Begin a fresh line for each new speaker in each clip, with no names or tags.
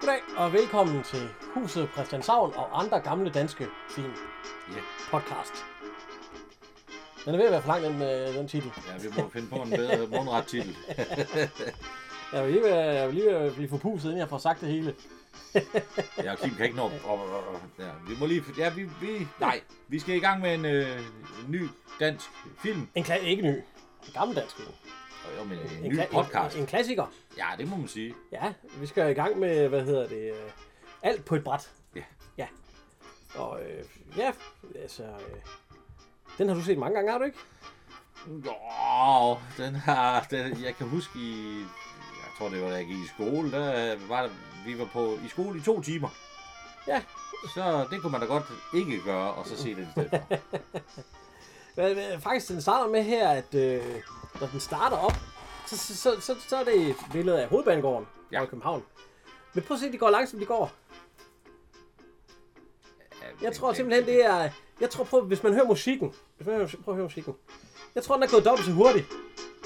Goddag og velkommen til Huset Christianshavn og andre gamle danske film
Ja,
podcast. Den er ved at være for lang, den, øh, den titel.
ja vi må finde på en bedre mundret titel.
Jeg vil lige være, jeg vil lige være, blive forpustet, inden jeg får sagt det hele.
Ja, Kim kan ikke nå... og- og- og- Ja, vi må lige... Ja, vi, vi... Nej, vi skal i gang med en øh, ny dansk film.
En kla- ikke ny. En gammel dansk film.
Og jo, men en
En,
ny
kla-
podcast.
En, en, klassiker.
Ja, det må man sige.
Ja, vi skal i gang med, hvad hedder det, øh, alt på et bræt.
Ja.
Ja. Og øh, ja, altså, øh, den har du set mange gange, har du ikke?
Jo, den har... Den, jeg kan huske i... Jeg tror, det var, da jeg gik i skole. Der øh, var, der- vi var på i skole i to timer.
Ja.
Så det kunne man da godt ikke gøre, og så se den i stedet for.
Hvad- hvad- Faktisk, den starter med her, at øh, når den starter op, så, så, så, så, så er det et billede af hovedbanegården ja.
Ja.
i København. Men prøv at se, de går langsomt, de går.
Ja,
Jeg
men-
tror simpelthen, det er... Jeg tror, prøv, hvis man hører musikken... Hvis man hører, prøv at høre musikken. Jeg tror, den er gået dobbelt så hurtigt.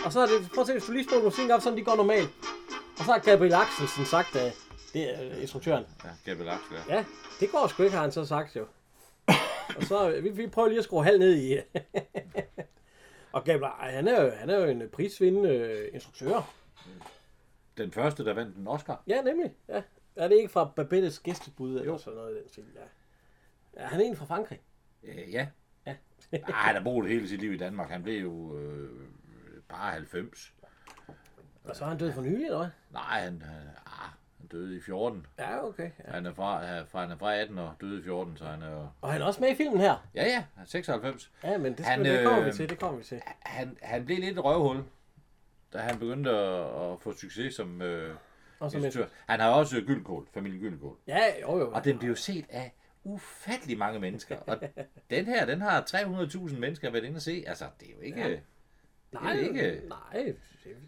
Og så er det... Prøv at se, hvis du lige spoler musikken op, sådan de går normalt. Og så har Gabriel Axelsen sagt, at det er øh, instruktøren.
Ja, Gabriel Axel, ja.
Ja, det går sgu ikke, har han så sagt jo. Og så, øh, vi, vi prøver lige at skrue halv ned i. og Gabriel, han er jo, han er jo en prisvindende øh, instruktør.
Den første, der vandt en Oscar.
Ja, nemlig. Ja. Er det ikke fra Babettes gæstebud eller sådan noget i den stil? Ja. ja han er en fra Frankrig.
Øh, ja,
Ja.
Ej, han har boet hele sit liv i Danmark. Han blev jo øh, bare 90.
Og så er han død for nylig, eller hvad?
Nej, han, han, ah, han døde i 14.
Ja, okay. Ja.
Han er fra, han er fra, han er fra 18 og døde i 14, så han er jo...
Og han er også med i filmen her.
Ja, ja, han er 96.
Ja, men det, skal,
Han,
han, det kommer vi
øh,
til, det kommer vi til.
Han, han blev lidt et røvhul, da han begyndte at, at få succes som øh,
Og så med,
instruktør. Han har også Gyldkål, familien Gyldkål.
ja, jo, jo.
Og den blev jo set af ufattelig mange mennesker. Og den her, den har 300.000 mennesker været inde og se. Altså, det er jo ikke... Ja.
nej,
det er ikke-
nej, jeg,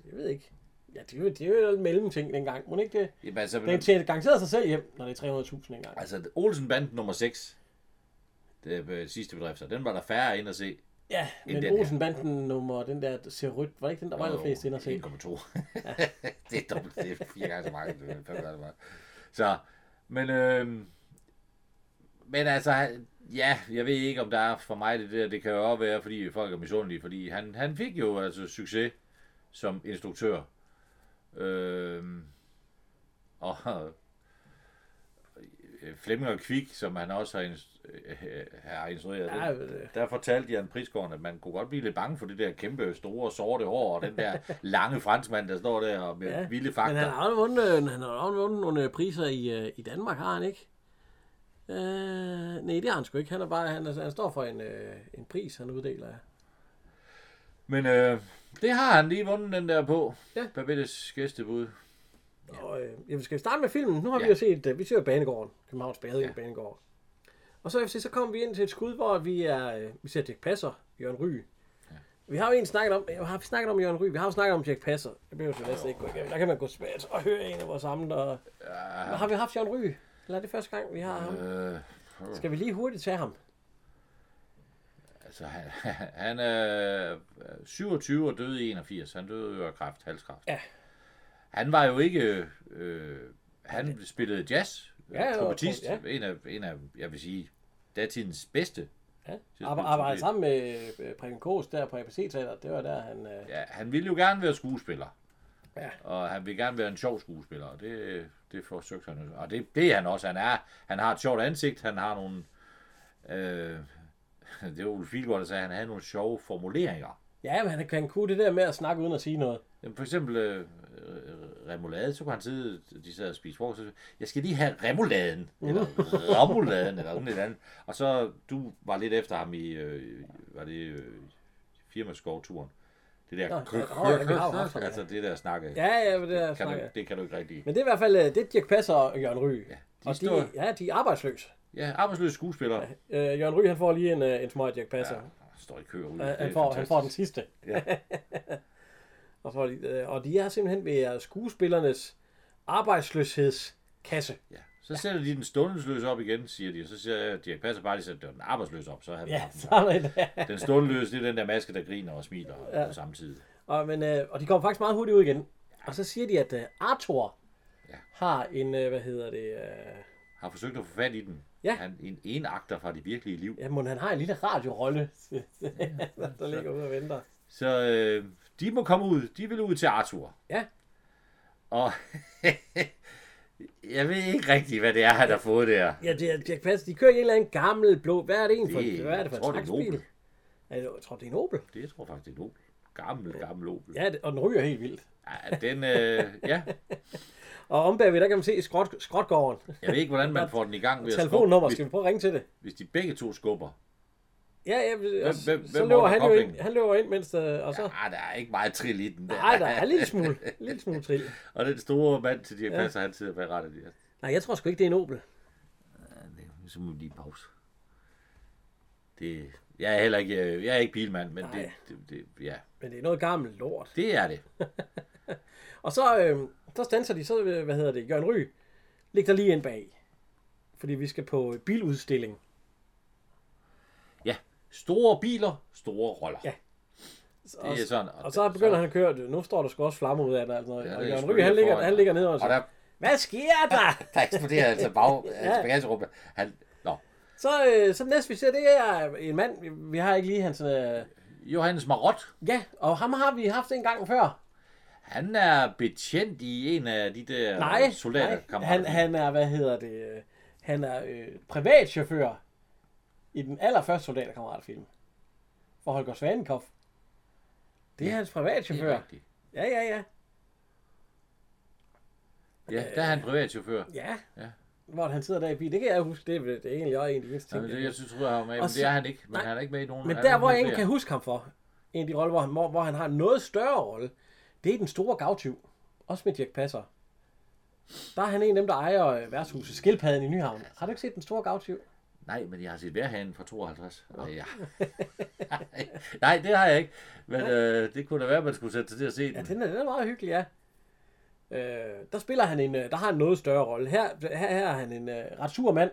jeg ved ikke. Ja, det er jo, det er jo en mellemting dengang. Må den ikke det?
Jamen, altså,
Den tjener garanteret sig selv hjem, når det er 300.000 engang.
Altså, Olsen Band nummer 6, det øh, sidste bedrifter, den var der færre ind at se.
Ja,
end
men
den her.
Olsenbanden nummer, den der der ser rødt, var det ikke den, der var allerflest ind at se?
1,2. det er dobbelt, det er fire gange så meget, det er fem gange så meget. Så, men, øh, men altså, han- ja, jeg ved ikke, om der er for mig det der, det kan jo også være, fordi folk er misundelige, fordi han, han fik jo altså succes som instruktør. Øh, og øh, Flemming og Kvik, som han også har, instru- øh, har instrueret,
Ja,
den-
øh,
der fortalte Jan Prisgaard, at man kunne godt blive lidt bange for det der kæmpe, store, sorte hår, og den der lange fransmand, der står der og med
Ja,
ja, vilde
men han
fakta.
har også vundet, øh, han har også vundet nogle øh, priser i, øh, i Danmark, har han ikke? Øh, nej, det har han sgu ikke. Han, er bare, han, er- han står for en, øh, en pris, han uddeler.
Men øh, det har han lige vundet den der på.
Ja.
Ja. Babettes gæstebud.
Og, øh, jamen, skal vi starte med filmen? Nu har ja. vi
Ja.
jo set, øh, vi ser Banegården, Københavns Bade ja.
Ja.
Banegården. Og så, efter det, så kom vi ind til et skud, hvor vi, er, øh, vi ser Dirk Passer, Jørgen Ry. Vi har jo en snakket om, øh, har vi snakket om Jørgen Ry? Vi har jo snakket om Dirk Passer. Det behøver vi næsten ikke gå igennem. Der kan man gå tilbage og høre en af vores andre. Og... Ja. Har vi haft Jørgen Ry? Eller er det første gang, vi har ham?
Øh,
Skal vi lige hurtigt tage ham?
altså, han, han er 27 og døde i 81. Han døde jo af kræft, halskræft.
Ja.
Han var jo ikke... Øh, han spillede jazz.
Ja,
Ja,
og-
trompetist.
ja.
Ja. En, af, en af, jeg vil sige, datidens bedste.
Ja.
spille
Arbe- arbejder
trompet.
sammen med øh, Preben Kås der på ABC Teater. Det var der, han... Øh...
Ja, han ville jo gerne være skuespiller.
Ja.
Og han vil gerne være en sjov skuespiller, og det, det forsøgte han. jo. Og det, det er han også. Han, er, han har et sjovt ansigt, han har nogle... Øh, det var Ulf Pilgaard, der sagde, at han havde nogle sjove formuleringer.
Ja, men han, han kunne det der med at snakke uden at sige noget.
Jamen, For eksempel øh, øh, remoulade, så kunne han sidde, de sad og spiste frokost, og så, jeg skal lige have remouladen, eller
Uh-huh.
remouladen, eller sådan et eller andet. Og så, du var lidt efter ham i, øh, var det øh, firmaskovturen. Det der,
Nå,
kø- kø-
ja, vi har jo haft ham, ja.
altså det der snakke.
Ja, ja, men det der
kan
snakker
du, det kan du ikke rigtig.
Men det er i hvert fald, øh, det er Dirk Passer og Jørgen Ry. Ja, de,
de
og de,
står-
ja, de er arbejdsløse.
Ja, arbejdsløs skuespiller. Ja.
Øh, Jørgen Ry, han får lige en, øh, en smøg af Dirk Passer. Ja,
Står i kø ude.
han, får, han får den sidste.
Ja.
og, får, de- øh, og de er simpelthen ved øh, skuespillernes arbejdsløshedskasse.
Ja. Så sætter de den stundeløse op igen, siger de. Og så siger jeg, at Dirk Passer bare lige sætter den arbejdsløse op. Så han
Ja,
ja.
sådan det.
Den stundeløse, det er den der maske, der griner og smiler ja. på samme tid.
Og, men, øh, og de kommer faktisk meget hurtigt ud igen. Og så siger de, at øh, Arthur,
Ja.
har en, øh, hvad hedder det, øh,
Har forsøgt at få fat i den.
Ja.
Han, en enakter fra det virkelige liv.
ja, mon han har en lille radiorolle, der, der ligger ude og venter.
Så øh, de må komme ud. De vil ud til Arthur.
Ja.
Og jeg ved ikke rigtigt, hvad det er, han har fået der.
Ja, det er Jack Pass, de kører i en eller anden gammel blå, hvad er det en for,
Det-
det, hvad er det
jeg
for
tror,
en
det er en
slagsbil?
Opel.
Ja, Jeg tror, det er en Opel.
Det jeg tror faktisk, det er en Opel. Gammel, gammel Opel.
Ja, det- og den ryger helt vildt.
Ja, den, øh, ja.
Og om bagved, der kan man se skrot, skrotgården.
Jeg ved ikke, hvordan man får den i gang ved at skubbe,
Telefonnummer, skal
hvis,
vi prøve at ringe til det?
hvis de begge to skubber.
Ja, ja, og så,
hvem-
så
hvem
løber
ordner
han jo ind,
koblingen?
han løber ind, mens, øh, og så...
Ja, Ah, der er ikke meget trill i den der.
Nej, der er en lille smule, en lille smule trill.
Og den store mand til Dirk Passer, han sidder bag rettet. Ja,
Nej, jeg tror sgu ikke, det er en Opel.
det- så må vi lige pause. Det, jeg er heller ikke, øh, jeg er ikke bilmand, men det,
Nej.
det, det, ja,
Men det er noget gammelt lort.
det er det.
Og så, øh, så stanser de, så, øh, hvad hedder det, Jørgen Ry, ligger der lige ind bag. Fordi vi skal på biludstilling.
Ja, store biler, store roller.
Ja.
Det er sådan.
Og så begynder han at køre, nu står der sgu også flammer ud af det, altså,
Ja,
ja, og
det er
Jørgen
sgu
Ry, han
lige
ligger,
foran.
han ligger ned og
Og
siger,
der,
hvad sker der?
der eksploderer altså bag ja. bagagerummet. Han, nå,
Så, øh, så det næste vi ser, det er øh, en mand, vi- vi har ikke lige hans... Øh,
Johannes Marot,
ja, og ham har vi haft en gang før.
han er betjent i en af de der
Nej, nej. Han,
soldaterkammerater.
han er, hvad hedder det, øh, han er øh, privatchauffør i den allerførste soldaterkammeratfilm. For Holger Svanenkopf. Det er hans
det er
privatchauffør.
rigtigt.
Ja, ja, ja.
Ja, der er han privatchauffør.
Ja.
Ja.
Hvor han sidder der i bilen. Det kan jeg huske. Det, er- det er egentlig også en af de eneste
Ja,
ting.
men det,
jeg-
jeg synes, tror, han var med, men
Og så-
det er han ikke. Men
nej.
han er ikke med i nogen.
Men
han er
der, hvor jeg
ikke
ikke kan huske ham for, en af de roller, hvor han, hvor, hvor han har en noget større rolle, det er den store gavtyv. Også med Dirk Passer. Der er han en af dem, der ejer øh, værtshuset Skildpadden i Nyhavn. Har du ikke set den store gavtyv?
Nej, men jeg har set værhanen fra 52. Ja. Nej, det har jeg ikke. Men øh, det kunne da være, at man skulle sætte sig til at se
Ja,
den.
den er, den er meget hyggelig, ja. Øh, der spiller han en, øh, der har han noget større rolle. Her, her, her er han en øh, ret sur mand,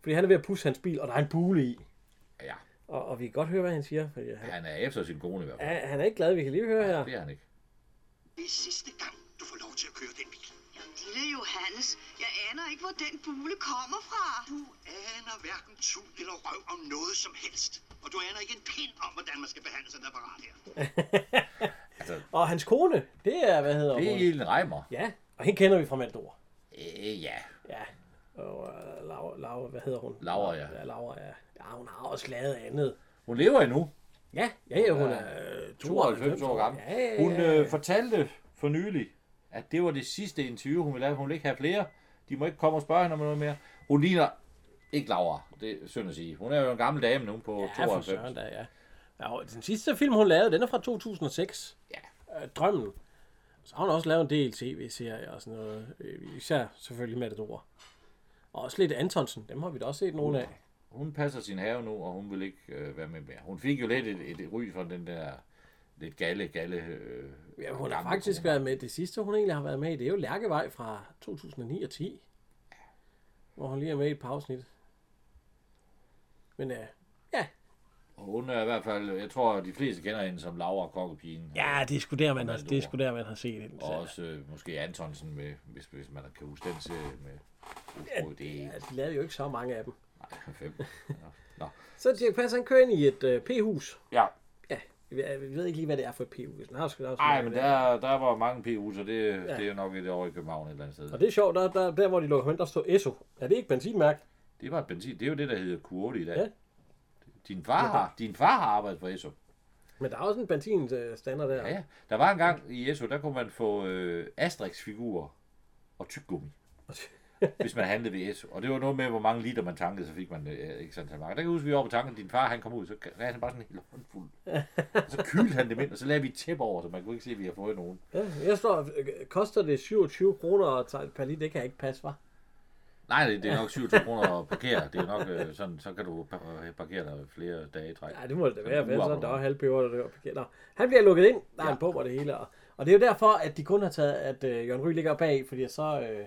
fordi han er ved at pusse hans bil, og der er en bule i.
Ja,
Og, og vi kan godt høre, hvad han siger, for han,
han er efter sin kone i hvert fald.
ja, han er ikke glad, vi kan lige høre her.
Det er han ikke.
Det er sidste gang, du får lov til at køre den bil.
Lille Johannes, jeg aner ikke, hvor den bule kommer fra.
Du aner hverken tud eller røv om noget som helst. Og du aner ikke en pind om, hvordan man skal behandle sådan et apparat her.
Og hans kone, det er, hvad hedder
Det er
hun?
Elin Reimer.
Ja, og hende kender vi fra Matador.
Øh, ja.
Ja, og øh, Laura, Laura, hvad hedder hun?
Laura, ja.
Ja, Laura, ja. Ja, hun har også lavet andet.
Hun lever endnu.
Ja, ja, ja hun er øh,
92 år gammel.
Ja, ja, ja.
Hun øh, fortalte for nylig, at det var det sidste interview, hun ville have. Hun ville ikke have flere. De må ikke komme og spørge hende om noget mere. Hun ligner ikke Laura. Det er synd at sige. Hun er jo en gammel dame nu på
Ja, for
92.
søren da, ja. ja. og Den sidste film, hun lavede, den er fra 2006.
Ja.
Øh, Drømmen. Så har hun også lavet en del tv-serier og sådan noget. Øh, Især selvfølgelig Matador. Og også lidt Antonsen. Dem har vi da også set nogle af.
hun passer sin have nu, og hun vil ikke øh, være med mere. Hun fik jo lidt et, et ry fra den der lidt galle, galle... Øh,
Ja, hun har
gamle
faktisk
kone.
været med. Det sidste, hun egentlig har været med i, det er jo Lærkevej fra 2009 og 10. Hvor hun lige er med i et pausnit. Men øh, ja.
Og Hun er i hvert fald... Jeg tror, de fleste kender hende som Laura Kokkepigen.
Ja, det er sgu der, man har,
Matador.
det er sgu der, man har set hende.
Og også øh, måske Antonsen, med, hvis, hvis man kan huske den serie med... Ja, det er
Ja, de lavede jo ikke så mange af dem.
nej, fem. Nå. Nå.
Så Dirk Passer, han kører ind i et øh, p-hus.
Ja,
Ja, jeg ved ikke lige, hvad det er for et PU. Nej, skal der også
nej, men der, der var mange PU, så det, ja. det er jo nok et år i København et eller andet sted.
Og det er sjovt, der, der, der hvor de lukker hen, der står ESO. Er det ikke benzinmærke?
Det var et benzin. Det er jo det, der hedder Kurte i dag.
Ja.
Ja. Din, far har, din far har arbejdet på SO.
Men der er også en benzinstander der.
Ja, ja. Der var en gang i Esso, der kunne man få øh, Asterix-figurer og tyggegummi, hvis man handlede ved Esso. Og det var noget med, hvor mange liter man tankede, så fik man øh, ikke sådan så mange. Der kan jeg huske, vi var på tanken, din far han kom ud, så havde han bare sådan en hel håndfuld. Og så kyldte han dem ind, og så lavede vi et tæppe over, så man kunne ikke se, at vi har fået nogen.
ja jeg står, øh, koster det 27 kroner og tager per liter, det kan jeg ikke passe, var.
Nej, det, det er nok 27 kroner at parkere. Det er nok øh, sådan, så kan du pa- øh, parkere dig flere dage i træk.
Ja, det må det da være,
Sådan
vel? Så er der
uafbrudt.
også halvpeber, der dør på Han bliver lukket ind, der er ja. en bog og det hele. Og, og det er jo derfor, at de kun har taget, at øh, Jørgen Ry ligger bag, fordi så... Øh,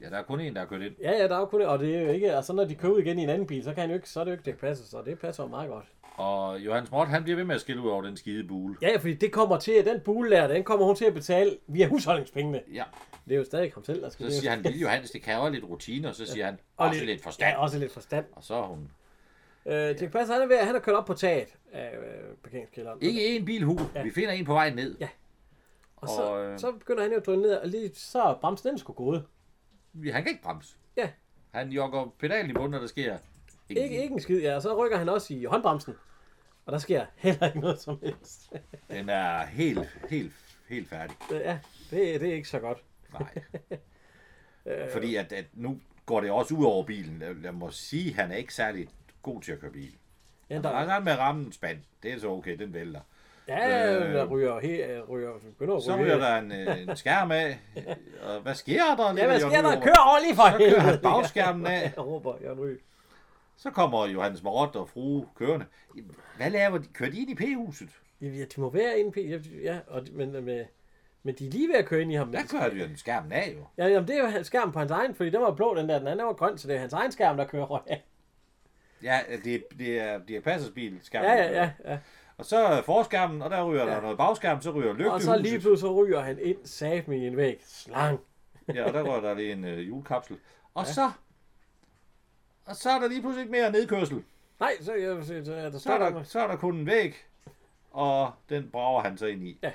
Ja, der er kun en, der har kørt ind.
altså, ja, ja, der er jo kun... Og det er jo ikke... Og så når de kører ud igen i en anden bil, så kan han jo ikke... Så er det jo ikke, det passer, så det passer jo meget godt.
Og Johannes Mort, han bliver ved med at skille ud over den skide bule.
Ja, ja, fordi det kommer til, at den bule der, den kommer hun til at betale via husholdningspengene.
Ja.
Det er jo stadig ham selv, der skal
Så
det er jo-
siger han, lille Johannes, det kræver lidt rutine, og så siger han, også lidt forstand.
Ja, også lidt forstand.
Og så er hun
Øh, Dirk Passer, han er ved, at han er kørt op på taget af øh, parkeringskælderen.
Ikke en bil, Hugo. Ja. Vi finder en på vej ned.
Ja. Og så,
og,
og,
øh,
øh... så begynder han jo at drøne ned, og lige så er bremsen den skulle gode.
Vi- Han kan ikke bremse.
Ja,
Han jogger pedalen i bunden, når der sker.
ikke, ikke en skid, ja. Og så rykker han også i håndbremsen. Og der sker heller ikke noget som helst.
Den er helt, helt, helt færdig.
Øh, ja, det, det er ikke så godt.
Nej.
Øh.
Fordi at, at nu går det også ud over bilen. Jeg jeg må sige, at han er ikke særlig god til at køre bil.
Ja,
Der
der,
er med rammen spand. Det er så okay, den vælter.
ja,
øh,
der ryger, he, øh, ryger, begynder at
Så
ryge.
ryger der en, øh, en skærm af. Øh, Og hvad sker der?
Ja, hvad sker der?
Kører.
Kør over lige for
Så
helvede.
kører han bagskærmen af.
Jeg råber Jørgen Ryg.
Så kommer Johannes Marot og frue kørende. Hvad laver de? Kører de ind i P-huset?
Ja, de må være inde på... Ja, ja og, de- men, men, men de er lige ved at køre ind i ham.
Der kører de jo den skærmen af, jo.
Ja, jamen, det er jo skærmen på hans egen, fordi den var blå, den der. Den anden var grøn, så det er hans egen skærm, der kører røg. af.
Ja, det, det er Dirk Passers bil, skærmen.
Ja, ja, ja, ja.
Og så er forskærmen, og der ryger ja. der noget bagskærm, så ryger lygtehuset.
Og så lige pludselig så ryger han ind, sat med en væg. Slang.
Ja, og der rører der lige en øh, julekapsel. Og ja. så... Og så er der lige pludselig ikke mere nedkørsel.
Nej, så, jeg, så, så ja, der
Så
står
er
der...
der, så er der kun en væg, og den brager han så ind i. Ja.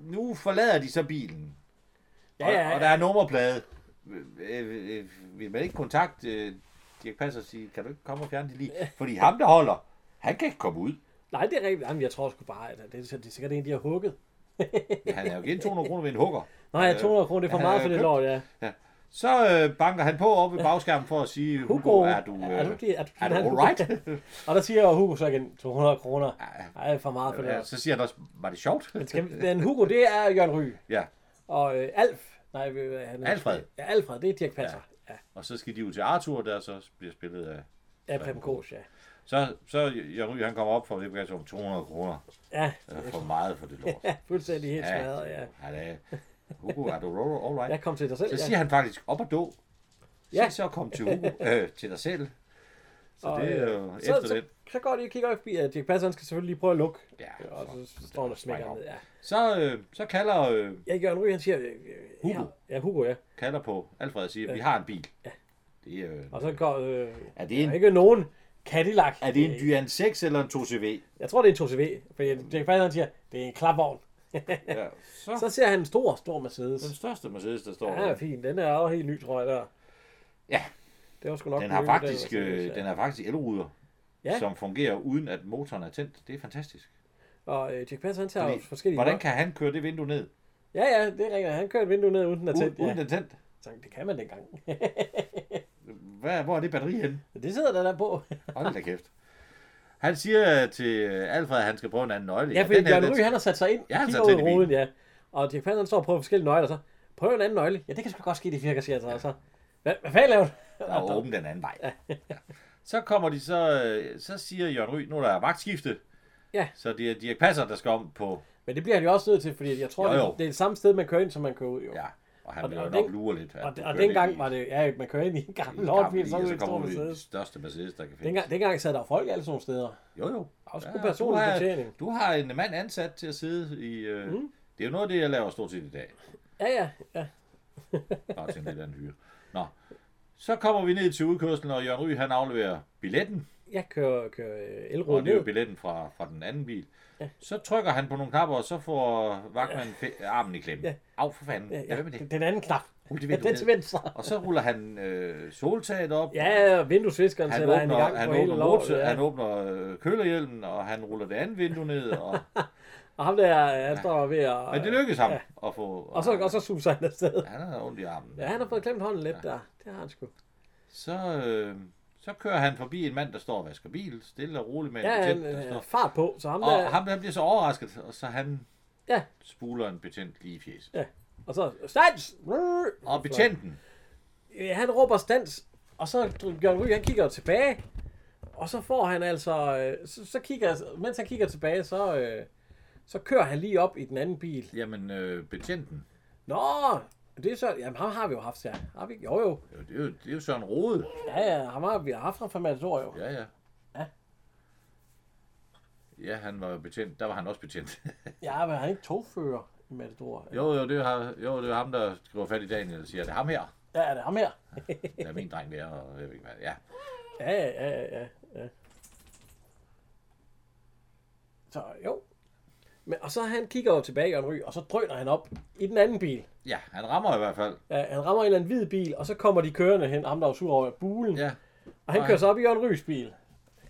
nu forlader de så bilen,
Ja, ja,
og, og der
ja.
er nummerplade. Øh, øh, øh, Vil man ikke kontakte øh, Dirk Passer og sige, kan du ikke komme og fjerne det lige? Fordi ham, der holder, han kan ikke komme ud.
Nej, det er rigtigt. Jamen, jeg tror sgu bare, at det, er- det er sikkert en, de har hugget.
Han er jo givet 200 kroner ved en hugger.
Nej,
Øh,
200 kroner, det er for
han
meget
har
for det
købt-
lort, ja.
Så øh, banker han på op ved bagskærmen for at sige, Hugo,
Hugo,
er du, øh,
er du, er du, er du,
er du alright?
Og der siger Hugo så igen, 200 kroner. Nej, for meget for det
ja,
lort.
så siger han også, var det sjovt?
Men skal vi- Men Hugo, det er Jørgen Ryg.
ja,
Og øh, Alf, nej, øh, han, er-
Alfred.
Ja, Alfred, det er Dirk Passer. Ja,
og så skal de ud til Arthur, der så bliver spillet af...
ja Preben Kors, ja.
Så, så jeg ryger, han kommer op for det bliver altså om 200 kroner.
Ja,
Det er for meget for det lort. Ja,
fuldstændig helt smadret, ja.
ja det er, Hugo, er du all right?
Jeg kom til dig selv,
Så
ja.
siger han faktisk op og dø. Ja.
Ja.
Så kom til Hugo, øh, til dig selv. Så
Og,
det er
øh,
jo
så,
efter
så,
det.
Så går de og kigger forbi, at Dirk Passer, han skal selvfølgelig lige prøve at lukke.
Ja,
og
så-
så, så står han og smækker
sprænger
ned. Ja.
Så, øh, så kalder, øh,
ja, Jørgen Ryg, han siger... øh, øh,
Hugo.
Ja, ja, Hugo, ja.
kalder på Alfred og siger, vi har en bil. Ja. Det er, øh,
Og så går... Øh,
er det en,
der er ikke nogen Cadillac. Øh,
er det en Dyan 6 eller en 2CV?
Jeg tror, det er en 2CV. For Dirk Passer, han siger, det er en klapvogn.
Ja, så,
Så ser han en stor, stor Mercedes.
den største Mercedes, der står
Ja, fin. Den er også helt ny, tror jeg, der.
Ja.
Det var sgu nok
Den har
den nye,
faktisk,
der var
øh,
Mercedes, ja.
den har faktisk elruder, ja.
Ja.
som fungerer uden at motoren er tændt. Det er fantastisk.
Og øh, Dirk Passer, han tager jo
Fordi,
forskellige...
hvordan kan han køre det vindue ned?
Ja, ja, det er rigtigt. Han kørte vinduet ned, uden den er tændt.
Uden, uden
Ja.
det er tændt.
Så Det kan man dengang.
Hvad, hvor er det batteri henne?
det sidder der der på.
Hold da kæft. Han siger til Alfred, at han skal prøve en anden nøgle.
Ja, fordi Jørgen Ryg, han har sat sig ind
Ja, han
og kigger
satte
ud
sig
i
ind i
ruden, ja. Og Dirk Passer, han står og prøver forskellige nøgler, så prøv en anden nøgle. Ja, det kan sgu godt ske, det virker, siger han så. så. Hvad, hvad fanden laver du?
og åbne den anden vej. Ja. Så kommer de så, øh, så siger Jørgen Ry, nu er der magtskifte.
Ja.
Så det er Dirk Passer, der skal om på,
Men det bliver han jo også nødt til, fordi jeg tror,
Jo,
jo,
jo.
jo. det er det samme sted, man kører ind, som man kører ud. Jo.
ja, og han
Og-
bliver
og
nok
den-
lure lidt. at
og,
du
og
kører
dengang
ind i-
var det, ja, man kører ind i en
i en
gammel
gammel
lortbil,
bil,
så ud i
så
en stor
kommer du i den
Mercedes.
største Mercedes, der kan findes.
Dengang, dengang sad der jo folk alle sådan nogle steder.
Jo, jo.
Og sgu personlig
du har-
betjening.
Du har en mand ansat til at sidde i... Øh, mm. Det er jo noget af det, jeg laver stort set i dag.
Ja, ja, ja.
Bare til en lidt anden hyre. Nå. Så kommer vi ned til udkørslen, og Jørgen Ry, han afleverer billetten.
Jeg kører, kører øh,
Og
elruden
det er jo
ned.
billetten fra, fra den anden bil. Så trykker han på nogle knapper, og så får vagtmanden fe- armen i klemme. Af for fanden.
Ja,
Ja,
ja.
Hvad med det?
Den anden knap.
Rul det
Ja,
vindue
den til
ned.
venstre.
Og så ruller han øh, soltaget op.
Ja, og vinduesviskeren
Han
sætter han i
åbner,
gang
han
på hele
åbner,
lortet.
motor, han
Ja.
åbner øh, kølerhjelmen, og han ruller det andet vindue ned. Og,
Og ham der, øh, han står ved at...
men det lykkedes ham at få...
Og så, og så suser han afsted.
Han har ondt i armen.
Ja, han har fået klemt hånden lidt der. Det har han sgu.
Så, øh, så kører han forbi en mand, der står og vasker bil, stille og roligt med
Ja,
en
han
betjent, der
øh,
står.
har fart på, så ham der...
Og ham der bliver så overrasket, og så han
Ja,
spuler en betjent lige i fjeset.
ja. Og så... Stans!
Og betjenten,
Ja, Øh, han råber stans, og så Jørgen Ryg, han kigger jo tilbage. Og så får han altså... øh, Så, så kigger, mens han kigger tilbage, så... øh, Så kører han lige op i den anden bil.
jamen øh, betjenten,
Nå, det er så... Jamen, ham har vi jo haft, ja. Har vi ikke? Jo, jo.
jo, det, er jo, det er jo Søren Rode.
Ja, ja, ham har vi haft fra Matador, jo.
Ja, ja.
Ja.
ja, han var betjent. Der var han også betjent.
Ja, men han er ikke togfører i Matador.
jo, jo, det var, jo, det var ham, der skriver fat i Daniel og siger, det er ham her.
Ja, er det ham her?
Det er min dreng der, og jeg ved ikke hvad. Ja,
Ja, ja, ja, ja, ja, ja. Så jo. Men, og så han kigger jo tilbage, Jørgen Ry, og så drøner han op i den anden bil.
ja han rammer i hvert fald.
Ja, han rammer en eller anden hvid bil, og så kommer de kørende hen, ham der var sur over bulen,
Ja.
og han kører så op i Jørgen Rys bil.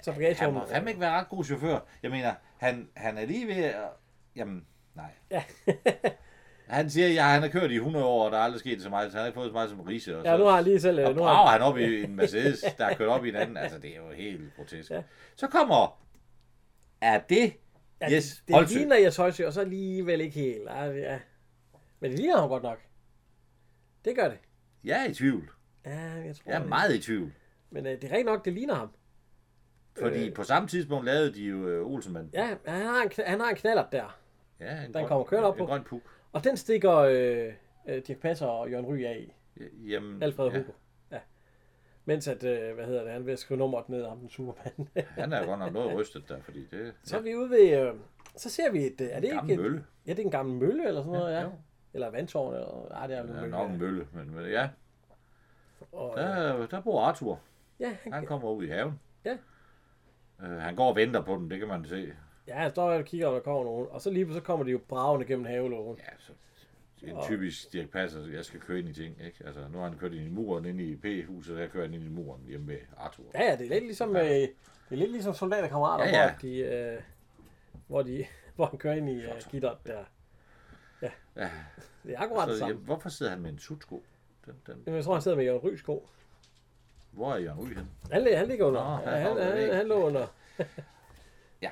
Så
Han må
bagagerummet.
fandme ikke være ret god chauffør. Jeg mener, han, han er lige ved at... Jamen, nej.
Ja.
Han siger, ja, han har kørt i 100 år, og der er aldrig sket så meget. Så han har ikke fået så meget som Riese. Og
ja,
så,
nu har han lige selv... øh,
og
Nu har
brager han op i en Mercedes, der er kørt op i en anden. Altså, det er jo helt grotesk.
Ja.
Så kommer... Er det...
ja,
yes,
det
Holtsø.
ligner Jes Højsø, og så alligevel ikke helt. Ej, ja. Men det ligner ham godt nok. Det gør det.
Jeg er i tvivl.
Ja, jeg tror
Jeg er
det.
meget i tvivl.
Men øh, det er rigtigt nok, det ligner ham.
Fordi på samme tidspunkt lavede de jo øh, Olsenmanden.
Øh. Ja, han har en, kn- han har en knallert der.
ja en
kommer kørende op
en
på.
grøn puk.
Og den stikker øh, øh, Dirk Passer og Jørgen Ry af i.
Jamen,
Alfred ja.
ja,
Hugo. Ja. Mens at, øh, hvad hedder det, han er ved at skrive nummeret ned om den supermand.
han er jo godt nok noget rystet der, fordi det...
så er vi ude ved, øh, så ser vi et, øh, er det
gammel
ikke et,
mølle.
Ja, det er en gammel mølle eller sådan noget, ja.
jo.
Eller vandtårn, eller, nej, det er jo en
Ja,
mølle.
nok en mølle, men men ja.
Og, øh,
Der, der bor Arthur.
ja, han,
Han kommer ud i haven.
Ja.
Øh, han går og venter på den, det kan man se.
ja, han står og kigger, om der kommer nogen. Og så lige pludselig så kommer de jo bravende gennem havelågen.
Ja, så det er en typisk Dirk Passer, jeg skal køre ind i ting, ikke? Altså, nu har han kørt ind i muren inde i P-huset, og jeg kører han ind i muren hjemme med Arthur.
Ja, ja, det er lidt ligesom, øh, det er lidt ligesom soldaterkammerater,
Ja, ja.
hvor de, øh, hvor de, hvor han kører ind i øh, gitteret der. Ja.
Ja.
Det er akkurat det
Så, ja,
samme.
hvorfor sidder han med en sutsko? Den, den,
Jamen, jeg tror, han sidder med Jørgen Rysko.
hvor er Jørgen Ryg henne?
Han, lig- han ligger under.
Nå,
ja,
han
han,
lå
han, han,
ikke.
lå under.
Ja.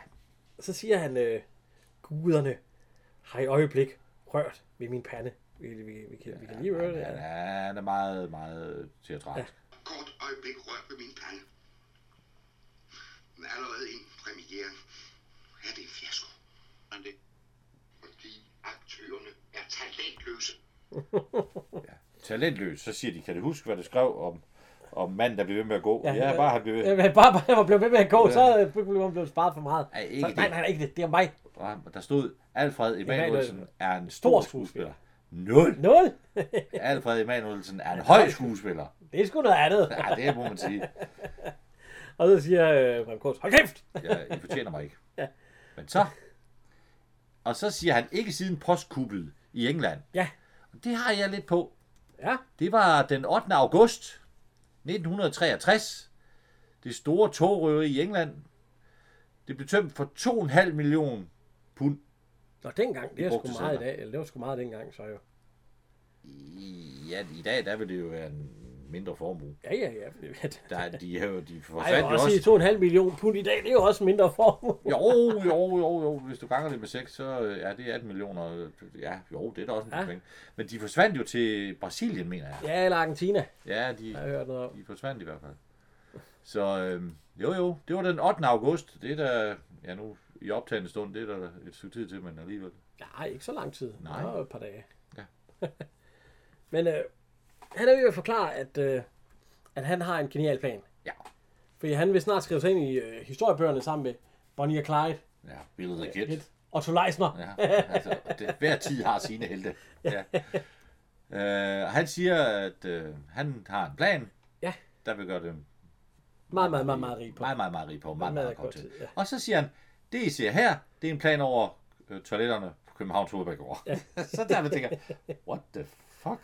Så siger han, øh, guderne har i øjeblik rørt ved min pande. Vi, vi, vi, kan, vi kan lige høre det.
Han,
Ja.
er, han er meget, meget teatralsk.
Kort øjeblik rør ved min pande. Men allerede inden premieren er det en fiasko. Er det? Fordi aktørerne er talentløse.
Talentløs, så siger de, kan du huske, hvad du skrev om, om manden, der blev ved med at gå? Ja,
ja.
ja bare han blev ved.
Ja, men bare, bare han blev ved med at gå, så øh, blev han blevet sparet for meget.
Ej, ikke
så, nej,
det.
nej, nej, ikke det. Det er mig.
Og ham- der stod, Alfred Emanuelsen
Emanuelsen.
er en stor skuespiller. Nul!
Nul.
Alfred Emanuelsen er en høj skuespiller.
det er sgu noget andet.
Ja, det må man sige.
Og så siger øh, Rem Kors, hold kæft!
Jeg, I fortjener mig ikke. Men så... Og så siger han ikke siden postkuppet i England.
Ja,
Det har jeg lidt på.
ja,
Det var den 8. august 1963. Det store togrøveri i England. Det blev tømt for 2,5 millioner pund.
Nå, dengang, det er
brugte
sgu meget i
sedler.
dag. Eller det var sgu meget dengang, så jo.
I- Ja, i dag der vil det jo være en mindre formue.
Ja, ja, ja. det-
Der, er- de, har jo- de
Ej, jeg
forfandt
vil
jo
også
også...
sige 2,5 millioner pund i dag, det er jo også mindre formue.
Jo, jo, jo, jo. Hvis du ganger det med 6, så øh, ja, det er 18 millioner. Ja, jo, det er da også en
Ja.
ja. penge. Men de forsvandt jo til Brasilien, mener jeg.
Ja, eller Argentina,
Ja,
har jeg
de,
hørt noget om.
de forsvandt i hvert fald. Så øhm, jo, jo, det var den 8. august. Det er da, ja nu i optagende stund, det er der et stykke tid til, men alligevel.
Nej, ikke så lang tid.
Nej.
Det var et par dage.
Ja.
Men øh, han er ved at forklare, at, øh, at han har en genial plan.
Ja.
Fordi han vil snart skrive sig ind i øh, historiebøgerne sammen med Bonnie og Clyde,
Ja, billedet af Kit.
Otto Leisner.
Ja, altså, det, hver tid har sine helte. Ja. Øh, og han siger, at øh, han har en plan,
Ja.
der vil gøre dem
Meget, meget, meget, meget rig på.
Meget, meget, meget rig på. Meget, meget, meget kort tid.
ja.
Og så siger han, det I ser her, det er en plan over øh, toiletterne på Københavns Hovedbanegård. Ja. så der man tænker, what the fuck?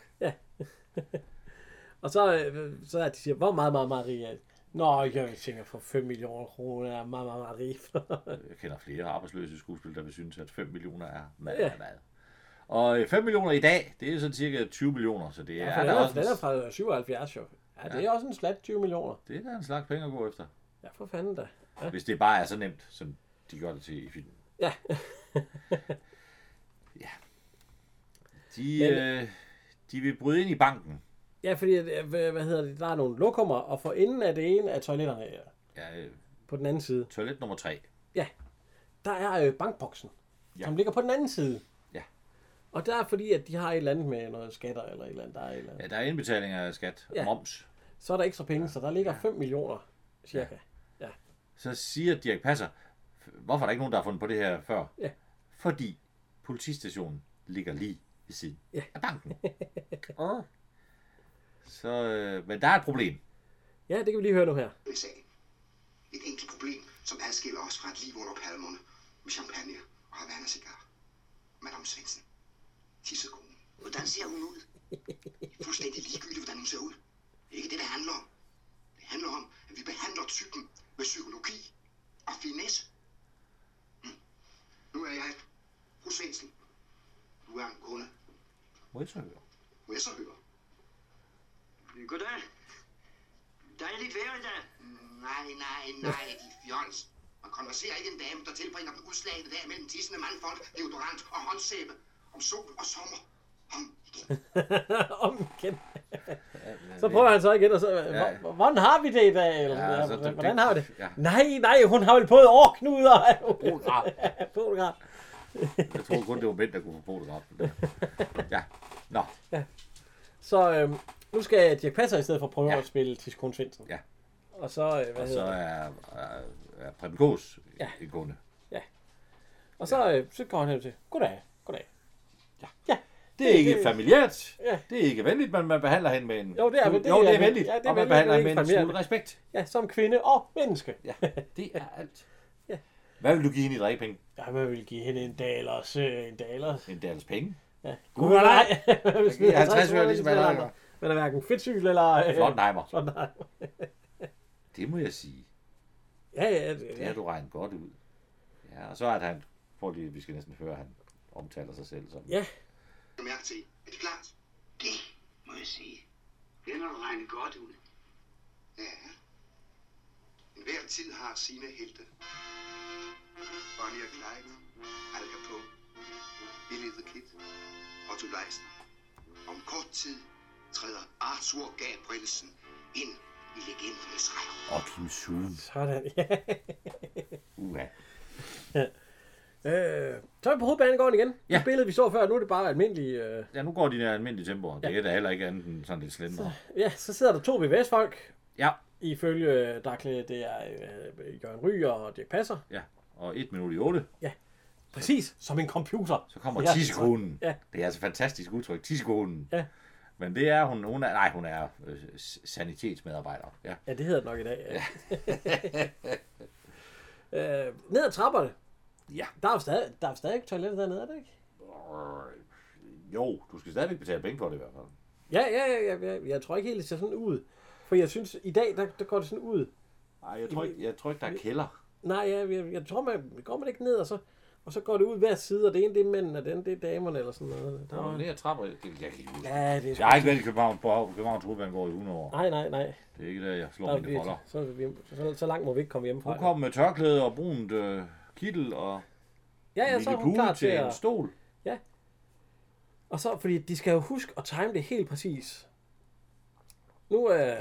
Og så, øh, så er de siger, hvor meget, meget, meget rig er det? Nå, jeg tænker for 5 millioner kroner er meget, meget, meget rig.
Jeg kender flere arbejdsløse skuespillere, der vil synes, at 5 millioner er meget,
Ja.
ja. meget. Og øh, 5 millioner i dag, det er sådan cirka 20 millioner, så det ja,
Ja,
er,
for
der
den, er,
også
den er
en,
fra 77, jo. Ja, det er også en slat 20 millioner.
det er der en slags penge at gå efter.
Ja, for fanden da.
Hvis det bare er så nemt, som de gør det til i filmen.
Ja.
ja. De, øh, de vil bryde ind i banken.
Ja, fordi, at, øh, hvad hvad hedder det, der er nogle lokummer, og for enden af det ene af toiletterne ja,
Ja, øh,
på den anden side,
toilet nummer 3.
der er øh, bankboksen, ja.
Ja.
som ligger på den anden side.
Ja.
Og der er fordi, at de har et eller andet med noget skatter eller et eller andet, der er et eller andet.
Ja, der er indbetaling af skat og
Ja.
ja. moms.
Så er der ekstra penge, så der ligger 5 millioner, cirka.
Så siger Dirk Passer, hvorfor er der ikke nogen, der har fundet på det her før?
Ja.
Fordi politistationen ligger lige ved siden
Ja. Ah.
af banken. Arr. Så, øh, men der er et problem.
Ja, det kan vi lige høre nu her.
med sagen. Et enkelt problem, som adskiller os fra et liv under palmerne med champagne og Havana-cigar. Madame Svendsen. Tissekonen.
Hvordan ser hun ud?
Fuldstændig ligegyldigt, hvordan hun ser ud. Det er ikke det, det handler om. Det handler om, at vi behandler typen med psykologi og finesse. Hm. Nu er jeg fru Svendsen. Du er en kunde.
Modtrykker.
Må jeg så høre?
Goddag. Dejligt vejr i dag.
Nej, nej, nej, de fjols. Man konverserer ikke en dame, der tilbringer den udslagende dag mellem tissende mandfolk, deodorant og håndsæbe. Om sol og sommer. Om igen.
Om igen. Så prøver han så igen, og så,
Ja.
"Hvor- hvordan har vi det i dag? Eller,
Ja,
ja,
så det-
hvordan
det-
har vi det?
ja.
Nej, nej, hun har vel både årknuder.
Polograf.
Polograf.
ah, Jeg troede kun, det var mænd, der kunne få polograf. Ja. Nå.
Så øhm, nu skal Dirk Passer i stedet for prøve
Ja.
ja. at spille Tiskon Svendsen.
Ja.
Og så, øh, hvad
Og så
hedder det?
er, er, er Preben Kås
Ja.
en kunde.
Og så, øh, så går han hen til, goddag, goddag. Ja, ja.
Det er ikke familiært.
Ja.
Det er ikke venligt, men man behandler hende med en...
Jo, det er-
jo,
det
jo,
er
det er
ven-
venligt,
ja, det er
og man
venligt,
behandler
men
hende med en
ikke
smule
familiært.
respekt.
ja, som kvinde og menneske.
Ja, det er alt. Hvad vil du give hende i drejepenge?
Ja, man vil give hende en dalers, øh, en dalers.
En deres penge?
Gud og nej. Hvis vi
giver 50 øre, ligesom alle andre.
Man er hverken fedtsyg eller... Øh,
Flottenheimer.
flot nej.
Det må jeg sige.
Ja, ja, det,
Det
ja.
har du regnet godt ud. Ja, og så er han... Prøv lige, vi skal næsten høre, at han omtaler sig selv som...
Ja,
Kan mærke til. Er det klart?
Det må jeg sige. Den har du regnet godt ud.
Ja. En hver tid har sine helte. Bonnie og Clyde, Al Capone, Billy the Kid, Otto Leisner. Om kort tid træder Arthur Gabrielsen ind i legendernes rækker.
Og Kim Soon.
sådan. Ja.
Uha.
Øh, så er vi på hovedbanegården igen.
Ja.
Ja. Det billede, vi så før, nu er det bare almindelige... Øh,
Ja, nu går de i almindelige tempoer. Det er da heller ikke andet end sådan lidt slendere.
ja, så sidder der to VVS-folk.
Ja,
Ifølge øh, Dakle, det er øh, Jørgen Ry og Dirk Passer.
ja. Og et minut i otte,
Præcis, som en computer.
så kommer
Ja,
tissekonen.
så- ja.
Det er altså et fantastisk udtryk, tissekonen.
Ja.
Men det er hun, hun er, nej, hun er øh, s- sanitetsmedarbejder. Ja.
Ja, det hedder det nok i dag. Ja. øh, ned ad trapperne.
ja.
Der er jo stadig, der er jo stadig toilettet dernede, er det ikke?
Øh, Jo, du skal stadigvæk betale penge for det i hvert fald.
Ja, ja, ja, ja, ja. Jeg tror ikke helt, det ser sådan ud. For jeg synes, i dag, der, der går det sådan ud.
Nej, jeg tror ikke, jeg tror ikke der er kælder.
Nej, ja, jeg, jeg tror, man går man ikke ned, og så, og så går det ud hver side, og det ene, det er mændene, og den, det er damerne, eller sådan noget. Der
Der er jo
var...
nede ad trapper. Det, jeg, kan ikke huske.
Ja, det er
jeg har ikke været i København på Københavns Hovedbanegård i 100 år.
Nej, nej, nej.
Det er ikke der, jeg
Der,
slår mine
vi,
boller.
så, er vi, så, så, langt må vi ikke komme hjem fra.
Hun kom med tørklæde og brunt øh, kittel og
ja, ja,
en
så
lille
er hun klar
pude
til
til en
at...
stol.
Og så, fordi de skal jo huske at time det helt præcis. Nu, øh, ja.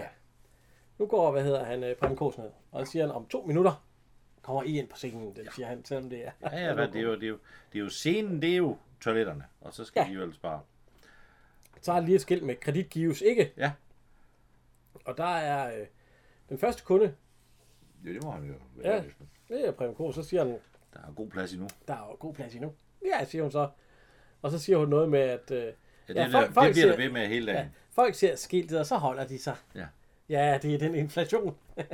nu går, hvad hedder han, øh, Preben Kors ned, og så siger han, om to minutter kommer I ind på scenen, det siger han, selvom det er.
Ja, ja, hvad, det, er jo, det, er jo, det er jo scenen, det er jo toiletterne. Og så skal
Ja.
ja. de vel spare.
Så har han lige et skilt med, kredit gives ikke,
Ja,
og der er øh, den første kunde,
jo, det må han jo være.
Ja. det er Preben Kors, så siger han,
Der er god plads endnu.
der er jo god plads endnu. Ja, siger hun så. Og så siger hun noget med, at øh,
Ja, det,
Ja,
ja,
folk-
der,
folk
det bliver der
siger-
ved med hele dagen.
ja, folk ser skiltet, og så holder de sig.
Ja.
Ja, det er den inflation.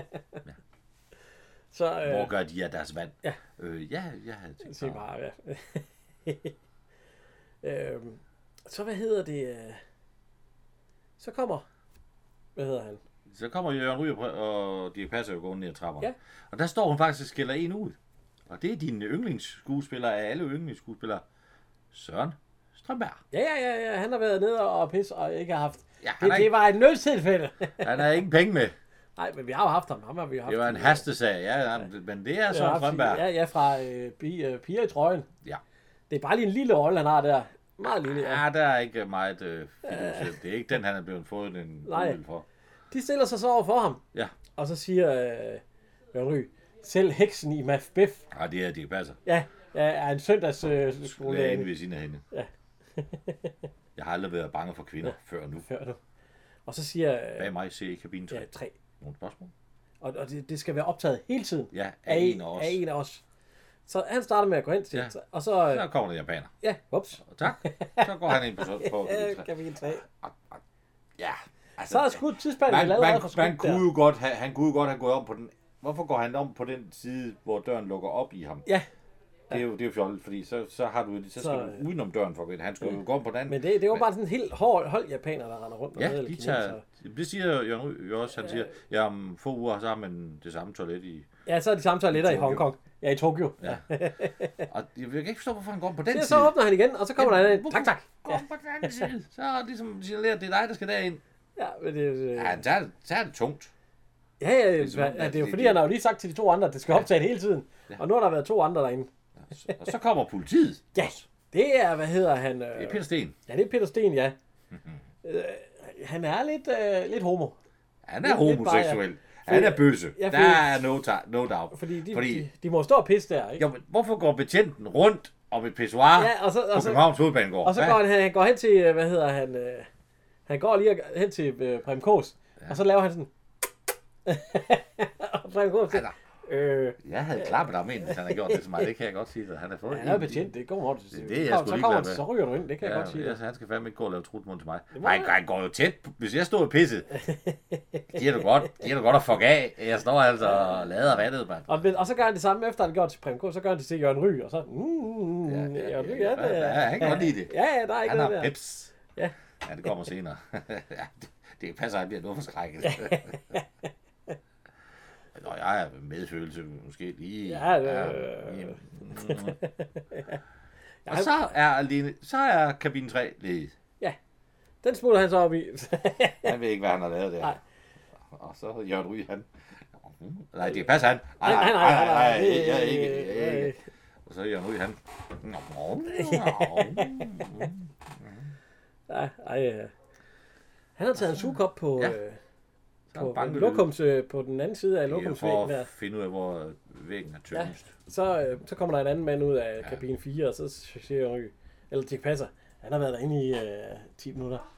Så, øh,
Hvor gør de af deres vand?
Ja.
Øh, ja, jeg havde tænkt
Se
mig.
bare, ja. øhm, så hvad hedder det? øh, Så kommer... Hvad hedder han?
Så kommer Jørgen Ryger og Dirk Passer jo gående ned ad trapperne.
Ja.
Og der står hun faktisk og skiller en ud. Og det er din yndlingsskuespiller af alle yndlingsskuespillere, Søren Strømberg.
Ja, ja, ja, ja. Han har været nede og pis og ikke har haft...
Ja, han
det,
har
det
ikke-
var et nødstilfælde.
Han havde ingen penge med.
Nej, men vi har jo haft ham. Ham har vi jo haft.
Det var en
Vi
hastesag, ja, ja, men det er
har
Søren
haft-
Strømberg.
Ja, ja, fra øh, bi, øh, Piger i trøjen.
Ja. Ah.
Det er bare lige en lille rolle, han har der. Meget lille, ja.
Ja, der er ikke meget øh, fidus. Det er ikke den, han er blevet fået en
Nej.
udvild for.
De stiller sig så over for ham.
Ja,
Og så siger... Øh, Jørgen Ry, selv heksen i Maf Biff,
Ej, det er Dirk Passer.
ja, ja, er en søndags øh,
Det er inde
skole.
ved siden af hende.
Ja.
Jeg har aldrig været bange for kvinder før nu.
Før nu. Og så siger... Øh,
Bag mig ser I kabinen
Ja,
3.
tre.
Nogle spørgsmål?
Og, og det, det skal være optaget hele tiden.
Ja, af
af,
en af os.
Af en af os. Så han starter med at gå hen til,
Ja.
ja. og så...
Så
Øh,
kommer der japaner.
ja, ups.
Og tak. Så går han ind på, på
Ja, kan vi en træ.
Ja. Altså,
Så er skudt tidspanden
man,
vel
man,
allerede for
man
skudt
kunne
der.
jo godt have, han kunne jo godt have gået om på den... Hvorfor går han om på den side, hvor døren lukker op i ham?
Ja,
Det er jo, det er jo fjollet, fordi så, så, har du, så skal
Så, øh.
du udenom døren for at gå ind. Han skulle jo gå om på den anden.
men det, det var bare sådan en helt hård hold japaner, der render rundt.
Ja,
dernede,
de
eller
tager...
kinesere.
Det siger Jørgen Ryg jo også. Han siger, ja, om få uger så har man det samme toilet i...
Ja, så er de samme toiletter i
Tokyo.
Hongkong. Ja, i Tokyo. Ja.
Og jeg kan ikke forstå, hvorfor han går om på
ja.
den side.
Så åbner han igen, og så kommer der en
Hvorfor
Tak, tak.
Går om på den anden side. Så er det ligesom signaleret, det er dig, der skal derind.
Ja, men det, det,
Ja, han tager, det- tager det tungt.
ja, ja, ja,
som om,
ja,
at
det er jo
det-
fordi,
det-
han har jo lige sagt til de to andre, at det skal optage hele tiden. Og nu har der været to andre derinde.
Og så kommer politiet.
Ja, det er, hvad hedder han?
Det er
Øh,
Peter Sten.
ja, det er Peter Sten, ja.
Mhm.
øh, han er lidt, øh, lidt homo.
Han er
Lidt- lidt
homoseksuel.
Fordi-
Han er bøsse.
Ja,
Der
fordi-
er no, ta- no doubt.
Fordi de,
fordi
de, de må jo stå og pisse der, ikke?
jo, men hvorfor går betjenten rundt om et pissoir
Ja, og så- og
på
så-
Københavns Hovedbanegård?
Og så går han, han går hen til, øh, hvad hedder han, øh, han går lige og- hen til øh, Prem Kås, ja. og så laver han sådan, og Prem Kås siger, øh,
Jeg havde klappet ham ind, hvis han havde gjort det til mig. Det kan jeg godt sige. at Han har fået
han er
en-
betjent, det går morgen.
Det er det, jeg
så,
sgu
så,
ligeglad
kommer,
med.
så ryger du ind, det kan jeg
Ja,
godt sige.
altså, han skal fandme ikke gå og lave trutmund til mig.
må
Nej,
han.
han går jo tæt. på- Hvis jeg stod og pissede, giver du godt, giver du godt at fuck af. Jeg står altså og lader vandet, mand.
Og, men, og så gør han det samme, efter han gør det til Prem Kås, så gør han det til Jørgen Ry, og så, mm, mm, ja, ja, Jørgen Ry, ja,
ja,
det
ja,
er.
han kan godt lide det.
Ja, ja, der er ikke
Han
noget
har
der.
peps.
Ja.
Ja, det kommer senere. ja, det, det passer, at han bliver noget forskrækket. Nå, jeg er medfølelse måske lige.
Ja, øh, det-
lige- mm. Og så er, alene, så er kabine 3 ledig.
Den smutter han så op i.
Han ved ikke, hvad han har lavet der.
Nej.
Og så Jørgen Ryg, han... Nej, det passer han. Nej,
Nej, nej, nej, nej,
nej, jeg er
øh,
ikke, jeg er
øh.
ikke. Og så Jørgen Ryg, han...
Ej, ej, øh. han har taget en sugekop på,
Ja.
øh,
Så
på,
banker det
lokums, øh, på den anden side af
Det er jo
lokumsvæggen
for
der.
at finde ud af, hvor væggen er
Ja,
tyndest.
så, øh, så kommer der en anden mand ud af ja. kabine 4, og så siger Ry, eller Dirk Passer, han har været derinde i øh, 10 minutter.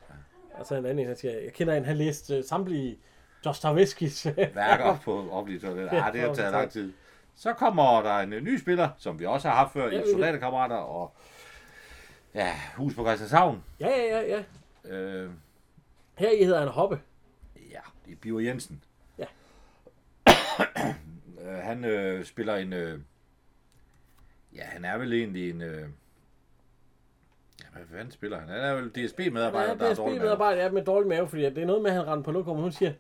Og så er en anden, en, der siger, jeg kender en, han læste øh, samtlige øh, Dostojevskis
værker på offentlige toiletter.
Ja,
Ah, det har
tak.
taget lang tid. Så kommer der en øh, ny spiller, som vi også har haft før
Ja,
i
vi-
Soldaterkammerater og ja, Hus på Christianshavn.
Ja, ja, ja, ja.
Øh,
Her i hedder han Hoppe.
ja, det er Biver Jensen.
Ja.
øh, han øh, spiller en... Øh, ja, han er vel egentlig en... Øh, ja, hvad fanden spiller han? Han er vel DSB-medarbejder,
Han
der
er
er dårlig med.
DSB-medarbejder ja, med dårlig mave, fordi at det er noget med, at han rendte på lokum, og hun siger,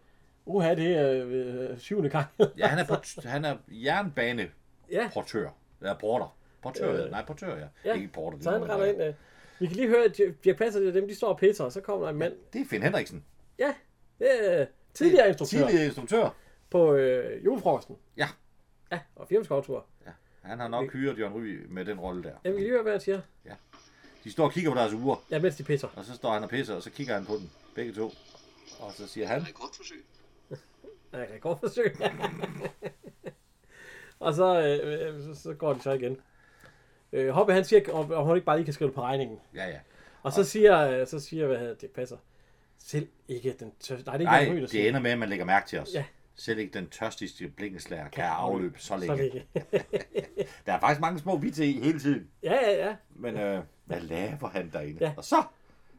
uha, det er øh, øh, syvende gang.
Ja, han er, port- han er jernbane
ja,
portør. Ja, porter. Portør,
Øh,
øh, nej, portør, ja.
ja.
Ikke porter. det
så
er
han
noget,
render
der-
ind. Øh, vi kan lige høre, at Dirk- Dirk Passer, det er dem, de står og pisser, og så kommer der en mand.
Det er Finn Henriksen.
Ja, det er øh, tidligere instruktør
Tidligere instruktør.
på øh, julefrokosten.
Ja.
Ja, og firmaskovtur.
ja. Han har nok hyret Jørgen Ry med den rolle der.
Jeg vil lige høre, hvad han siger.
De står og kigger på deres uger,
Ja, mens de pisser.
og så står han og pisser, og så kigger han på den. Begge to. Og så siger han,
Rekordforsøg.
Ja, jeg kan godt forsøge. og så, øh, øh, så, så går de så igen. Øh, Hoppe, han siger, om, om hun ikke bare lige kan skrive det på regningen.
ja ja.
Og så siger, øh, så siger hvad hedder det, passer. Selv ikke den tørste. Nej, det er
Nej,
ikke Nej, der
det
siger.
ender med, at man lægger mærke til os.
Ja.
Selv ikke den tørstigste blikkenslager kan afløbe så
Så er det
længe.
ikke.
Der er faktisk mange små vits i hele tiden.
ja, ja, ja.
Men øh, hvad laver han derinde?
Ja.
Og så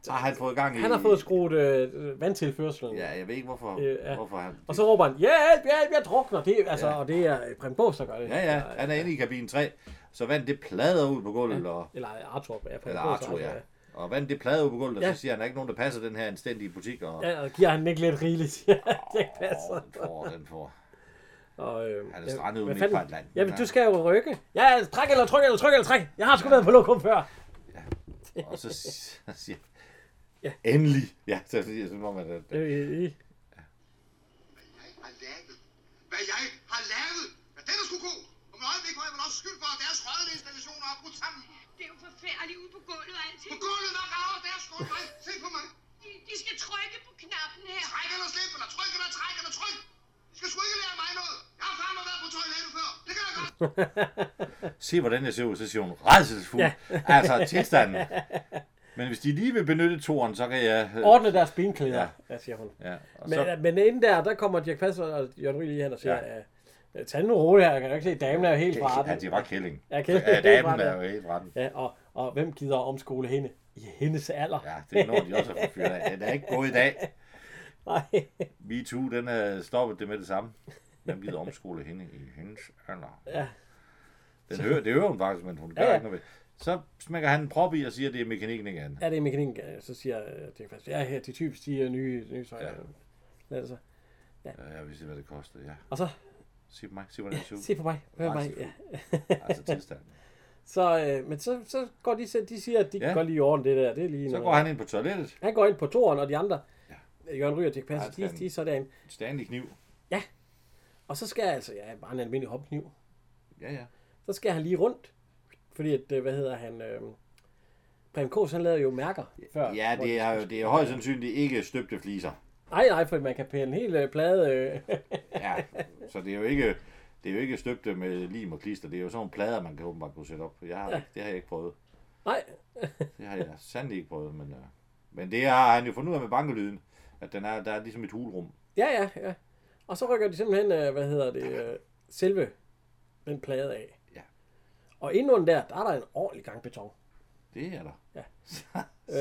har han fået gang i...
Han har fået skruet øh, vandtilførselen.
Ja, jeg ved ikke, hvorfor,
Øh, ja.
hvorfor han...
Og så råber han, hjælp, hjælp, jeg drukner. Det, er- altså, ja. Og det er Prem Bås, der gør det.
Ja, ja, han er inde i kabinen 3, så vandet det plader ud på gulvet, og
Eller øh, Arthur. Ja, Prem
Eller
Bås,
Arthur, ja. Og vandet det plade ud på gulvet, og
Ja.
så siger han, der er ikke nogen, der passer den her anstændige butik. Og,
Ja, og giver han ikke lidt rigeligt, siger han. det ikke passer.
Åh, den får, den får.
Og, øh,
Han er strandet ude
hvad
midt
fanden?
på Atlanten.
Jamen,
Ja.
du skal jo rykke. Ja, træk eller tryk eller tryk eller træk. Jeg har sgu været på lokum før.
Og så s- så siger
Ja.
ja. endelig. Ja, så siger jeg, som om, at... at-
Øh, øh,
Hvad jeg har lavet. Hvad jeg har lavet. Ja, den er sgu god. Om et øjeblik har jeg vel også skyld for, at deres rødleinstallationer er brudt sammen.
Det er jo forfærdeligt ude på gulvet og
På
alting.
gulvet, der rager deres skuld mig. Se på mig.
De, de skal trykke på knappen her.
Træk eller slip, eller tryk eller træk eller tryk. I skal sgu ikke lære mig noget. Jeg har fandme været på toilettet før. Det kan jeg godt.
Se, hvordan jeg ser ud, så siger hun, redselsfuld.
Ja.
Ja. altså, tilstanden. Men hvis de lige vil benytte toren, så kan jeg... øh,
ordne deres benklæder, ja.
Ja.
ja, siger hun.
Ja, og
Men,
så,
så... men inden der, der kommer Jack Passer og Jørgen Ryge lige hen og siger, ja.
Ja.
at Øh, Tag den nu roligt her, jeg kan jo ikke se, damen er jo helt fra
Ja,
den.
det var kælling.
Ja, kælling.
Ja, damen
Helt
er
fra
jo helt fra den.
Ja, og, og hvem gider at omskole hende i hendes alder?
Ja, det når de også at få fyret af. Den er ikke gået i dag.
Nej.
MeToo, den har stoppet det med det samme. Hvem gider omskole hende i hendes alder?
Ja.
Den hører, det hører hun faktisk, men hun gør
Ja, ja.
ikke noget ved. Så smækker han en prop i og siger, at det er mekanikken ikke andet.
Ja, det er mekanik, øh, så siger jeg, øh, det er faktisk, ja, her, de typisk, de er nye, nye tøj.
Ja.
Ja. Altså.
Ja, jeg vidste, hvad det kostede, ja.
Og så,
Sig på mig, sig hvordan det ser ud.
se på mig, hør mig.
Rejsefuld.
Ja.
Altså tilstanden.
Så, øh, men så, så går de, selv- de siger, at de
Ja.
ja. går lige i orden, det der. Det er lige
Så
noget.
går han ind på toilettet.
han går ind på toren, og de andre, ja. Jørgen Ry og Dirk Passer,
Ja,
de, de er så derinde.
Stanley kniv.
Og så skal altså, ja, bare en almindelig hopkniv.
Ja, ja.
Så skal han lige rundt, fordi at, øh, hvad hedder han, øh, Prem Kås, han lavede jo mærker før.
Ja, det er jo det er højst sandsynligt ikke støbte fliser.
Nej, nej, for man kan pille en hel øh, plade. Øh.
Ja, så det er jo ikke, det er jo ikke støbte med lim og klister. Det er jo sådan nogle plader, man kan åbenbart kunne sætte op. Jeg har, ja. Det har jeg ikke prøvet.
nej,
Det har jeg sandelig ikke prøvet, men, øh, men det har han jo fundet ud af med bankelyden. At den er, der er ligesom et hulrum.
ja, ja, ja. Og så rykker de simpelthen, øh, hvad hedder det, øh, selve den plade af.
Ja.
Og indenunder der, der er der en ordentlig gang beton.
Det er der.
Ja.
Så,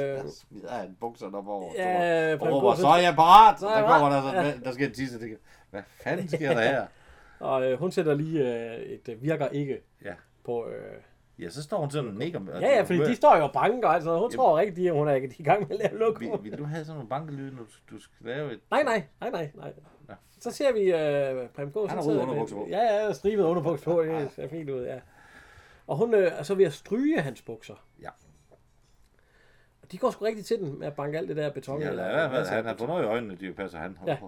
Øh.
så smider han bukserne op over
Ja,
ja, og
Frank
råber,
Olsen.
så er jeg parat! Så
Så er jeg
kommer der
parat.
sådan, "Hvad- der skal en tisse. Det kan- Hvad fanden sker der her?
Og øh, hun sætter lige øh, et øh, virker ikke
Ja.
på... Øh,
Ja, så står hun sådan og nikker.
ja, ja, fordi de står jo og banker, altså hun tror ikke, de, hun er ikke i gang med at lave
Vil,
lokum.
vil du have sådan nogle bankelyde, når du, du skal lave et...
Nej, nej, nej, nej, nej.
Ja.
Så ser vi øh, Prem Kås.
Han har
så
røde
sidder med-
underbukser på.
Ja, ja, stribet underbukser på, det ser fint ud, ja. Og hun øh, er så ved at stryge hans bukser.
Ja.
Og de går sgu rigtig til den med at banke alt det der beton. Altså,
Ja,
eller-
eller i hvert fald, han har fået noget i øjnene, de passer han. Ja.
Ja.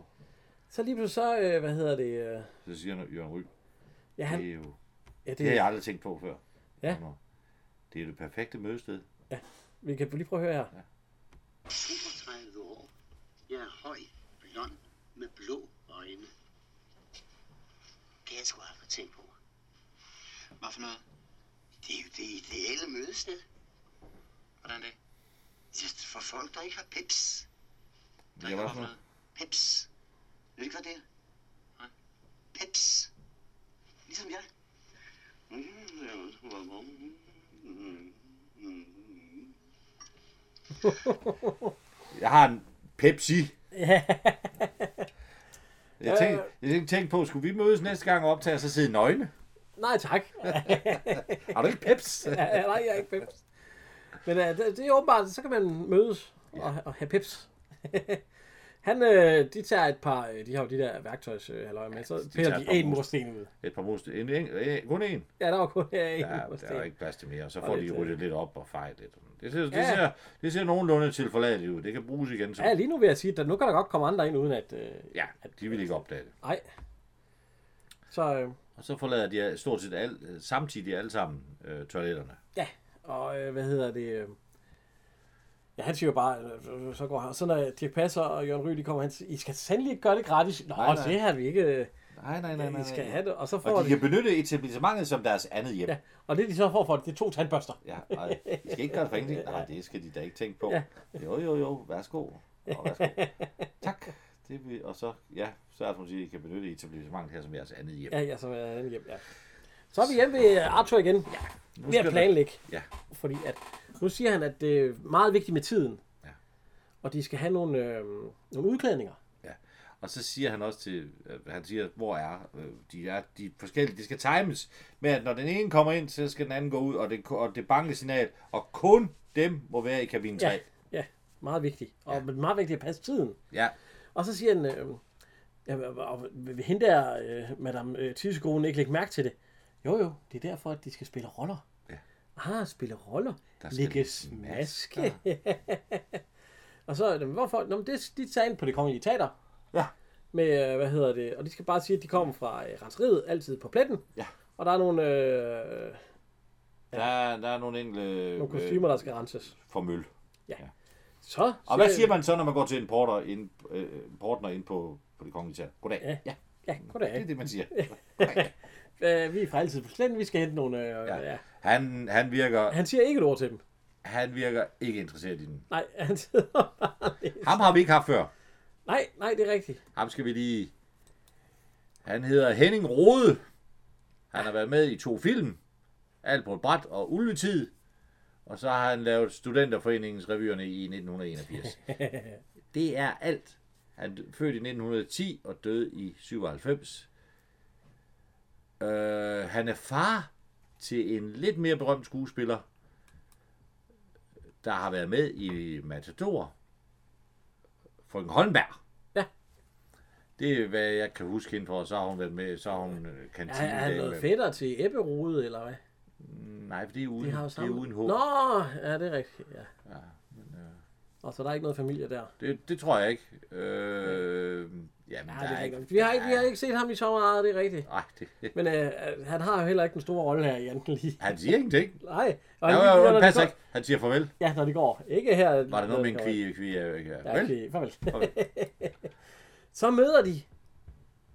Så lige pludselig så, øh, hvad hedder det? Øh,
Så siger han, Jørgen Ryg,
ja,
det
han,
er jo...
ja,
Det har
det,
jeg aldrig tænkt på før.
Ja.
Det er jo det perfekte mødested.
vi kan lige prøve at høre her.
32 år. Jeg er høj, blond, med blå øjne. Det har jeg sgu aldrig tænkt på.
Hvad for noget?
Det er jo det ideelle mødested.
Hvordan det?
Just for folk, der ikke har peps.
Der
Ja,
kan
hvad
være
for noget?
Peps. Ved du ikke, hvad det er?
Nej.
Peps. Ligesom jeg. Mm, ja, hvor- hvor- mm, mm, mm.
Jeg har en Pepsi.
Ja.
Jeg tænkte, jeg tænkte- tænkte på, skulle vi mødes næste gang og optage, og så sidde nøgne?
Nej, tak.
Har du ikke peps?
Ja, ja, nej, jeg er ikke peps. Men uh, det, det er åbenbart, så kan man mødes og, og have peps. Han, øh, de tager et par, øh, de har jo de der værktøjs øh, halløj med, så piller
tager et
de
par
en
mus.
mursten ud.
Et par mus. En, en, en, kun en.
Ja, der var kun ja, en
Ja, der
mursten.
er ikke plads til mere. og Så får de
lidt,
ryddet lidt op og fejret lidt. Det ser, det,
Ja.
ser, det ser nogenlunde til forladeligt ud. Det kan bruges igen. Så.
Ja, lige nu vil jeg sige, at nu kan der godt komme andre ind, uden at... Øh,
Ja, de vil ikke opdage det.
ej. Så øh,
Og så forlader de stort set al, samtidig alle sammen øh, toiletterne.
ja, og øh, hvad hedder det... Øh, ja, han siger jo bare, øh, øh, så går han. Så når Dirk Passer og Jørgen Ryg, de kommer, han siger, I skal sandelig ikke gøre det gratis. Nå,
Nej, nej.
det har vi ikke... Øh,
Nej, nej, nej, nej.
I skal have det, og så får
Og de
de...
kan benytte etablissementet som deres andet hjem.
Ja, og det de så får for det, det er to tandbørster.
Ja, nej, I skal ikke gøre det for ingenting. Nej, det skal de da ikke tænke på.
Ja.
Jo, jo, jo, værsgo. Og værsgo. Tak. Det vil, og så, ja, så er det, som siger, I kan benytte etablissementet her som jeres andet hjem.
Ja, ja, så er han hjem, ja. Så er vi hjemme ved øh, Arthur igen. Ja, ved
skal
at
det-
planlægge.
Ja.
Fordi at, nu siger han, at det er meget vigtigt med tiden.
Ja.
Og de skal have nogle, øh, nogle udklædninger.
ja. Og så siger han også til, øh, han siger, hvor er, øh, de er de forskellige, de skal times med, at når den ene kommer ind, så skal den anden gå ud, og det, og det banke signal, og kun dem må være i kabine 3.
Ja, ja meget vigtigt. Og ja. meget vigtigt at passe tiden.
ja.
Og så siger han, øh, ja, og- og vil hende der, øh, madame øh, Tidskolen, ikke lægge mærke til det? Jo, jo, det er derfor, at de skal spille roller.
Ja.
Ah, spille roller.
Der skal
Lægge
lægges
smaske. og så, jamen, hvorfor? Nå, men det, de tager ind på det kongelige teater.
Ja.
Med, øh, hvad hedder det? Og de skal bare sige, at de kommer fra øh, renseriet, altid på pletten.
Ja.
Og der er nogle, øh,
Der, er- der er nogle enkelte øh,
nogle kostymer, der skal renses.
for møl.
Så,
Og hvad siger man så, når man går til en porter ind, øh, en portner ind på, på det kongelige teater? Goddag.
Ja.
ja,
Ja, goddag.
det er det, man siger.
Øh, vi er fra altid på pletten, vi skal hente nogle... Øh, ja.
Ja.
ja.
Han, han, virker,
Han siger ikke et ord til dem.
han virker ikke interesseret i den.
Nej, han sidder bare lidt.
Ham har vi ikke haft før.
Nej, nej, det er rigtigt.
Ham skal vi lige... Han hedder Henning Rode. Han har været med i to film. Alt på et bræt og Ulvetid. Og så har han lavet Studenterforeningens revyerne i 1981. Det er alt. Han er født i 1910 og døde i 97. Øh, han er far til en lidt mere berømt skuespiller, der har været med i Matador. Frøken Holmberg.
Ja.
Det er, hvad jeg kan huske hende for, så har hun været med, så har hun øh,
Er, er han
kantinedame.
noget fætter til Ebberode, eller hvad?
Nej, for det er uden,
De
det
har jo
det er
sammen.
uden H.
Nå, ja, det er rigtigt, ja.
øh,
Og så der er ikke noget familie der.
Det, det tror jeg ikke. Øh, jamen,
Ja,
der
det
er
er
ikke...
rigtigt. Vi har ikke, vi har ikke set ham i så meget, det er rigtigt.
Nej, det,
Men øh, øh, han har jo heller ikke den store rolle her i anden lige.
han siger ingenting.
Nej. Og
Ja,
han-
jo, jo,
når
jo,
det
pas
går-
ikke. Han siger farvel.
Ja, når det går. Ikke her.
Var der noget med en
når går.
kvi? kvi ja, ja.
Ja,
Vel?
kvi. Farvel.
Farvel.
Så møder de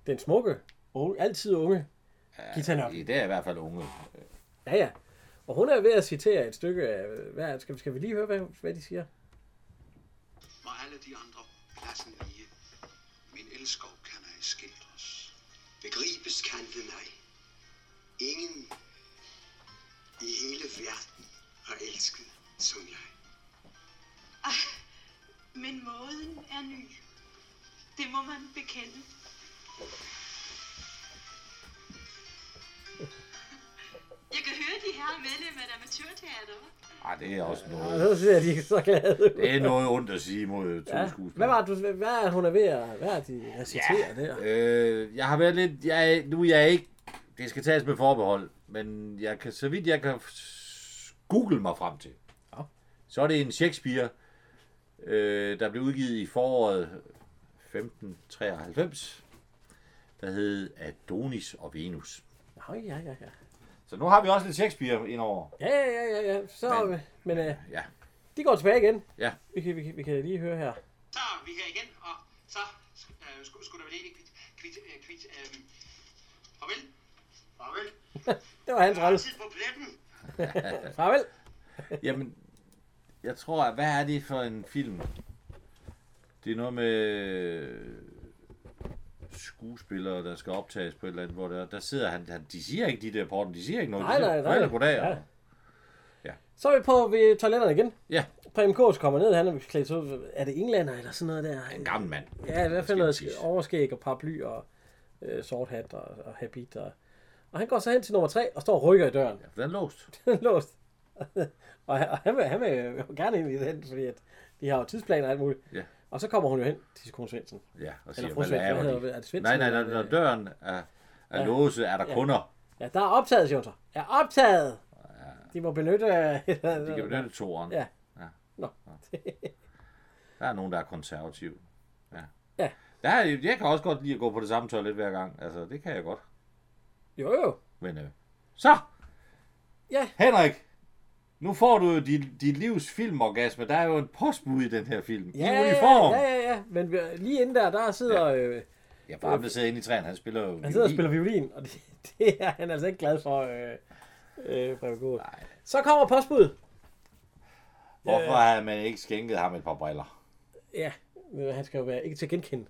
den smukke, unge, altid unge, Gita Nørby.
Ja, det er i hvert fald unge.
Ja, ja. Og hun er ved at citere et stykke af... Hvad, skal, skal vi lige høre, hvad, hvad de siger?
Må alle de andre pladsen lige. Min elskov kan ej skildres.
Begribes kan ved mig. Ingen i hele verden har elsket som jeg.
Ah, men måden er ny. Det må man bekende. Jeg kan høre, de her er medlem af et amatørteater, hva'?
Ej, det er også
Og
noget.
så ser de så glade ud.
Det er noget ondt at sige mod to
Ja. Hvad
skuespillere.
var det, du, hvad er det, hun er ved at, hvad er det, de at citere ja. der?
Øh, jeg har været lidt... Jeg, er- nu er jeg ikke... Det skal tages med forbehold. Men jeg kan, så vidt jeg kan f- google mig frem til.
Ja.
Så er det en Shakespeare, øh, der blev udgivet i foråret 1593, der hed Adonis og Venus.
Nå, ja, ja, ja.
Så nu har vi også lidt Shakespeare indover.
Ja, ja, ja, ja, ja. Så, men,
Men-
men øh,
Ja,
de går tilbage igen.
ja.
Vi kan, vi, kan, vi kan lige høre her.
Så er vi her igen, og så øh, skulle, skulle der vel egentlig kvit, kvit, øh, kvit, øh, farvel.
Farvel.
Det var hans rolle.
Tid på pletten.
Farvel.
Jamen, jeg tror, at hvad er det for en film? Det er noget med skuespillere, der skal optages på et eller andet, hvor der, der sidder han, han, de siger ikke de der porten, de siger ikke noget.
Nej,
de siger,
nej, nej.
"Goddag, goddag.
Ja.
Ja.
Så er vi på ved toiletterne igen.
ja,
Prem Kors kommer ned, han er klædt ud. Er det englænder eller sådan noget der?
en gammel mand.
Ja, i hvert fald
skal
noget
ikke tisse.
overskæg og paraply og øh, sort hat og, og habit. Og, og han går så hen til nummer tre og står og rykker i døren.
Ja, for den er låst.
Den er låst. og han, og han, vil, han vil jo gerne ind i den, fordi at de har jo tidsplaner og alt muligt.
Ja.
Og så kommer hun jo hen til kone Svendsen.
Ja, og siger,
fru
hvad
Svendsen,
laver
hvad
de?
hedder det? Er det Svendsen,
nej, nej, nej,
eller-
når døren er, er ja. låse, er der ja. kunder.
Ja, der er optaget, siger hun så. Er optaget! De må benytte...
De kan benytte toren.
Ja. Nå.
Der er nogen, der er konservativ. Ja.
Ja.
Der er, jeg kan også godt lide at gå på det samme toilet hver gang. Altså, det kan jeg godt.
Jo, jo.
Men øh, så!
Ja.
Henrik, nu får du jo dit, dit livs filmorgasme. Der er jo en postbud i den her film.
Ja,
I
ja,
uniform.
ja, ja, ja. Men vi- lige inden der, der sidder... Ja. Øh,
Jeg bare blevet siddet inde i træerne. Han spiller jo
han sidder og
violin.
spiller violin, og det, det er han altså ikke glad for, øh, øh, Preben Kaae. Så kommer postbud.
Hvorfor har man ikke skænket ham et par briller?
Ja, men han skal jo være ikke til genkende.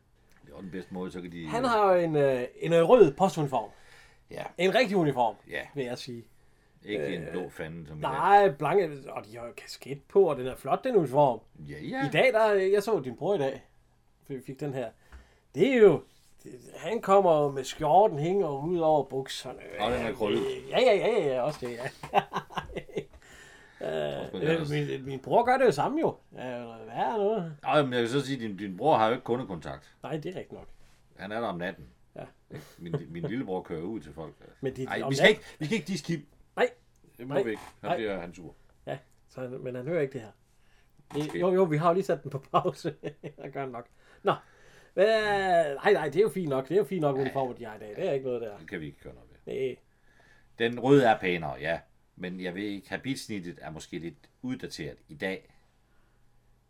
Det var den bedste måde, så kan de...
Han har jo en, øh, en øh, rød postuniform.
Ja,
En rigtig uniform,
Ja.
vil jeg sige.
ikke en blå fanden som i dag.
Øh, Nej, blanke, og de har jo kasket på, og den er flot, den uniform.
Ja, ja.
I dag, der, jeg så din bror i dag, vi fik den her. Det er jo, det- han kommer jo med skjorten hænger ud over bukserne.
Og den er krøllet.
Ja, ja, ja, ja, også det, ja. Øh, min, min bror gør det jo samme jo. Ja, Hvad er noget?
Nå, men jeg kan så sige, at din, din bror har jo ikke kundekontakt.
Nej, det er rigtigt nok.
Han er der om natten.
Ja.
Min, min lillebror kører ud til folk.
Men det er
Ej,
om
vi skal
natten.
ikke, vi skal ikke diske Kim.
Nej,
Det må
Nej.
vi ikke.
Nej.
Han bliver han sur.
ja, så, han- men han hører ikke det her. Det, jo, jo, vi har jo lige sat den på pause. der gør han nok. Nå, men, øh, nej, nej, det er jo fint nok. Det er jo fint nok, uniformer de har i dag. Det er ikke noget der.
Det kan vi ikke gøre noget ved.
Nej.
Den røde er pænere, ja. Men jeg ved ikke, habitsnittet er måske lidt uddateret i dag.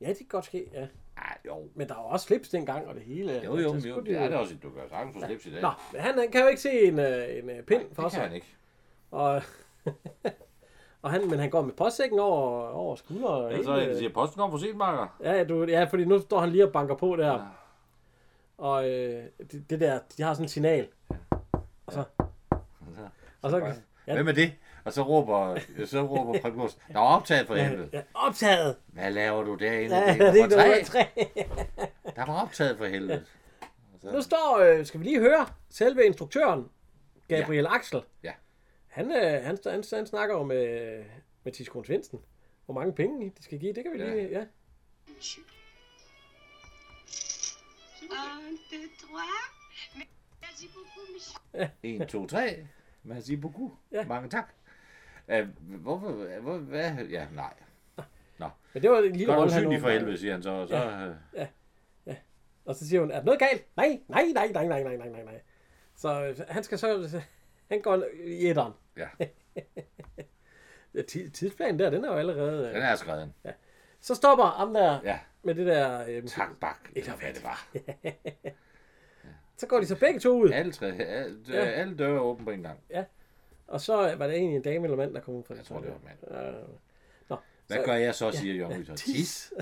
Ja, det kan godt ske, ja.
Ah, jo.
Men der var også slips dengang, og det hele.
Jo, jo,
Så
men
skulle
jo.
de
Det er det også, du gør sagtens for slips i dag.
Nå, men han, han kan jo ikke se en, øh, en øh, pind
det
for
kan
sig.
han ikke.
Og, og han, men han går med postsækken over, over skulderen.
Ellers er det, der siger, posten kommer for sent, Marker.
ja, du, ja, fordi nu står han lige og banker på der. og øh, det, det der, de har sådan et signal. Og så, og så, ja,
Hvem er det? Og så råber, så råber Preben Kors, der er optaget for helvede.
ja, optaget!
Hvad laver du derinde?
Ja,
Ja,
det er ikke
nummer
nummer
tre.
tre.
Der var optaget for helvede.
Nu står, øh, skal vi lige høre, selve instruktøren, Gabriel ja. Axel.
Ja.
Han, øh, han, han, han snakker om øh, med Tiskron Svendsen. Hvor mange penge de skal give, det kan vi
Ja.
lige... Ja.
Un, deux, trois. Merci beaucoup, monsieur.
1, 2, 3. Merci beaucoup.
Ja.
Ja. Mange tak. Æh, hvorfor? Hvor, hvad? Ja, nej.
Men det var en lille
Godt
rolle, han
usynlig for
åbenbart-
helvede, siger han så. Og så øh, ja.
Og så siger hun, er der noget galt? Nej, nej, nej, nej, nej, nej, nej, nej, nej. Så øh, han skal så... Han går i etteren.
ja,
Ja, ti- Tidsplanen der, den er jo allerede...
den
Øh.
er skrevet.
Så stopper ham der
Ja,
med det der... Øh,
tak, bak.
Eller
Eller
hvad
hvad det var.
så går de så begge to ud,
Alle, tre, alle,
Ja.
alle døre er åbne på en gang.
og så øh, var det egentlig en dame eller mand, der kom ud fra
Jeg tror, det var en mand.
Øh,
Hvad
Så-
gør jeg så, siger Jørgen Rytter. Tis.
tis.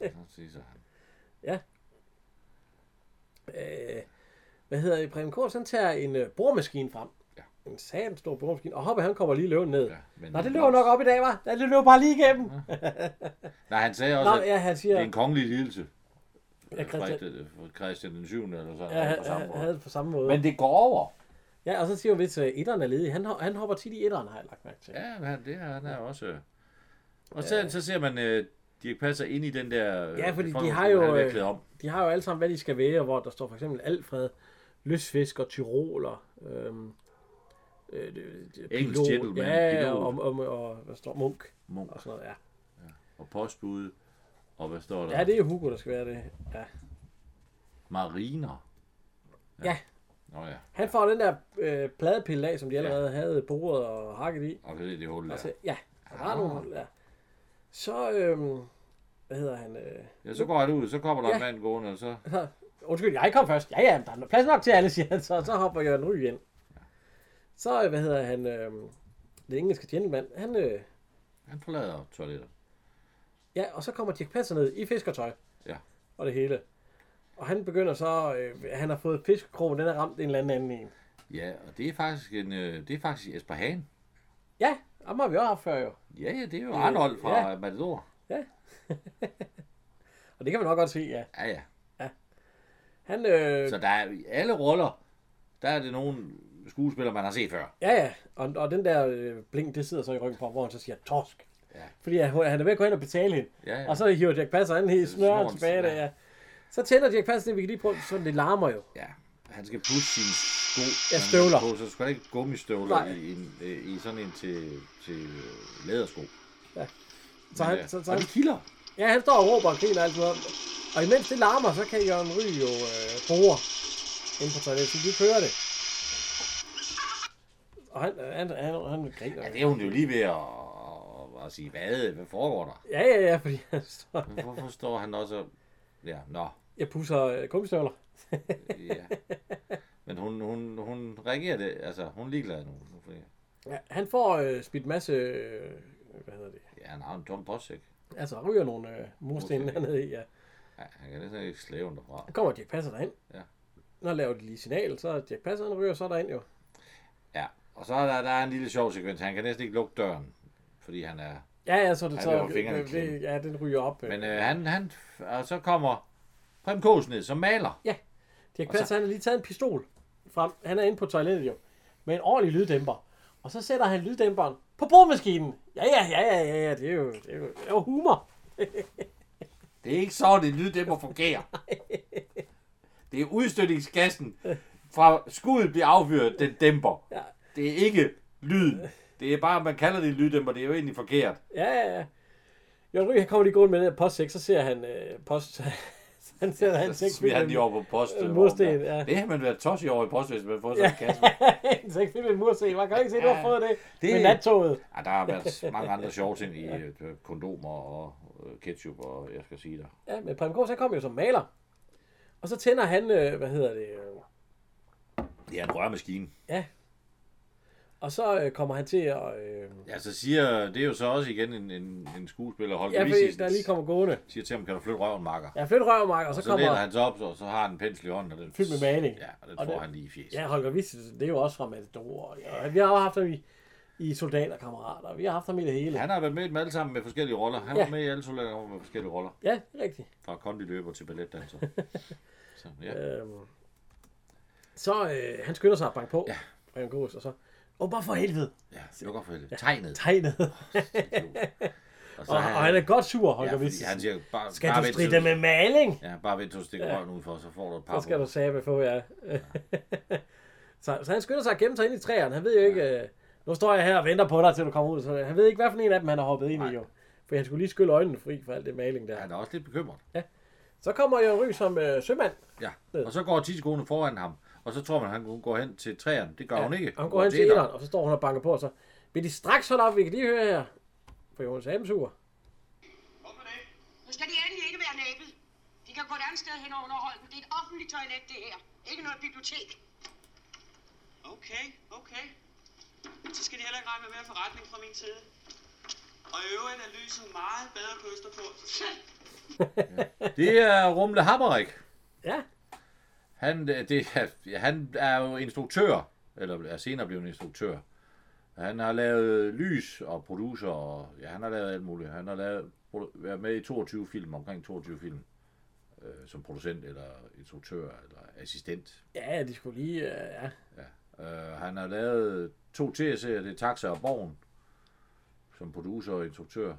Så siger han.
Øh, hvad hedder det? Preben Kors, han tager en øh, boremaskine frem.
Ja.
En satan stor boremaskine. Og Hoppe, han kommer lige løven ned.
Ja, men-
Nej, det løber nok op i dag, var. Nej, det løber bare lige igennem.
Nej, han sagde
Nå,
også, at
ja, han
det
siger...
er en kongelig lidelse.
Ja, Christian,
Christian. Christian den 7. eller sådan
ja, han,
noget. på samme
han,
måde.
havde det på samme måde.
Men det går over.
Ja, og så siger hun, hvis øh, etteren er ledig, han, ho- han hopper tit i etteren, har jeg lagt mærke til.
Ja, han, det er han er også. Og så, så ser man, øh, Dirk Passer ind i den der... øh,
Ja, fordi de
befolkning,
har jo,
Han er
øh,
klædt om.
De har jo alle sammen, hvad de skal være, hvor der står for eksempel Alfred, Løsfisk og Tyroler. Øhm, øh, det- det-
Engelsk
pilot,
gentleman,
Ja,
pilot.
Og, og, og, og, hvad står Munk
Munk
og sådan noget, ja.
og postbud. Og hvad står der?
Ja, det er Hugo, der skal være det. Ja.
Mariner.
Ja.
Nå ja,
Han får den der øh, pladepille af, som de allerede ja. havde boret og hakket i.
og det er det hul der.
Og så, ja, Ah. og der er nogle, ja. Så, øhm, hvad hedder han? Øh,
Ja, så går han ud, så kommer der
Ja.
en mand gående, og så...
Undskyld, jeg kom først. Ja, ja, men der er plads nok til alle, siger han så. Og så hopper Jørgen Ryg ind. Så, øh, hvad hedder han, øh, den engelske gentleman, han, øh,
Han forlader toilettet.
ja, og så kommer Dirk Passer ned i fiskertøj.
Ja.
Og det hele. Og han begynder så, øh, han har fået fiskekrogen, den er ramt en eller anden anden en.
Ja, og det er faktisk en... Øh, det er faktisk Jesper Hagen.
Ja, ham har vi også haft før jo.
Ja, ja, det er jo Arnold fra Øh, ja. Matador.
Og det kan man nok godt se, ja.
Ja, ja.
Han, øh,
Så der er i alle roller, der er det nogle skuespillere, man har set før.
ja, ja, og, og den der øh, blink, det sidder så i ryggen på ham, hvor han så siger, torsk.
Ja.
Fordi han, han er ved at gå hen og betale hende.
Ja, ja.
Og så hiver Jack Passer han i snøren
Snoren,
tilbage der,
ja.
ja. Så tænder Jack Passer det, vi kan lige prøve, sådan det larmer jo.
Ja, han skal pusse sine sko.
Ja,
han
støvler.
har På, så skal der ikke gummistøvler
Nej.
i, en, øh, i sådan en til, til øh, lædersko.
Så
Men,
han,
øh,
så, så
og
han,
det kilder.
ja, han står og råber og griner og alt noget. Og imens det larmer, så kan Jørgen Ry jo øh, bore ind på toilettet, så de kører det. Og han, øh, han, han, han griner.
Ja, det er hun jo lige ved at, at, at sige, hvad, hvad foregår der?
Ja, ja, ja, fordi han står...
Men hvorfor står han også... og- Ja, nå.
Jeg pusser øh, gummistøvler.
Ja. Men hun, hun, hun reagerer det, altså hun er ligeglad nu. Nu fordi-
Ja, han får øh, spidt masse... Øh, hvad hedder det?
Ja, han har en tom postsæk.
Altså, ryger nogle øh, mursten
Mursten.
hernede i, ja.
Ja, han kan næsten ikke slæve den derfra.
Så kommer Dirk Passer derind.
Ja.
Når laver de lige signal, så er Dirk Passer, han ryger så derind jo.
Ja, og så er der, der er en lille sjov sekvens. Han kan næsten ikke lukke døren, fordi han er
Ja, ja, så er det
Ja,
så...
det var fingrene i
det,
klemme.
ja, den ryger op. øh.
Men øh, han, han, og så kommer Prem Kås ned som maler.
Dirk
Og så-
Passer, han har lige taget en pistol frem. Han er inde på toilettet jo. Med en ordentlig lyddæmper. Og så sætter han lyddæmperen på boremaskinen. Ja, ja, ja, ja, ja, ja. Det er jo, det er jo, det er jo humor.
Det er ikke sådan, det lyddæmper fungerer. Det er udstødningsgassen fra skuddet bliver affyret, den dæmper.
Ja.
Det er ikke lyden. Det er bare, man kalder det en lyddæmper, det er jo egentlig forkert.
Ja, ja, ja. Jørgen Ryg, han kommer lige gående med den her post 6, så ser han øh, post... han ser han
Så
seks
smider han lige over på post.
øh, mursten, ja.
Det har man været tosset over i post, hvis man får sådan en kasse.
en seks med mursten. Man kan jo ikke se, at du har
Ja.
fået det, det...
Det-
med nattoget.
Ja, Ah, der har været mange andre sjove ting i øh, kondomer og øh, ketchup, og jeg skal sige dig.
Ja, men Preben Kors, han kom jo som maler. Og så tænder han, øh, hvad hedder det, øh,
Det er en rørmaskine.
Og så øh, kommer han til at... Øh,
Ja, så siger, det er jo så også igen en, en, en skuespiller, Holger
ja,
ja,
fordi
Vissisen,
der lige kommer gående.
siger til ham, kan du flytte røven, makker?
Ja, flyt røvmark, og så,
så, så
kommer...
læner han sig op, og så har han en pensel i hånden, og den,
Fyldt med maling.
Ja, og den
Og
og
det-
får det, han lige i fjes.
Ja, Holger Vistisen, det er jo også fra Matador. Og, ja, vi har jo haft ham i, i Soldaterkammerater. Vi har haft ham i det hele.
Han har været med i dem alle sammen med forskellige roller. Han
Ja.
var med i alle soldater med forskellige roller.
Ja, det er rigtigt.
Fra kondiløber til balletdanser. så, ja.
Øhm, så øh, han skynder sig at banke på. Ja. Og han går og så... Åh, bare for helvede.
ja, lukker for helvede. Tegnet.
Tegnet.
Og, så
og, og, han er godt sur, Holger ja,
ja, fordi
Vistisen.
han siger, bare,
Skal
bare
du
vent
stride
til-
med maling?
Ja, bare vent til du stikker røven ud for, så får du et par
Så skal
på.
du sabe på, ja. så, så han skynder sig at gemme sig ind i træerne. Han ved jo ikke... Øh, nu står jeg her og venter på dig, til du kommer ud. Så han ved ikke, hvad for en af dem, han har hoppet ind i,
Nej.
jo. For han skulle lige skylle øjnene fri for alt det maling der.
Han er også lidt bekymret.
Så kommer Jørgen Ry som øh, sømand.
Ja. Og så går 10 sekunder foran ham. Og så tror man, han går hen til træerne. Det gør hun ikke.
Og han går hen til etteren, og så står hun og banker på, og så... Vil de straks holde op? Vi kan lige høre her. For Jonas Amsur.
Op med det.
Nu skal de endelig ikke være næbet. De kan gå et andet sted hen og underholde dem. Det er et offentligt toilet, det her. Ikke noget bibliotek.
Okay, okay. Så skal de heller ikke regne med mere forretning fra min side. Og i øvrigt er lyset meget bedre på Østerport.
Det er Rumle Hammerik.
Ja,
Han, øh, det, er- ja, han er jo instruktør, eller er senere blevet instruktør. Han har lavet lys og producer, og ja, han har lavet alt muligt. Han har lavet, produ- været med i 22 film, omkring 22 film, øh, som producent eller instruktør eller assistent.
ja de skulle lige... Øh, ja.
Øh, han har lavet to tv-serier, det er Taxa og Borgen, som producer og instruktør.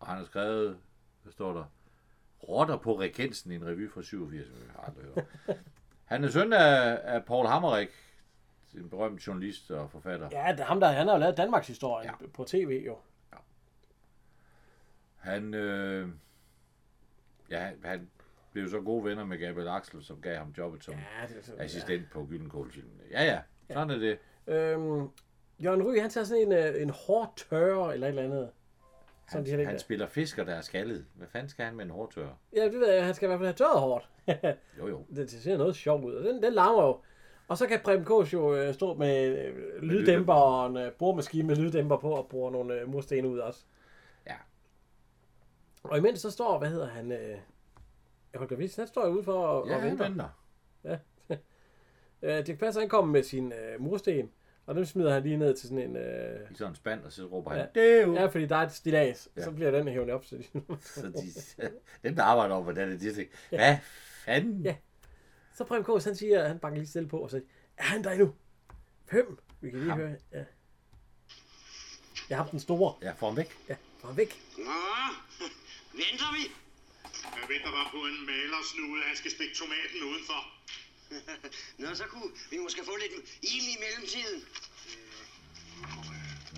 Og han har skrevet, hvad står der, Rotter på Regensen i en revy fra 87. Jeg har aldrig hørt om. Han er søn af, af Paul Hammerik, en berømt journalist og forfatter. Ja.
ja, det er ham der, han har jo lavet Danmarks historie ja.
Ja.
på tv, jo.
Han, øh, ja, han- han blev så gode venner med Gabriel Axel, som gav ham jobbet som
Ja, det er sådan,
assistent på Gyldenkålfilmen. Ja, ja, sådan er det.
Ja. Øhm, Jørgen Ry, han tager sådan en, øh, en hård tørre, eller et eller andet. Som de har
Han, han
han,
spiller fisker, der er skaldet. Hvad fanden skal han med en hårdtør?
ja, det ved jeg, han skal i hvert fald have tørret hårdt.
Jo, jo.
det, det ser noget sjovt ud, og den, den larmer jo. Og så kan Preben Kås jo øh, stå med øh, lyddæmper og en øh, boremaskine med lyddæmper på og bruge nogle øh, mursten ud også.
Ja.
Og imens så står, hvad hedder han, øh, Holger Vist, han står jo ude for og,
Ja,
og
han
venter.
venter.
Øh, Dirk Passer han kommer med sin øh, mursten, og dem smider han lige ned til sådan en... Øh,
i sådan en spand, og så råber
Ja.
han, det er jo.
ja, fordi der er et stilas, ja.
Ja.
så bliver den hævet op. Så, de,
Så de, dem, der arbejder over, hvordan det, de tænker, hvad fanden?
Ja. så Preben Kås, han siger, han banker lige stille på og siger, er han der endnu? Hvem? Vi kan lige
Ham.
høre. Ja. Jeg har den store.
Ja, får ham væk.
Ja, var han væk.
Nå, venter vi.
Jeg venter bare på en malersnude. Han skal stikke tomaten udenfor.
Nå, så kunne vi måske få lidt ild i mellemtiden.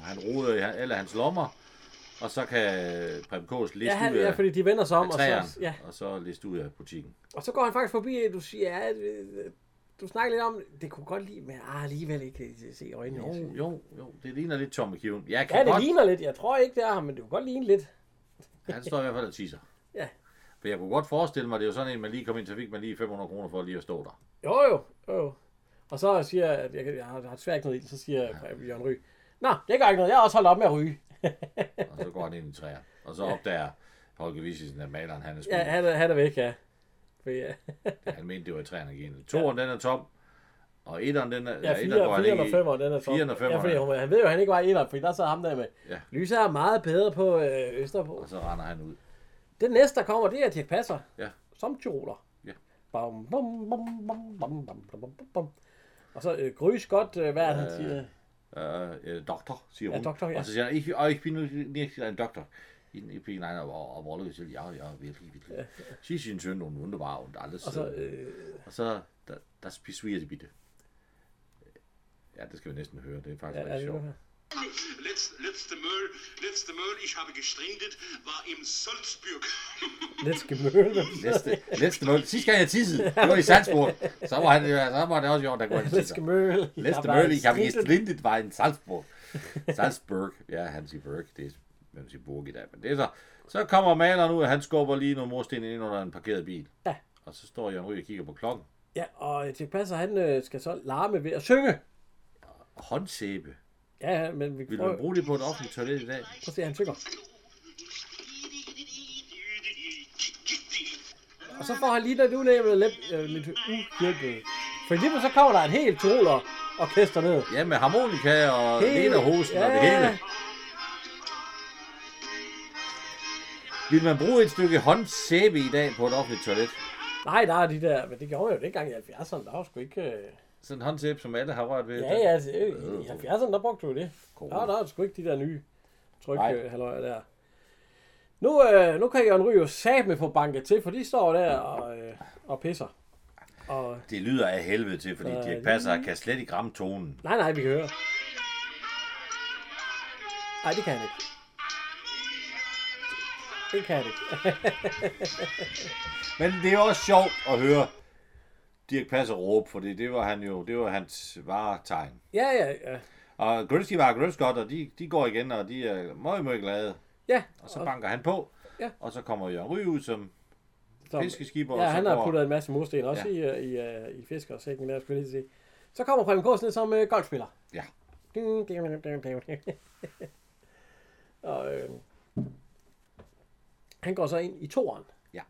Han roder i han- alle hans lommer, og så kan Prem Kås liste
Ja, han,
ud af,
ja, fordi de vender sig om,
af
og
træerne,
så, ja.
og så liste ud af butikken.
og så går han faktisk forbi, at du siger, ja, øh, du snakker lidt om, det kunne godt lide, men ah, alligevel ikke øh, se øjnene.
Jo,
Jo.
jo, jo, det ligner lidt Tomme Kiven. Jeg kan
Ja, det
godt,
ligner lidt. Jeg tror ikke, det er ham, men det kunne godt ligne lidt.
han står i hvert fald og tisser.
Ja.
For jeg kunne godt forestille mig, det er jo sådan en, man lige kom ind, så fik man lige 500 kroner for lige at stå der.
Jo, jo, jo. jo. Og så siger jeg, at jeg, kan- jeg har, jeg har svært ikke noget i, så siger ja. Jørgen Ry, Nå, det gør ikke noget, jeg har også holdt op med at ryge.
Og så går han ind i træer. Og så opdager Holger Vissisen, at maleren han er
ja,
skudt.
han, er- han er væk, ja. For, ja.
Han mente, det var i træerne igen. Toren, den er tom. Og etteren, den er...
ja,
etteren går
4,
han
4 og
ikke i.
5, den er
Fireren og
Ja,
femeren.
fordi hun, han ved jo, at han ikke var i etteren, fordi der sad ham der med.
Ja.
Lyset er meget bedre på øh, Østerbro.
Og så render han ud.
Den næste, der kommer, det er Dirk Passer.
Ja.
Som Tjoler.
Ja.
Bam, bam, bam, bam, bam, bam, bam, bam, bam. Og så øh, grys godt, øh, hvad er det, han siger?
Øh, øh, doktor, siger
Ja,
hun.
doktor, ja.
Og så siger han, "Ich- og jeg bin ikke en doktor. In, ich bin einer, og, og Wolle til, ja, ja, virkelig, virkelig. Ja. Sie sind schön und wunderbar und alles.
Og så, øh,
og så da, das beschwert bitte. Ja, det skal vi næsten høre. Det er
ja,
faktisk ja,
er
rigtig
det
sjovt.
godt her?
Letz, letzte Möhl, letzte Möhl, ich habe gestrindet, war im Salzburg.
Lidt skimøle.
Næste, næste mål. Sidste gang jeg tissede, det var i Salzburg. Så var, han, så var det også i år, der kunne han
Lidt
tisse.
skimøle.
Næste mål i Kamigestrindet var en Salzburg. Salzburg. Ja, han siger Burg. Det er, man siger Burg i dag. Men det er så. Så kommer maleren ud, og han skubber lige nogle mursten ind under en parkeret bil.
Ja.
Og så står Jørgen Ryg og kigger på klokken.
Ja, og øh, Dirk Passer, han øh, skal så larme ved at synge.
Håndsæbe.
Ja, ja, men vi
Vil
prøver...
man bruge det på et offentligt toilet i dag?
Prøv at se, han synger. Og så får han lige lidt unævnet lidt, øh, lidt uhjælpet. For lige pludselig så kommer der et helt troler orkester ned.
Ja, med harmonika og lederhosen og det hele. Vil man bruge et stykke håndsæbe i dag på et offentligt toilet?
Nej, der er de der, men det gjorde man jo dengang i 70'erne, der var sgu ikke... Øh...
Sådan en håndsæbe, som alle har rørt ved.
Ja, ja, altså, øh, i 70'erne, der brugte du det. Der, der er sgu ikke de der nye tryk
Nej.
øh, halløjer der. Nu, øh, nu kan Jørgen Ryg jo sat med på banket til, for de står der og, øh, og pisser. Og,
Det lyder af helvede til, fordi
Så er
Dirk
det-
Passer kan slet ikke ramme tonen.
nej, nej, vi kan høre. Nej, det kan han ikke. Det kan han ikke.
Men det er også sjovt at høre Dirk Passer råbe, fordi det var han jo, det var hans varetegn.
ja, ja, ja.
Og Grønski var Grønskot, og de, de går igen, og de er meget, meget glade.
Ja,
Og så banker han på,
Ja.
og så kommer Jørgen Ryge ud som
som-
fiskeskib, og
Ja,
så
han har
går-
puttet en masse mursten også ja. i, øh, i, øh, i fiskersækken der, skulle jeg lige sige. Så kommer Preben Kors ned som øh, golfspiller.
Ja.
Ding, ding, ding, ding, ding, ding. og øh, han går så ind i toren.
Ja.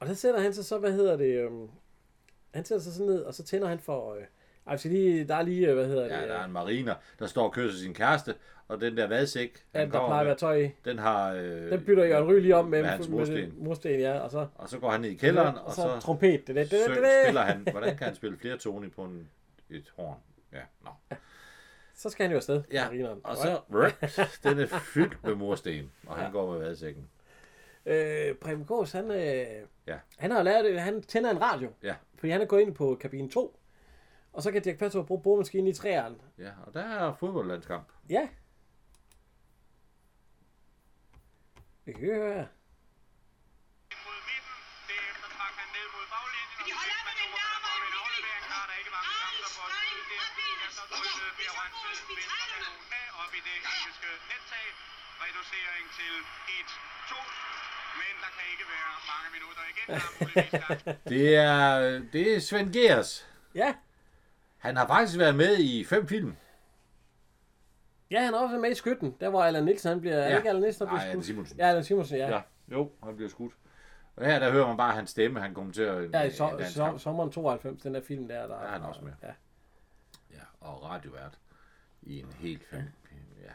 Og så sætter han sig så, hvad hedder det, øh, han sætter sig sådan ned, og så tænder han for, øh, altså lige, der er lige, øh, hvad hedder
Ja,
det,
der er
øh,
en mariner, der står og kysser sin kæreste, og den der vadsæk,
ja, øh, der plejer at være tøj i.
den har... Øh,
Den bytter Jørgen Ry lige om med,
med hans
med
mursten.
mursten, ja, og så,
Og så går han ned i kælderen,
og så,
så
trompet. Det, det, det, det,
syng,
det.
spiller han... Hvordan kan han spille flere toner på en, et horn? Ja, nå.
Så skal han jo afsted,
Ja,
marineren.
og så... Den er fyldt med mursten, og han går med vadsækken.
Øh, Preben Kås, han, øh,
Ja.
han har lært, øh, han tænder en radio,
Ja,
fordi han er gået ind på kabine 2, og så kan Dirk Passer bruge boremaskinen i træerne.
ja, og der er fodboldlandskamp.
Ja. Vi kan høre her.
mod midten. Derefter trak han ned mod baglinjen.
Men de holder op med den der, hvor
en
Mikkel!
aflevering. Der er der ikke mange chancer for at skyde
Arnstein
igen.
og Venus!
Så trykkede
Vi
Per Rønsted
så vores
venstre
mitraljerne.
kanon af op i det engelske nettag. Reducering til 1-2. Men der kan ikke være mange minutter igen. Der er muligvis langt.
Det er, det er Svend Gers.
Ja,
Han har faktisk været med i fem film.
ja han er også med i skytten, der hvor Allan Nielsen han bliver, ja. er det ikke Allan Nielsen, der
Nej,
bliver
Allan Simonsen.
Ja, Allan Simonsen, ja. ja.
jo, han bliver skudt. Og her, der hører man bare hans stemme, han kommenterer en,
Ja, i
en
so-
dansk
so-
kamp.
sommeren 92, den der film der. Der
er han også med.
Ja.
Ja, og radiovært i en helt fem. Ja.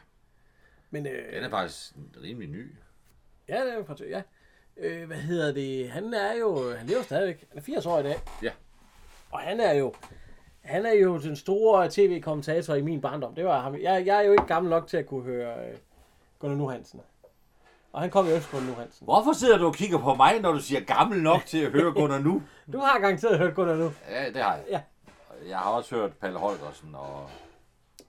Men, øh,
Den er faktisk rimelig ny.
ja, det er jo fra- ja. Øh, hvad hedder det? Han er jo, han lever stadigvæk. Han er 80 år i dag.
Ja.
Og han er jo, han er jo den store tv-kommentator i min barndom. Det var ham. Jeg, jeg er jo ikke gammel nok til at kunne høre øh, Gunnar Nu Hansen. Og han kom jo også på Nu Hansen.
Hvorfor sidder du og kigger på mig, når du siger gammel nok til at høre Gunnar nu?
Du har garanteret hørt Gunnar Nu.
Ja, det har jeg.
Ja.
Jeg har også hørt Palle Holgersen, og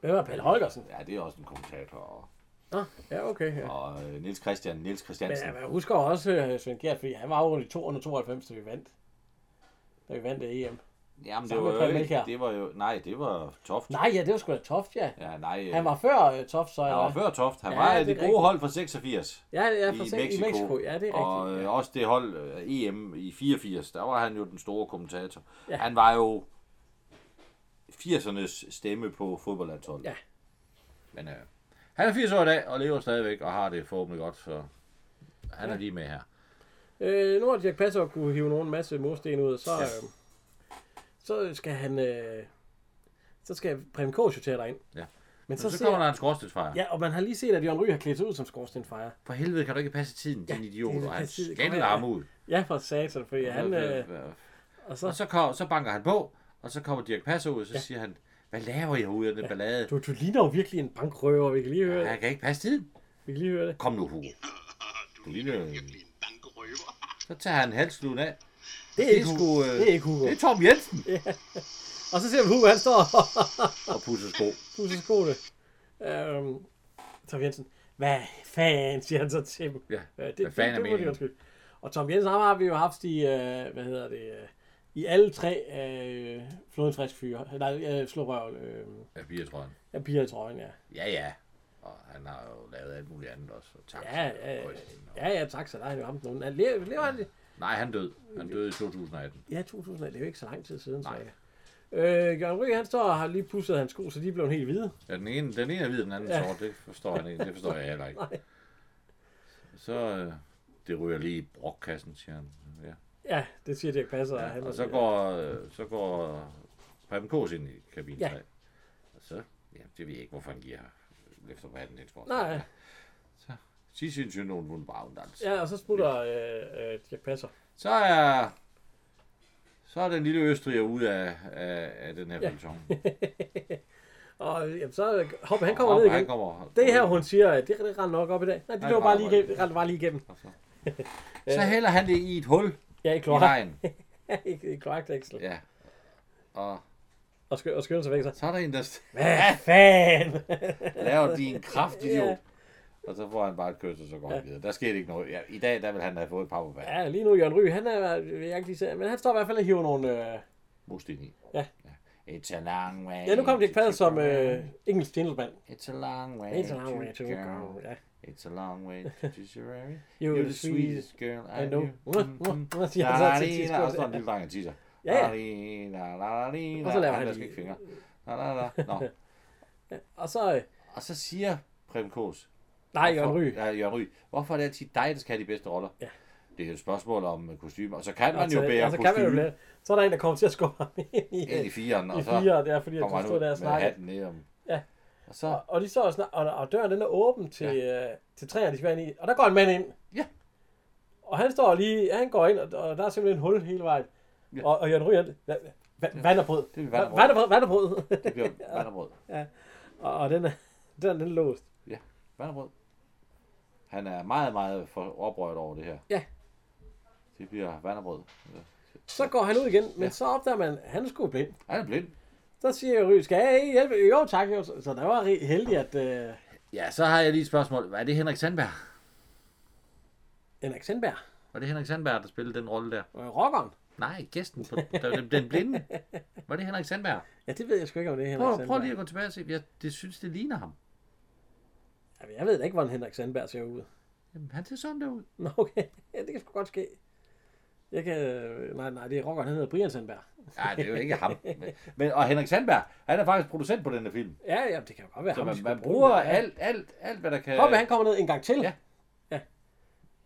Hvem var Palle Holgersen?
ja, det er også en kommentator, og,
Nå, ja, okay. Ja.
og øh, Niels Christian, Niels
Men øh,
Christiansen.
jeg husker også øh, Svend Gert, fordi han var jo i 292, da vi vandt. Da vi vandt det EM.
Jamen, det
sammen
var
med
jo
Palle
ikke,
Melchior.
det var jo, nej, det var Toft.
Nej, ja, det var sgu da Toft, ja.
Ja, nej, øh,
Han var før øh, Toft, så.
han
eller
var
hvad?
før Toft. Han
Ja,
ja, var
det er
af det gode
rigtigt.
hold fra 86
Ja, ja,
i,
for
Mexico.
i Mexico. Ja, det er rigtigt.
Og øh,
ja.
også det hold øh, EM i 84, der var han jo den store kommentator.
Ja.
Ja. Han var jo 80'ernes stemme på fodboldlandsholdet.
Ja.
Men øh, han er 80 år i dag og lever stadigvæk og har det forhåbentlig godt, så han ja. er lige med her.
Øh, nu har Dirk Passer kunne hive nogen masse mursten ud, så, ja. øh, så skal han... Øh, så skal Prem Kås jo til at derind.
Ja.
Men så,
Så, så
ser,
kommer der en skorstensfejr. Ja.
Ja, og man har lige set, at Jørgen Ry har klædt sig ud som skorstenfejer.
For helvede kan du ikke passe tiden, din
Ja,
ja,
det
idiot,
er
og han
passe tiden.
skælder
Ja.
ham ud.
Ja, for satan, fordi han... Øh, og så,
Og så, kom, så banker han på, og så kommer Dirk Passer ud, og så ja. siger han, hvad laver jeg ud af den ja. ballade?
du, du ligner jo virkelig en bankrøver, vi kan lige høre,
Jeg kan ikke passe tiden.
vi kan lige høre det.
Kom nu, Hugo.
Du
ligner
ligner
en-
virkelig en bankerøver.
Så tager han halsluden af.
Det er,
Det er,
ikke,
sgu,
Hugo.
øh,
det er ikke Hugo.
det er Tom Jensen.
Og så ser vi Hugo, han står og
Og pusser sko.
pusser skoene. Øhm, Tom Jensen, hvad fanden, siger han så til dem.
Ja,
Øh,
hvad fanden er
det, må de
meningen?
undskylde. Og Tom Jensen, ham har vi jo haft i, øh, hvad hedder det, øh, i alle tre øh, flodens frisk fyre. Nej, øh, slå røv, øh,
Ja, pigetrøjen.
ja, piger i trøjen, ja.
Ja, ja. Og han har jo lavet alt muligt andet også. Og taxa,
Ja, ja,
og
ja,
Østen og-
ja, ja tak, så der er jo ham nogen. Han lever, lever han det?
Nej, han døde. Han døde i 2018.
Ja, 2000, det er jo ikke så lang tid siden, så
Nej.
ja. Øh, Jørgen Ryg, han står og har lige pudset hans sko, så de er blevet helt hvide.
Ja, den ene, den ene er hvid, den anden
Ja.
ja. sort. Det forstår jeg ikke. Det forstår jeg heller ikke.
Nej.
Så øh, det ryger lige i brokkassen, siger han. Ja.
Ja, det siger Dirk Passer. og han
Ja,
er-
og så går, øh, så går Preben Kås ind i kabinen.
Ja.
Ja. Og så, ja, det ved jeg ikke, hvorfor han giver efter på den, jeg tror.
Nej,
Så synes jo nogen, hun var dans.
ja, og så smutter øh, øh, Dirk Passer.
Så er, så er den lille Østrig ude af, af, af den her
Ja.
ja. følgetong.
Og øh, jamen, så øh, Hoppe, han kommer ned igen.
Han kommer,
Det er her, hun siger, at det, det render nok op i dag. Nej, det
Nej,
løber
det
bare
render
lige
bare
igennem. Det render bare lige igennem.
Så hælder han det i et hul
Ja, i
i
kloak.
vejen.
I kloakdæksel.
Ja. Og
Og, sky- og skynder sig væk så.
så er der en, der
Hvad fanden?
laver de en kraftig
Ja.
idiot. Og så får han bare et kys, og så går han videre. Der sker ikke noget. Ja, I dag, der vil han have fået et par på hver.
ja, lige nu Jørgen Ry, han er, jeg kan ikke lige se, men han står i hvert fald og hiver nogle... Øh...
Mustini.
Ja.
It's a long way.
Ja, nu kom det ikke
fad
passet som øh, engelsk gentleman.
It's a long way.
Helt så langt, jeg
to
tog.
go.
Ja.
It's a long way to Tisserary.
You're
You're
the
the sweetest girl Mm,
I
I
know.
know.
Mwah, mwah, mwah, siger han så til Tis Kors.
Og så er der en lille dreng, han tisser.
Ja, ja.
Og
Og så laver han
han der
lige-
skal ikke fingre. La, la, la. Nå.
Og så... Øh,
Og så siger Preben Kås.
nej, Jørgen Ry.
Ja, Jørgen Ry. Hvorfor er det altid dig, der skal have de bedste roller?
Ja.
Det er jo et spørgsmål om øh, kostymer. Og så kan man
Og så-
jo bære
og så Altså, kan man jo
kostyme
blære. Så er der en, der kommer til at skubbe ham ind i,
ind i firen.
i
Og så
fire, det er fordi, at
kommer
de
han
stod
ud
der og
med
snakkede.
hatten ned om.
Ja.
Og så
Og, og de står og, snak, og, og døren den er åben til, ja. øh, til træerne, de skal være inde i. Og der går en mand ind.
Ja.
Og han står lige, ja, han går ind, og, og der er simpelthen en hul hele vejen. Ja.
Ja.
Og, og Jørgen Ryger, vanderbrød.
Det er
Vanderbrød, vanderbrød.
Vanderbrød.
vanderbrød.
det bliver vanderbrød.
og, og den er, den, er- den er låst.
Ja, vanderbrød. Han er meget, meget for oprørt over det her.
Ja.
Det bliver vanderbrød. Ja.
Så går han ud igen, men ja. så opdager man, at han er sgu blind.
Han er blind.
Så siger Ryger, skal jeg ikke hjælpe? Jo, tak. Jo. Så, så der var ri- heldig, at øh,
Ja, så har jeg lige et spørgsmål. Hvad er det Henrik Sandberg?
Henrik Sandberg
Var det Henrik Sandberg, der spillede den rolle der?
og rockeren.
Nej, gæsten på den, den blinde. Var det Henrik Sandberg?
Ja, det ved jeg sgu ikke, om det er Henrik
Prøv,
Sandberg.
prøv lige at gå tilbage og se. Jeg det synes, det ligner ham.
Jamen, jeg ved da ikke, hvordan Henrik Sandberg ser ud.
Jamen, han ser sådan der ud.
Nå, okay. Ja, det kan sgu godt ske. Jeg kan... Nej, nej, det er rockeren, han hedder Brian Sandberg.
Nej, det er jo ikke ham. Men- Men, og Henrik Sandberg, han er faktisk producent på den her film.
Ja, ja, det kan jo godt være
Så
ham,
man,
de
man
skulle
bruger
bruge. Ja.
alt, alt, alt, hvad der kan...
Hoppe, han kommer ned en gang til.
Ja.
ja.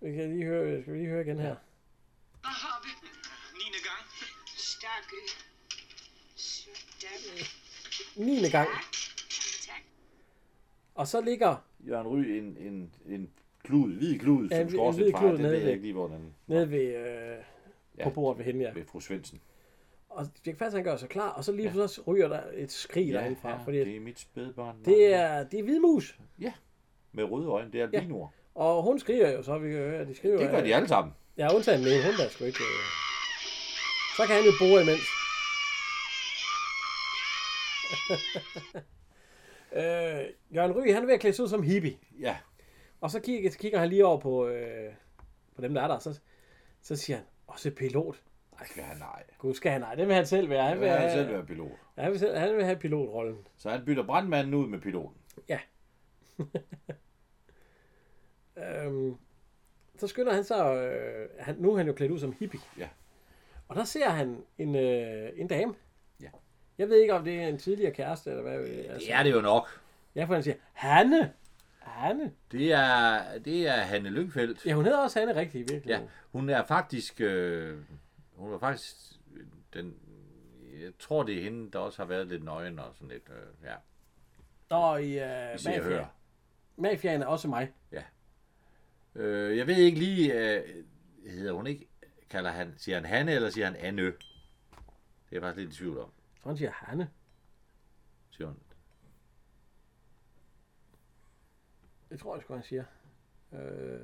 Vi kan lige høre, skal vi lige høre igen her.
Og hoppe.
9. gang.
Stærk ø. Sådan.
9. gang.
Tak.
Og så ligger
Jørgen Ry en, en, en klud, hvid klud,
Ja, en hvid-
som skal også
en hvid
en far.
klud
Det ved
nede
jeg
ved-
ikke lige, hvor den
nede ved, øh, på
Ja.
bordet ved hende, ja.
ved fru Svendsen.
Og Dirk Passer, han gør sig klar, og så lige ja. så ryger der et skrig ja, derindfra. Ja, fordi
det er mit spædbarn.
det er, det er hvide mus.
Med røde øjne, det er albinoer.
Og hun skriger jo, så vi kan høre, at de skriver.
Det gør de alle sammen.
Ja, undtagen med hun der sgu ikke. Øh. Så kan han jo bore imens. øh, Jørgen Ry, han er ved at klæde sig ud som hippie.
Ja,
Og så kigger, så kigger han lige over på, øh, på dem, der er der. Så, så siger han, også pilot.
Ej, skal han nej.
Gud, skal han nej. Det vil han selv være. Han
Han
vil,
vil
have,
selv være pilot.
ja, han, vil selv, han vil have pilotrollen.
Så han bytter brandmanden ud med piloten.
Øhm, så skynder han sig, øh, han, nu er han jo klædt ud som hippie.
Ja.
Og der ser han en, øh, en dame.
Ja.
Jeg ved ikke, om det er en tidligere kæreste, eller hvad. Øh, altså.
Det er det jo nok.
Ja, for han siger, Hanne. Hanne.
Det er, det er Hanne Lyngfeldt.
Ja, hun hedder også Hanne rigtigt, virkelig.
Ja, hun er faktisk... Øh, hun var faktisk... Den, jeg tror, det er hende, der også har været lidt nøgen og sådan lidt. Øh, ja,
Nå, i øh,
vi ser og hører.
Mafiaen er også mig.
Øh, jeg ved ikke lige, øh, hedder hun ikke, kalder han, siger han Hanne, eller siger han Anne? Det er jeg faktisk lidt i tvivl om,
Så han siger, Hanne.
siger hun.
Det tror jeg sgu, han siger. Øh,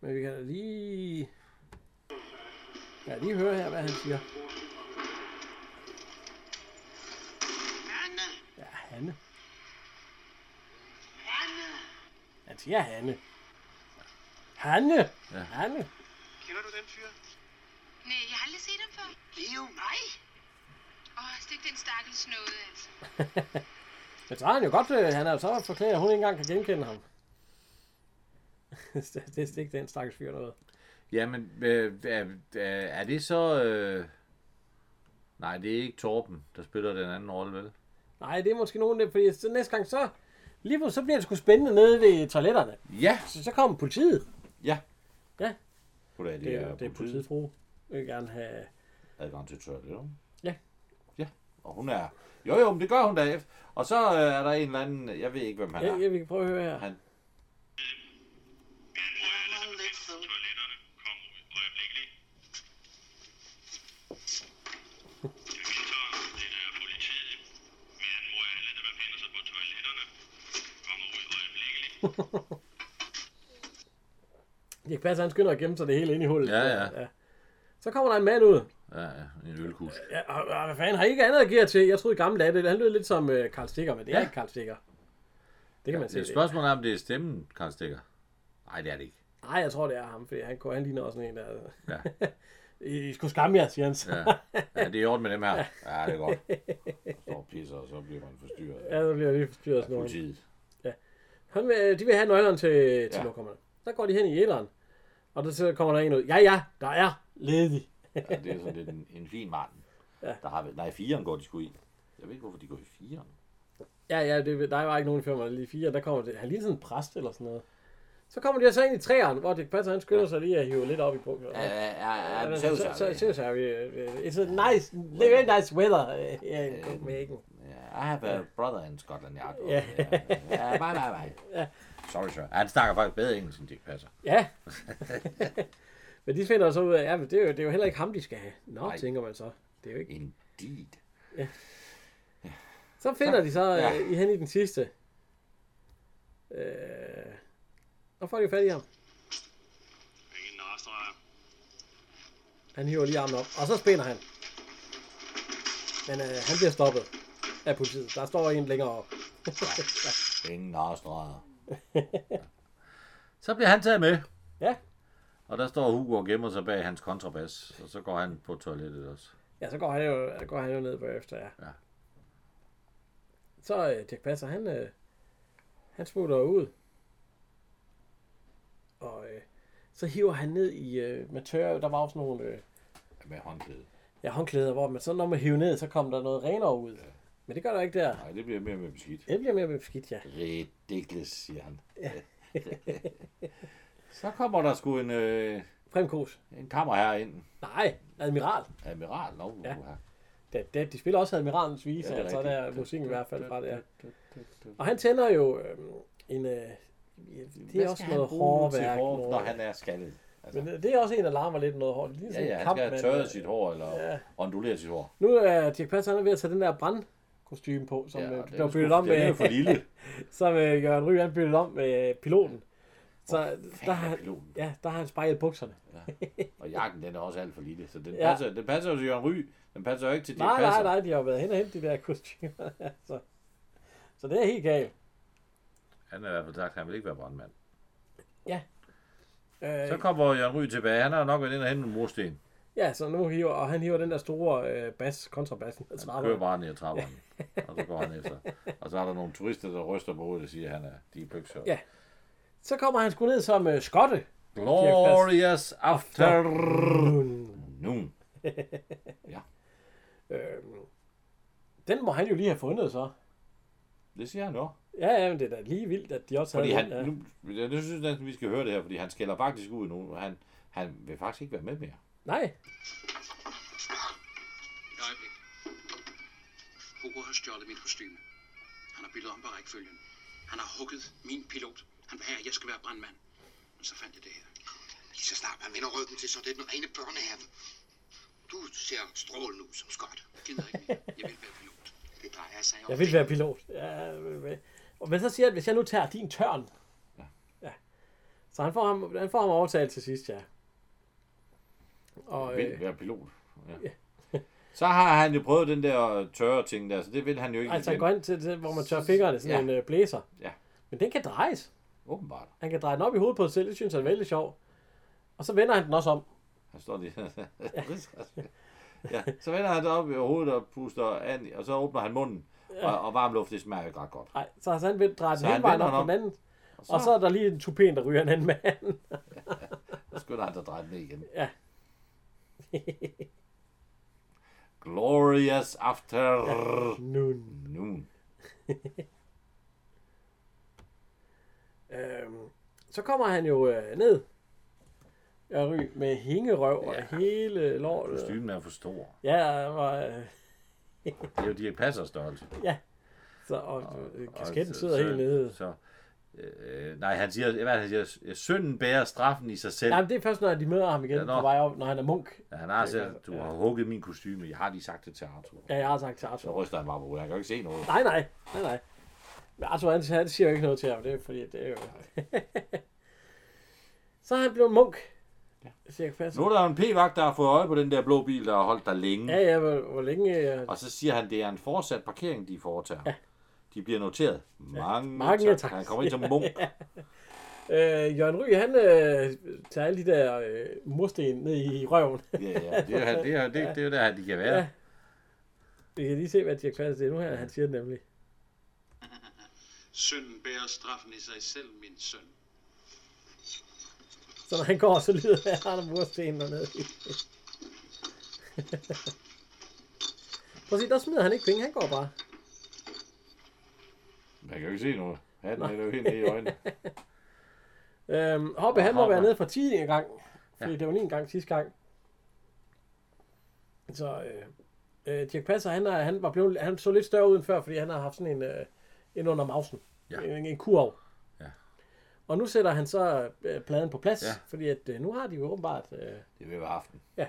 men vi kan da lige... Ja, lige høre her, hvad han siger.
Anne,
Ja, Hanne.
Anne.
Han siger Hanne. Hanne! Ja. Hanne!
Kender du den fyr?
Nej, jeg har aldrig set ham før.
Det er jo mig.
Åh, stik den stakkels nåde, altså.
Men så har han jo godt, øh, han er jo så forklædt, at hun ikke engang kan genkende ham. det er ikke den stakkels fyr noget.
Jamen, øh, er, er det så... Øh, Nej, det er ikke Torben, der spiller den anden rolle, vel?
Nej, det er måske nogen der, fordi så næste gang så... Lige pludselig, så bliver det sgu spændende nede ved toiletterne.
Ja.
Så, så kommer politiet.
Ja.
Ja.
Goddag, det,
Det,
er,
det er politiet, fru. Jeg vil gerne have...
adgang til toilettet.
Ja.
Ja, og hun er... Jo, jo, men det gør hun da. Og så øh, er der en eller anden... Jeg ved ikke, hvem han
Ja,
er.
ja, vi kan prøve at høre her.
Han,
Toiletterne kom ud øjeblikkeligt. Victor, det er politiet. Men mor alle, der befinder sig på toiletterne, kommer ud øjeblikkeligt.
Det kan passe, han skynder at gemme sig det hele ind i hullet.
Ja, ja.
Så kommer der en mand ud.
ja, ja, en ølkus.
Ja, og, og, hvad fanden, har I ikke andet at give jer til? Jeg troede i gamle dage, det, han lød lidt som øh, Karl Stikker, men det er
Ja.
ikke Karl Stikker. Det kan man se.
Det er et spørgsmål om, det er stemmen, Karl Stikker. Nej, det er det ikke.
Nej, jeg tror, det er ham, fordi han, kunne- han ligner også sådan en, der...
Ja.
I, I skulle skamme jer, siger han så.
Ja. ja, det er i orden med dem her. Ja, det er godt. Så pisser, og så bliver man forstyrret.
Ja, så bliver jeg lige forstyrret af
af
sådan noget.
politiet.
Han vil, de vil have nøglerne til, til
Ja.
ja. lokummerne. Der går de hen i æderen, og der så kommer der en ud. Ja, ja, der er ledig.
Ja, det er sådan lidt en, en fin mand. Ja. Der har, vi- nej, firen går de sgu i. Jeg ved ikke, hvorfor de går i firen.
Ja, ja, det, der var ikke nogen før, man lige fire. Der kommer det. Han ligner sådan en præst eller sådan noget. Så kommer de altså ind i træerne, hvor Dirk Passer, han skynder sig lige at hive lidt op i bukken.
Ja, ja, ja, ja,
så,
så,
så, så, så, så, så, it's a nice, very nice weather øh, her i Copenhagen.
Yeah, I have a brother in Scotland Yard.
Ja.
Yeah. Yeah, bye, bye, bye. Sorry, sir. Han snakker faktisk bedre engelsk, end Dirk Passer.
Ja. men de finder så ud af, ja, men det er, jo, det er jo heller ikke ham, de skal have. Nå,
Nej.
Nej. tænker man så. Det er jo ikke.
Indeed.
Så finder de så
Ja.
ja. i hen i den sidste. Øh, og får de jo fat i ham.
Ingen narstreger.
Han hiver lige armen op, og så spænder han. Men øh, han bliver stoppet af politiet. Der står en længere op.
Ingen narstreger. Så bliver han taget med.
Ja.
Og der står Hugo og gemmer sig bag hans kontrabas. Og så går han på toilettet også.
Ja, så går han jo, går han jo ned bagefter, ja.
Ja.
Så øh, Dirk Passer, han, øh, han smutter ud. Og øh, så hiver han ned i øh, med tørre, der var også nogle øh,
Med håndklæde.
ja, håndklæder, hvor man så når man hiver ned, så kom der noget renere ud. Men det gør der ikke der.
Nej, det bliver mere med beskidt.
Det bliver mere beskidt, ja.
Ridiculous, siger han. så kommer der sgu en, øh,
Fremkos.
en kammer herind.
Nej, admiral.
Admiral, lov.
Ja.
uha.
Da, da, de spiller også Admiralens
Ja,
vise,
det
ja,
er
altså
rigtigt.
der er musikken i hvert fald fra det. Ja.
Du, du, du, du.
Og han tænder jo øh, en... Øh, ja, det er også noget hårværk.
hår, når
noget-
han er skaldet. Altså,
Men det er også en, der larmer lidt noget hår. Det ligner
ja,
sådan en
ja, han
kamp,
skal have
men,
tørret
øh,
sit hår, eller
ja.
onduleret sit hår.
Nu er Dirk Passer han er ved at tage den der brandkostyme på, som
Ja,
ja, øh,
og den
blev
er sgu-
byttet om
Den er
med,
jo for lille.
som øh, Jørgen Ry, han byttede om med piloten. Så der har,
er piloten?
ja, der har han spejlet bukserne.
Og jakken, den er også alt for lille. Så den,
Ja.
passer, den passer jo til Jørgen Ry. Den passer jo ikke til Dirk
Nej, nej,
Passer.
nej, de har jo været hen og hente de der kostymer. altså. Så det er helt galt.
Han er i hvert fald sagt, at han vil ikke være brandmand.
Øh,
Så kommer Jørgen Ry tilbage. Han har nok været inde og hente en mursten.
ja, så nu hiver, og han hiver den der store øh, bas, kontrabassen. Altså,
Kører bare ned ad trapperne. og så går han efter. Og så er der nogle turister, der ryster på hovedet og siger, at han er de er bøkser.
Ja. så kommer han sgu ned som øh, skotte.
Glorious afternoon.
Øh, den må han jo lige have fundet, så.
Det siger han jo.
Ja, ja, men det er da lige vildt, at de også
Fordi
havde
han,
den, ja.
nu, jeg nu synes næsten, vi skal høre det her, fordi han skælder faktisk ud nu. Han, han vil faktisk ikke være med mere.
Nej,
Et øjeblik. Hugo har stjålet mit kostyme. Han har bildet om på rækkefølgen. Han har hugget min pilot. Han vil have, at jeg skal være brandmand. Men så fandt jeg det her. Lige så snart man vender ryggen til, så er det den rene børnehave. Du ser strålende ud som skot. Jeg gider ikke mere. Jeg vil være pilot. Det drejer sig om.
jeg vil være pilot. Ja, men- men- og men så siger jeg, at hvis jeg nu tager din tørn. Ja. Så han får ham, han får ham overtalt til sidst, ja. Og
Vil
øh,
være pilot. Ja. Så har han jo prøvet den der tørre ting der, så det vil han jo ikke
altså, han
igen.
går ind til, til, hvor man tør fingrene, sådan
Ja.
en øh, blæser.
Ja.
Men den kan drejes.
Åbenbart.
Han kan dreje den op i hovedet på sig selv, det synes han er vældig sjov. Og så vender han den også om.
Han står lige. ja. Så vender han sig op i hovedet og puster an, og så åbner han munden. Og, og varm luft, det smager jo ikke ret godt.
Nej, så har han vendt drejet
Så
den
han
hele vejen
vender
op på
den om.
den anden. Og
så-
så, er der lige en tupen, der ryger en anden mand.
Så skynder han sig at dreje den ned igen.
Ja.
Glorious after
Nun.
noon.
Øhm, så kommer han jo øh, ned. Jeg ry med hængerøv og
Ja.
hele lortet.
Kostymen er for stor.
Ja, og, øh,
Det er jo Dirk Passer størrelse.
så, og, øh,
Og
kasketten
så-
sidder
så-
helt nede.
Så, øh, nej, han siger, hvad er det, han siger, synden bærer straffen i sig selv.
Nej, men det er først, når de møder ham igen
Ja,
ja,
nå.
på vej op, når han er munk.
Ja, han har
Det er
sagt,
godt,
du
ja.
har hugget min kostyme. Jeg har lige sagt det til Arthur.
Ja, jeg har sagt til
Så
Arthur.
ryster han bare på hovedet. Han kan jo ikke se noget.
Nej, nej, nej, nej. Men Arthur, han, han siger jo ikke noget til ham, det er fordi, det er jo... så er han blevet munk. Ja. Cirka fast.
Nu er der jo en p-vagt, der har fået øje på den der blå bil, der har holdt der længe.
Ja, ja, hvor, hvor længe... Øh,
Og så siger han, det er en fortsat parkering, de foretager. De bliver noteret. Mange,
Mange
tak.
tak.
Han kommer ind som munk.
øh, Jørgen Ry, han øh, tager alle de der øh, mursten ned i røven.
Ja, ja, det er, det er, det, det er jo der, de kan være.
Ja. Vi kan lige se, hvad Dirk Passer siger nu her. Han siger det nemlig.
Sønnen bærer straffen i sig selv, min søn.
Så når han går, så lyder det, at han mursten dernede. Prøv at se, der smider han ikke penge. Han går bare.
Man kan jo ikke se noget. Hatten er jo helt nede i øjnene.
Øhm, Hoppe, han må
Hoppe.
være nede for 10 en gang. Fordi ja. det var lige en gang sidste gang. Så øh, øh, Dirk Passer, han, er, han, var blevet, han så lidt større ud end før, fordi han har haft sådan en, øh, en under mausen.
Ja.
Ja. En, en kurv.
Ja.
Og nu sætter han så øh, pladen på plads,
Ja.
ja. fordi at, øh, nu har de jo åbenbart... Øh,
Det vil være aften.
Ja.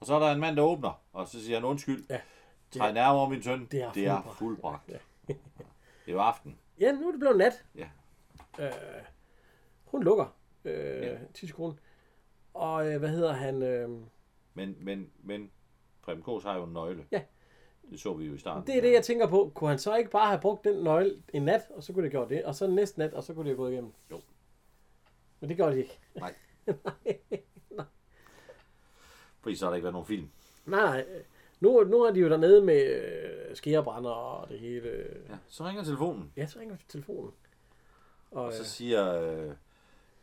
Og så er der en mand, der åbner, og så siger han undskyld.
Ja.
Træd nærmere, min søn.
Det er
det er
fuldbragt.
fuldbragt. Ja. det var aften.
ja, nu er det blevet nat.
Ja.
Øh, hun lukker øh, ja. 10 sekunder. Og øh, hvad hedder han? Øh,
Men, men, men Preben Kås har jo en nøgle.
Ja.
Det så vi jo i starten.
Det er det, jeg tænker på. Kunne han så ikke bare have brugt den nøgle en nat, og så kunne det have gjort det, og så næste nat, og så kunne det have gået igennem?
Jo.
Men det gjorde de ikke.
Nej,
nej,
fordi så har der ikke været nogen film.
nej. Nu, nu er de jo dernede med øh, skærebrænder og det hele.
Ja. Så ringer telefonen,
Ja, så ringer vi til telefonen. Og,
og
øh,
så siger... Øh,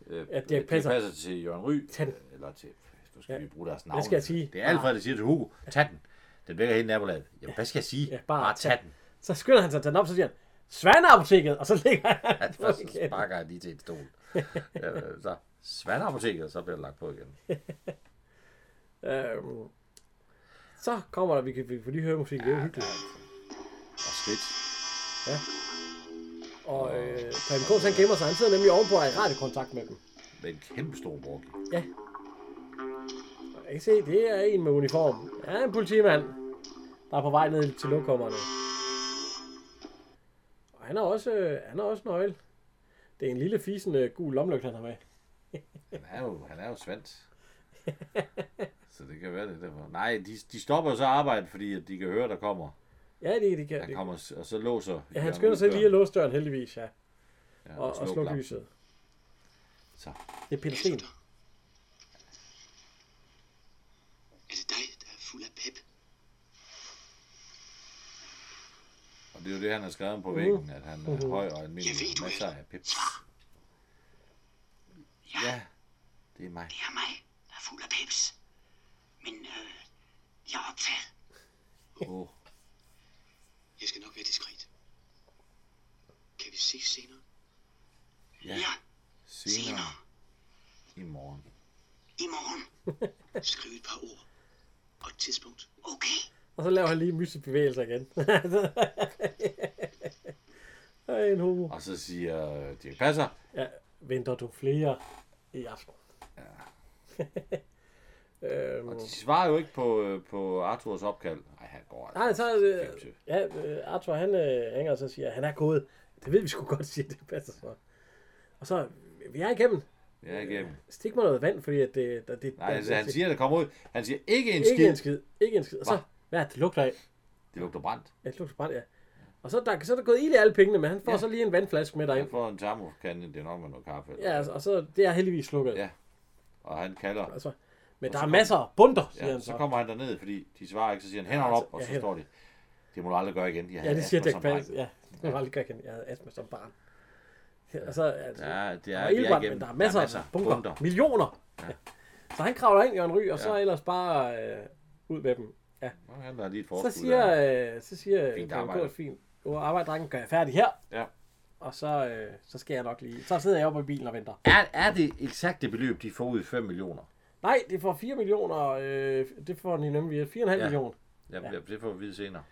øh,
Ja, Dirch
Dirch
Passer.
passer til Jørgen Ry.
Tag den.
Eller til... Nu skal
Ja.
ja. vi bruge deres navn.
hvad skal jeg sige?
Det er Alfred, der siger til Hugo. Tag den. Den vækker helt nabolaget. Jamen, hvad skal jeg sige?
Ja, bare tag
tag den.
Så skynder han sig at tage den op, så siger han, Svaneapoteket! Og så ligger han på
Og så
igen.
sparker han lige til en stol. Øh, så svandeapoteket, og så bliver det lagt på igen.
Øhm, så kommer der, vi kan, vi kan lige høre musik, det er jo hyggeligt.
Og skridt.
Og øh, Preben Kås, han gemmer sig, han sidder nemlig ovenpå og er i radiokontakt med dem.
Med en kæmpe stor borg.
Jeg kan se, det er en med uniform. Ja, en politimand, der er på vej ned til lokummerne. Og han har også, øh, han har også nøgle. Det er en lille fisende gul lommelygte, han har med.
Han er jo, han er jo svendt. Så det kan være det derfor. Nej, de, de stopper jo så arbejdet, fordi at de kan høre, der kommer.
Ja, det, det kan
Han
det.
kommer, s- og så låser.
Ja, han
Jørgen
skynder sig
Ryg
lige at
døren.
låse døren, heldigvis, ja.
Ja,
Og, og
sluk
slukke
lampen.
lyset.
Så.
Det er Peter Sten.
Er det dig, der er fuld af pep?
Og det er jo det, han har skrevet
Mhm.
på væggen, at han er høj og almindelig.
Jeg ved, du er
Masser af pips. Ja, det er mig.
Det er mig, der er fuld af peps. Men øh, jeg er optaget.
Oh.
Jeg skal nok være diskret. Kan vi ses senere?
Ja, senere i morgen.
i morgen. Skriv et par ord. Og et tidspunkt. Okay.
Og så laver han lige mystisk bevægelser igen. Ej, en homo.
Og så siger øh, Dirk Passer,
Ja, venter du flere i aften? Ja. øhm,
Og de svarer jo ikke på, øh, på Arthurs opkald. Nej, han går altså.
nej, så... Øh,
Fimse.
ja, øh, Arthur, han øh, ringer og så siger, han er gået. Det ved vi sgu godt, siger det passer så. Og så, øh, vi er igennem.
Ja, igennem.
Stik mig noget vand, fordi at det... Der, det
Nej,
der,
altså, han siger, at der kommer ud. Han siger, ikke en
Ikke
skid.
en skid. Ikke en skid. Og så,
Hva?
hvad er det, det lugter af?
Det lugter brændt.
Ja, det lugter brændt, ja. Og så, der, så er der gået ild i alle pengene, men han får
Ja.
ja. så lige en vandflaske med
Han
derind.
får en termokande, det er nok med noget kaffe.
Ja, altså, og så det er heldigvis slukket.
Ja. Og han kalder.
Altså, men der
så
er
kommer-
masser af bunder, siger
Ja,
han så.
så kommer han derned, fordi de svarer ikke. Så siger han, hænderne op, og
Ja,
så
hænder.
står de. Det må du aldrig gøre igen. Jeg
Ja,
havde
det siger
astma
Dirk
som
Passer.
dreng.
Ja, det var aldrig godt kendt. Jeg havde astma som barn. Ja, og så, altså,
Ja, det
der
er,
var
vi er
ildbrand,
igennem.
men der er masser, af bunker.
Bunker.
Millioner. Ja. Så han kravler ind, Jørgen Ry, og så ellers bare øh, ud med dem. Ja.
Nå, han har lige et
Så
forskud. der.
siger, øh, så siger
Fint
fint
arbejde.
arbejde. fint. Og arbejderdrengen gør jeg færdig her,
Ja.
og så, øh, så skal jeg nok lige... Så sidder jeg oppe i bilen og venter.
Er, er det eksakte beløb, de får ud 5 millioner?
Nej, det får 4 millioner, øh, det får Nina Mia, 4,5
Ja.
ja. millioner.
Ja, ja. Det får vi vide senere.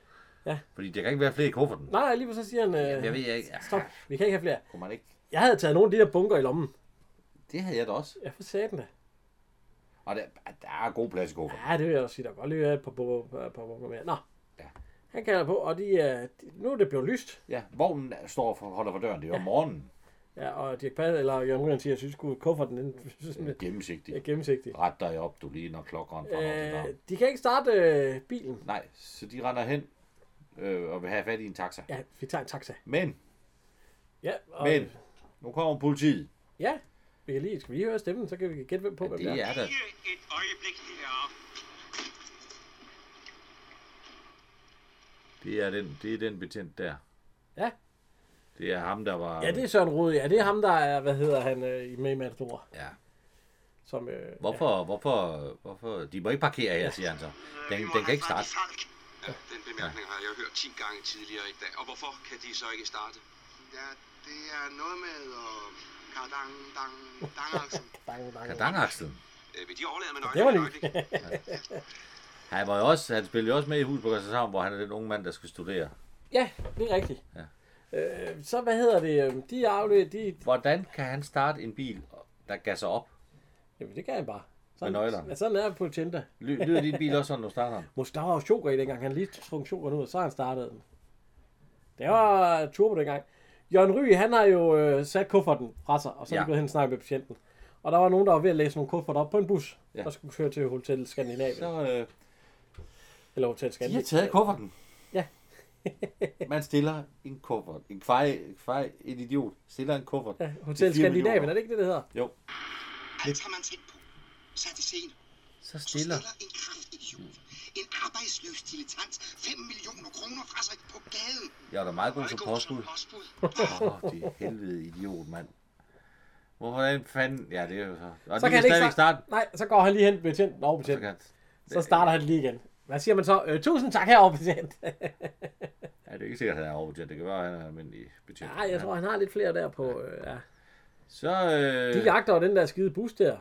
Ja.
Fordi der kan ikke være flere i kufferten.
Nej, lige så siger han, øh,
Jeg ved jeg ikke.
stop, vi kan ikke have flere.
Kunne man ikke?
Jeg havde taget nogle af de der bunker i lommen.
Det havde jeg da også.
Ja, for satan da.
Og der, der er god plads i kufferten.
Ja, det vil jeg også sige, der kan godt lige være et par bu- par par bunker mere. Nå,
Ja.
ja. han kalder på, og de, er- de, nu er det blevet lyst.
Ja, vognen er- står for, holder for døren. Det er om morgenen.
Ja, og Dirk Pad, eller Jørgen Ryland siger, at jeg synes, at kufferten den, synes, den er
Gennemsigtigt.
gennemsigtig.
Ret dig op, du lige når klokken fra
Øh,
øh...
de kan ikke starte øh, bilen.
Nej, så de render hen øh, og vil have fat i en taxa.
Ja, vi tager en taxa.
Men,
Ja, og,
men, nu kommer politiet.
Ja, vi kan lige, skal vi lige høre stemmen, så kan vi gætte hvem på, hvem
Det er der.
Lige et øjeblik heroppe.
Det er den, det er den betjent der.
Ja.
Det er ham, der var...
Ja, det er Søren Rode. Ja, det er ham, der er, hvad hedder han, øh, i- med i Matador.
Ja.
Som, øh,
Hvorfor, hvorfor, hvorfor... De må ikke parkere her, siger han så. Den, den kan ikke starte.
Ja, den bemærkning har jeg hørt 10 gange tidligere i dag. Og hvorfor kan de så ikke starte? Ja, det er noget med og kardang, dang, dang, altså.
Dang, dang.
Kardangakslen.
Øh, vil de overlade med
Det var
nøglen?
nyt.
Han, var jo også, han spillede jo også med i Hus på Christianshavn, hvor han er den unge mand, der skal studere.
ja, det er rigtigt. Ja. Øh, så hvad hedder det? øh, De er afløb, de...
Hvordan kan han starte en bil, der gasser op?
Jamen, det kan han bare. Sådan,
Med nøglerne.
Ja, sådan er det på Tinder.
Ly- Lyder din bil også sådan, når du starter den?
Måske der var jo Sjogre i dengang. Han lige trunk Sjogre ud, og så har han startet den. Det var turbo dengang. Jørgen Ry, han har jo øh, sat kufferten fra sig, og så er
Ja.
ja. gået hen og snakket med patienten. Og der var nogen, der var ved at læse nogle kufferter op på en bus,
Ja.
ja. der skulle køre til Hotel Skandinavien.
Så øh,
Eller Hotel
de har
Skandinavien.
taget kufferten.
Ja.
Man stiller en kuffert. En kvej, kvej, en idiot stiller en kuffert.
Ja,
til
Hotel
4
Skandinavien,
millioner.
er det ikke det, det hedder?
Jo.
Alt har man tæt på. Så er det sent.
Så
Så
stiller.
stiller en kraftidiot, en arbejdsløs dilettant, 5 millioner kroner fra sig på gaden.
Jeg er da meget god
Det
som
går
påskud.
postbud.
Åh, oh, det er helvede idiot, mand. Hvorfor fanden? Ja, det er jo så.
Så
Og så
kan han
de kan, kan
ikke
stadigvæk starte.
starte. Nej, så går han lige hen til betjenten over
Så
betjenten.
kan...
Så starter han lige igen. Hvad siger man så? Øh, tusind tak herovre, betjent.
Ja, det er ikke sikkert, at han er overbetjent. Det kan være, at han er almindelig betjent.
Nej, jeg tror, han har lidt flere der på. Øh, ja.
Så, øh,
De jagter jo den der skide bus der,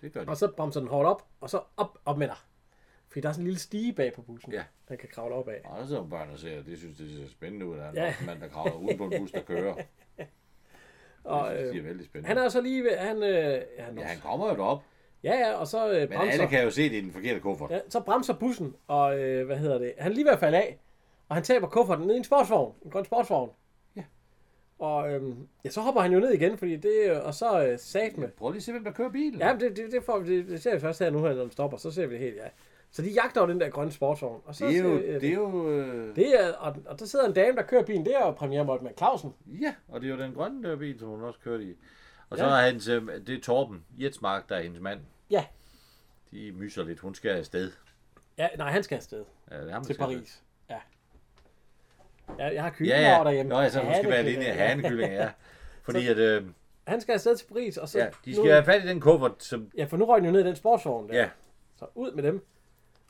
det gør de.
og så bremser den hårdt op, og så op, op med dig. Fordi der er sådan en lille stige bag på bussen,
Ja.
han kan kravle op af.
Og der sidder børn og ser, det synes det ser spændende ud, at han
Ja.
er en mand, der kravler uden på en bus, der kører.
Og,
det synes de er
øh,
vældig spændende.
han er jo så lige ved, han, øh, ja, han,
Ja, han kommer jo derop,
ja, ja, og så øh,
men alle
bremser,
kan jo se, det er den forkerte kuffert. Ja.
ja, så bremser bussen, og øh, hvad hedder det, han er lige ved at falde af, og han taber kufferten ned i en sportsvogn, en grøn sportsvogn.
Ja.
Og øhm, ja, så hopper han jo ned igen, fordi det, øh, og så øh, sat med.
Prøv lige at se, hvem der kører bilen.
Ja, men det, det, det, får, vi- det, det ser vi først her nu, her, når den stopper, så ser vi det helt, ja. Så de jagter jo den der grønne sportsvogn. Og så
det er jo,
ser,
det er jo, øh,
det er, og, og der sidder en dame, der kører bilen, det er jo premiermåtte med Clausen.
ja, og det er jo den grønne der bil, som hun også kørte i. Og så
Ja.
er hans, øh, det er Torben Jetsmark, der er hendes mand.
Ja.
De myser lidt, hun skal afsted.
Ja, nej, han skal afsted
Ja, det er ham, der
til
skal
Paris. Ja. ja. Jeg har
Ja,
kyllinger
ja.
derhjemme.
Nå, ja, så hun skal være
Hanekyllinger,
alene i
ja.
hanekylling, ja. Fordi at, øh,
Han skal afsted til Paris, og så...
ja, de skal
nu,
have fat i den kuffert, som,
ja, for nu røg den jo ned i den sportsvogn der.
ja.
Så ud med dem.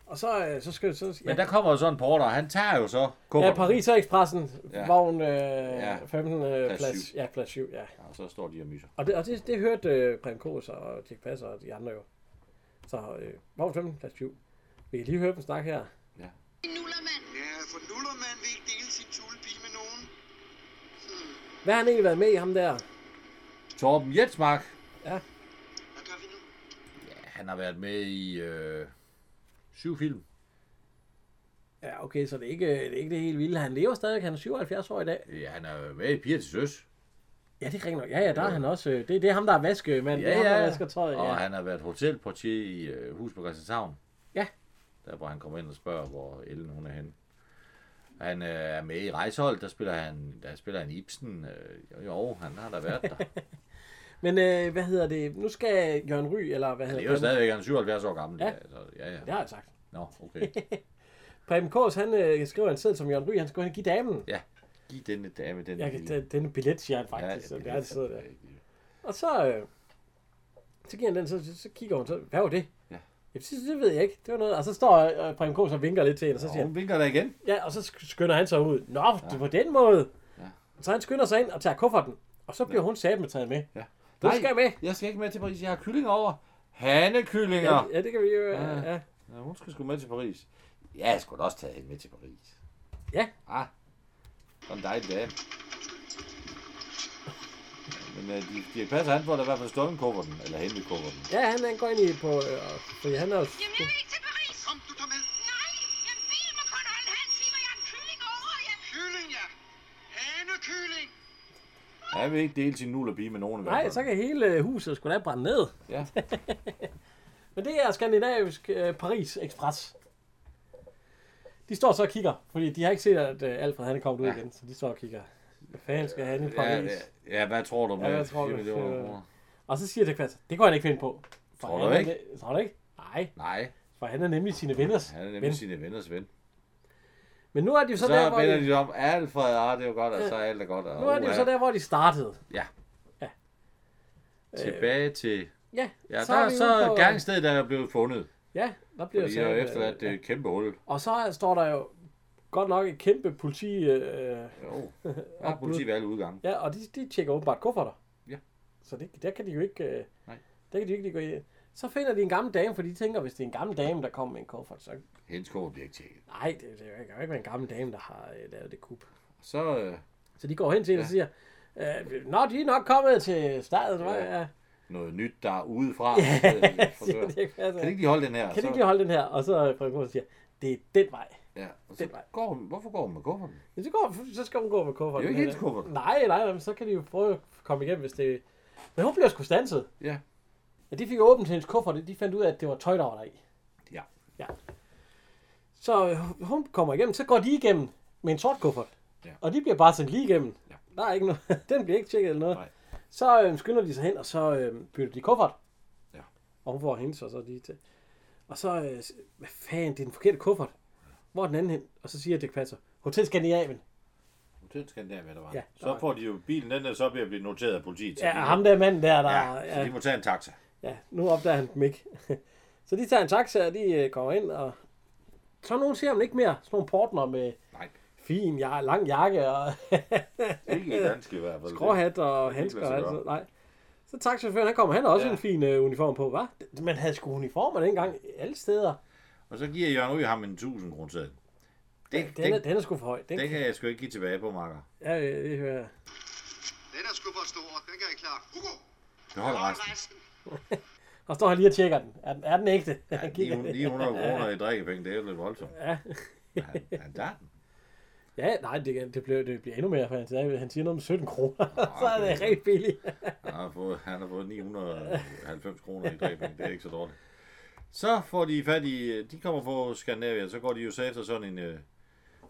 Og så, øh, så skal så, ja.
Men der kommer jo så en porter, og han tager jo så kufferten.
Ja, Paris og Expressen,
Ja.
ja. vogn øh,
Ja.
ja. 15, øh,
Plads
plads,
syv.
Ja, plads 7, ja.
Ja, og så står de og myser.
Og det, og det, det hørte øh, Prem Kås og Dirk Passer og de andre jo. Så øh, vogn 15, plads 7. Vi kan lige høre dem snakke her.
Nullermand.
Ja, for nullermand vil ikke dele sin tulpi med nogen.
Hvad har han egentlig været med i ham der?
Torben Jetsmark.
Hvad gør vi nu?
Ja, han har været med i øh, syv film.
Ja, okay, så det er ikke det, er ikke det helt vilde. Han lever stadig, han er 77 år i dag.
Ja, han er med i Piger til Søs.
Ja, det er rigtigt nok. Ja, ja, der er han også. øh, Det, det er ham, der er vaskemand. Ja, det er ham, der vasker tøj.
Og
Ja.
han har været hotelportier i øh, Hus på Christianshavn.
Ja.
Der hvor han kommer ind og spørger, hvor Ellen hun er henne. Han øh, er med i Rejsehold, der spiller han, der spiller han Ibsen. Øh, jo, jo, han har da været der.
Men øh, hvad hedder det? Nu skal Jørgen Ry, eller hvad
Han
hedder
lever stadigvæk, han er 77 år gammel.
Ja.
Ja. Så, ja, ja.
Det har jeg sagt.
Nå, okay.
Preben Kås, han øh, skriver en seddel som Jørgen Ry, han skal gå hen og give damen.
Ja, giv denne dame den
Jeg kan
lille-
tage den billet, siger han faktisk. Ja, det er det sidder der. Og så, øh, så giver han den, så, så kigger hun, så, hvad var det?
Ja.
Jeg synes, det ved jeg ikke. Det var noget. Og så står øh, Prem K. så vinker lidt til hende, og så siger
Og hun
han,
vinker der igen.
ja, og så sk- skynder han sig ud. Nå, ja. på den måde.
Ja.
Ja. Så han skynder sig ind og tager kufferten, og så bliver ja. hun sat med taget med.
Ja.
Du skal med.
Jeg skal ikke med til Paris. Jeg har kyllinger over. Hanekyllinger.
Ja, det kan vi jo...
Ja.
Ja. ja.
Ja, hun skal sgu med til Paris. Ja, jeg skulle da også tage hende med til Paris.
Ja.
Ah, sådan en dejlig dame. Men uh, de, de passer han får da i hvert fald stående kufferten, eller hende i kufferten.
Ja, han, han går ind i på... Øh, fordi han er jo...
Jamen, jeg vil ikke til Paris.
Kom, du tager med.
Nej, jeg vil mig kun holde en halv time, og jeg er en kylling over. Jeg...
Kylling, ja. Hanekylling.
Han vil ikke dele sin nullerbi med nogen. i hvert
Nej,
fald.
så kan hele øh, huset skulle da brænde ned.
Ja.
Men det er skandinavisk øh, Paris Express. De står så og kigger, fordi de har ikke set, at øh, Alfred han er kommet ud
Ja.
igen, så de står og kigger. Hvad fanden skal han i
Ja,
Paris?
ja, ja, hvad tror du med
hvad tror du?
4 millioner kroner?
Og så siger det kvart, det går han ikke finde på. For
Tror du
han er
ikke?
ne- Tror du ikke? Nej,
Nej,
for han er nemlig sine venners
han er nemlig
ven.
sine venners ven.
Men nu er de jo så,
Så,
der, hvor
vender
de,
de om, Alfred, ah, det er jo godt, og så er alt er godt. Og,
nu er de jo så der, hvor de startede.
Tilbage til...
Ja,
Ja, så,
er
der,
vi
så
ude på- øh,
gangsted, der er blevet fundet.
Ja, der bliver
Fordi jeg har
øh,
efterladt det kæmpe hul.
Og så står der jo godt nok et kæmpe politi... Øh,
Jo, der er politi ved alle udgange.
Ja, og de, de tjekker åbenbart kufferter.
Ja.
Så det, der kan de jo ikke... Øh,
Nej.
Der kan de jo ikke lige gå i. Så finder de en gammel dame, for de tænker, hvis det er en gammel dame, der kommer med en kuffert, så...
Hendes kort bliver ikke tjekket.
Nej, det, det kan jo ikke være en gammel dame, der har øh, lavet det kub.
Så, øh,
Så de går hen til hende ja. og siger, øh, Nå, de er nok kommet til stedet, ja.
Ja.
Ja,
noget nyt, der er udefra.
ja
Øh,
siger
forsøger.
de ikke. Altså,
kan de ikke lige holde den her?
kan de
så,
ikke lige holde den her? Og så øh, Frederik Mogensen siger, det er den vej.
ja, og så
den vej?
går hun, hvorfor går hun med kufferten?
Ja, så, går, så skal hun gå med kufferten.
Det er jo ikke
Men,
hendes
øh,
kuffert.
Nej, nej, nej, men så kan de jo prøve at komme igennem, hvis det... Men hun bliver sgu stanset.
Ja.
Ja, de fik åbent hendes kuffert, og de fandt ud af, at det var tøj, der var der i.
Ja.
Ja. Så øh, hun kommer igennem, så går de igennem med en sort kuffert.
Ja.
Og de bliver bare sendt lige igennem.
Ja.
Der er ikke noget. Den bliver ikke tjekket eller noget.
Nej.
Så øh, skynder de sig hen, og så øh, bytter de kuffert.
Ja.
Og hun får hendes, og så lige til. Og så, øh, s- hvad fanden, det er den forkerte kuffert. Hvor er den anden hen? Og så siger Dirk Passer, Hotel Skandinavien.
Den skal der, hvad der var.
Ja, der
så
var-
får de jo bilen, den der så bliver blevet noteret af politiet. så
Ja,
de-
ham der mand der, der...
Ja, så de må tage en taxa.
Ja, nu opdager han dem ikke. så de tager en taxa, og de øh, kommer ind, og så nogen ser man ikke mere. Sådan nogle portner med
Nej,
fin, ja, lang jakke og
ikke i dansk i hvert fald.
skråhat og
kan ikke
handsker.
lade
Og
sig
alt
gøre.
sådan. noget. Nej. Så taxachaufføren, han kommer, han har også
Ja.
ja. en fin øh, uniform på, hva'? D- Man havde sgu uniformer dengang alle steder.
Og så giver Jørgen Ø ham en 1000 kroner til. Det,
Den, er,
det,
den er sgu for høj. Den,
det,
den
kan jeg sgu ikke give tilbage på, Marker.
ja, øh, det hører jeg.
Den er sgu for stor, den kan jeg klare. Hugo,
Det holder
Og
resten.
resten.
Og står han lige og tjekker den. Er den, er den ægte? Han kigger.
900 kroner i drikkepenge, det er jo lidt voldsomt.
Ja.
Men Han, han tager den.
ja, nej, det, det, bliver, det bliver endnu mere, for han siger, han siger noget om 17 kroner. så er
Ah, det
det
er-
rigtig billigt.
Han har fået, han har fået 990 kroner i dræbning. Det er ikke så dårligt. Så får de fat i... De kommer fra Skandinavien, så går de jo så efter sådan en, øh,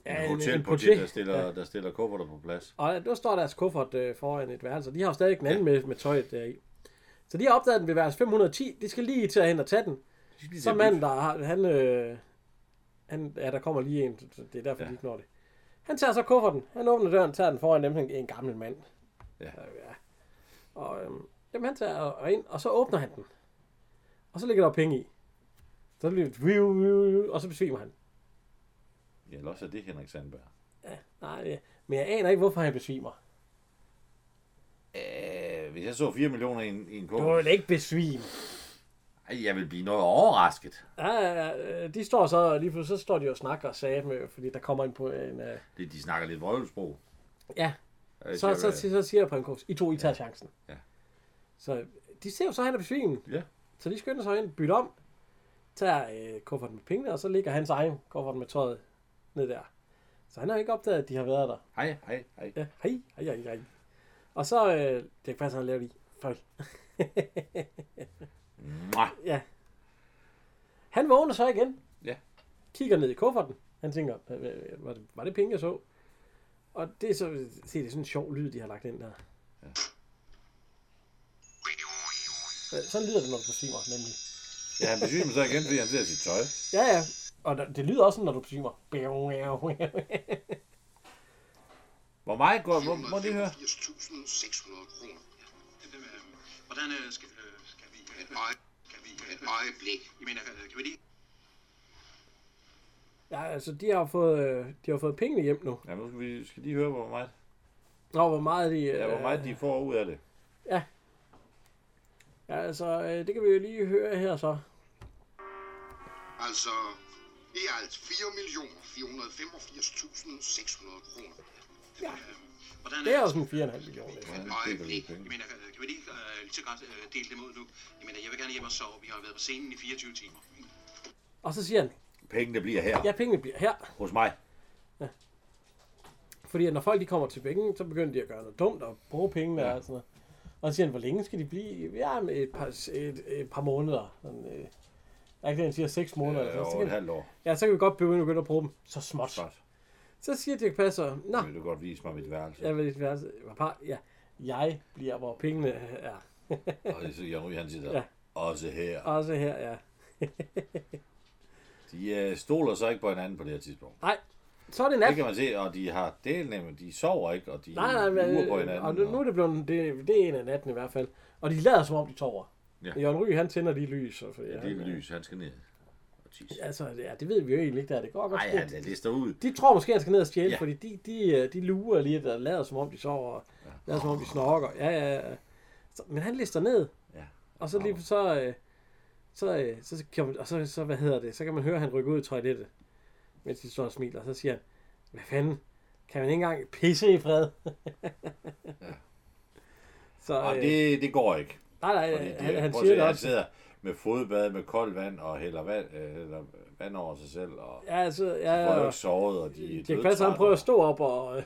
Ja,
en
en-
hotel
en
på
portier.
der stiller, der stiller kufferter på plads.
Og nu står deres kuffert øh, foran et værelse. De har jo stadig den anden med, med tøjet deri. Så de har opdaget den ved værelse 510. De skal lige til at hen og tage den. Så manden, der har, han, øh, han, ja, der kommer lige en. så Det er derfor,
Ja.
ja. de ikke når det. Han tager så kufferten. Han åbner døren, tager den foran dem. Han er en gammel mand.
Ja.
Så, ja. Og øhm, jamen, han tager og- og ind, og så åbner han den. Og så ligger der penge i. Så bliver det, viu, viu, viu, og så besvimer han.
Ja, eller også er det Henrik Sandberg.
Nej, det- men jeg aner ikke, hvorfor han besvimer.
Øh, hvis jeg så 4 millioner i en, i en
Du
kuffert,
vil ikke besvime.
Ej, jeg vil blive noget overrasket.
Ja, ja, ja, øh, de står så, og lige pludselig så står de og snakker og sagde med, fordi der kommer en på en... øh,
Det, de snakker lidt vrøvelsprog.
ja,
Øh,
så, så,
siger-
så, så siger Preben Kors, I to, I tager chancen.
Ja.
Så de ser jo så, at han er besvimen.
Ja.
Så de skynder sig ind, bytter om, tager øh, kufferten med pengene, og så ligger hans egen kuffert med tøjet ned der. Så han har jo ikke opdaget, at de har været der.
Hej, hej, hej.
Ja, hej, hej, hej, hej. Og så, øh, det er faktisk, han laver i. Fuck.
Mwah.
Han vågner så igen.
Ja.
Kigger ned i kufferten. Han tænker, "Hva- hva- var det, var det penge, jeg så? Og det er så, se, det er sådan en sjov lyd, de har lagt ind der. Ja. Så lyder det, når du besvimer, nemlig.
Ja, han besvimer så igen, fordi han ser sit tøj.
Ja, ja. Og der- det lyder også, sådan, når du besvimer. Bæv, bæv, bæv.
Hvor meget går... Må, må lige høre?
185.600 kroner.
Jamen, øh, Hvordan øh, skal, øh, skal vi... øh,
Nej.
Skal vi
Et øjeblik.
Jeg mener, øh, kan vi lige...
Ja, altså, de har fået, øh, de har fået pengene hjem nu.
Ja, nu skal vi skal lige høre, hvor meget,
Nå, hvor meget de... øh,
ja, hvor meget de får ud af det.
Ja, altså, øh, det kan vi jo lige høre her så.
Altså, det er
altså
alt 4.485.600 kroner.
Øh, Hvordan
Det er også en 4,5 millioner.
Ja,
Et
det stikker lige
øjeblik.
penge.
Jeg mener, øh, kan vi lige øh, lige så godt øh, dele dem ud nu? Jeg mener, jeg vil gerne hjem og sove. Vi har jo været på scenen i 24 timer.
Og så siger han,
Pengene bliver her
ja, pengene bliver her.
hos mig.
Fordi at når folk de kommer til penge, så begynder de at gøre noget dumt og bruge pengene ja. og sådan noget. Og så siger han, hvor længe skal de blive? Ja, men et par, et, et par måneder. Sådan, øh, er ikke det, han siger? Seks måneder.
Øh,
eller sådan noget. så
over et
kan,
halvt år.
ja, så kan vi godt begynde at, begynde at bruge dem. Så småt.
Godt.
Så siger Dirk Passer, Nå,
Vil du godt vise mig mit værelse?
jeg vil ikke være så- hvor par, ja, jeg bliver, hvor pengene er.
Og så Jan Ryg, han siger,
Ja.
ja. også her.
Også her, ja.
De øh, stoler så ikke på hinanden på det her tidspunkt.
Nej, så er det
Det
nat.
kan man se, og de har delnemme, de sover ikke, og de
Nej, nej,
uger
men, øh,
på hinanden.
og nu, nu er det blevet, det, det er en af natten i hvert fald. Og de lader som om, de sover.
Ja.
Ja. Jørgen Ry, han tænder de lys. Og, fordi,
Ja, det er lys, han skal ned og tisse.
Altså, ja, det ved vi jo egentlig ikke, der er det går godt.
Nej,
sgu.
han lister ud.
De tror måske, han skal ned og stjæle, ja.
Ja.
fordi de, de, øh, de lurer lige, der lader som om, de sover, og ja. lader som om, de snorker. Ja, ja, ja. Så, men han lister ned,
Ja.
og så lige så... øh, Så, øh, så, kan man, og så, så, hvad hedder det, så kan man høre, at han rykker ud i toilettet, mens de står og smiler, og så siger han, hvad fanden, kan man ikke engang pisse i fred? Så,
Og
øh,
det, det går ikke.
nej, nej,
Fordi det,
han, han
prøv at
siger det
se, altså, han
også.
sidder med fodbad med koldt vand og hælder vand, øh, hælder vand over sig selv. Og
Ja, altså,
ja. får jo
ja,
ikke sovet, og de er
Dirk Passer, han
dødtrætte,
prøver at stå op og, øh,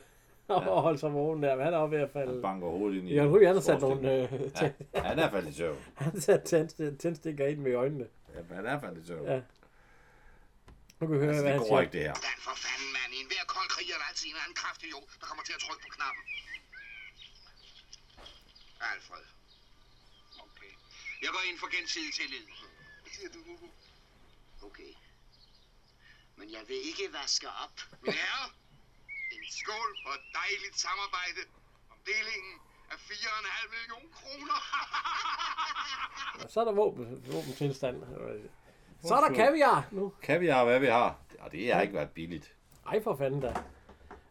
og holde sig vågen der, men han er oppe i hvert fald...
og banker hovedet ind i...
Jørgen Ryg, han har sat
skorstenen.
nogle øh, tæ-
Ja, han er faldet i søvn.
han har sat tændst- tændstikker ind med øjnene.
Ja, han er faldet i søvn.
Ja. Nu kan vi høre,
Altså,
hvad
det
han
går
siger.
ikke, det her.
Dan for fanden, mand. I enhver kold krig er der altid en eller anden kraftig jo, der kommer til at trykke på knappen. Alfred.
Okay. Jeg går ind for gensidig tillid.
Hvad siger du? Okay. Men jeg vil ikke vaske op. Min herre, en skål for et dejligt samarbejde om delingen af 4,5 millioner kroner.
Og så er der våben, våbentilstand. Så er der kaviar nu.
Kaviar, hvad vi har. Og det har ikke været billigt.
Ej for fanden da.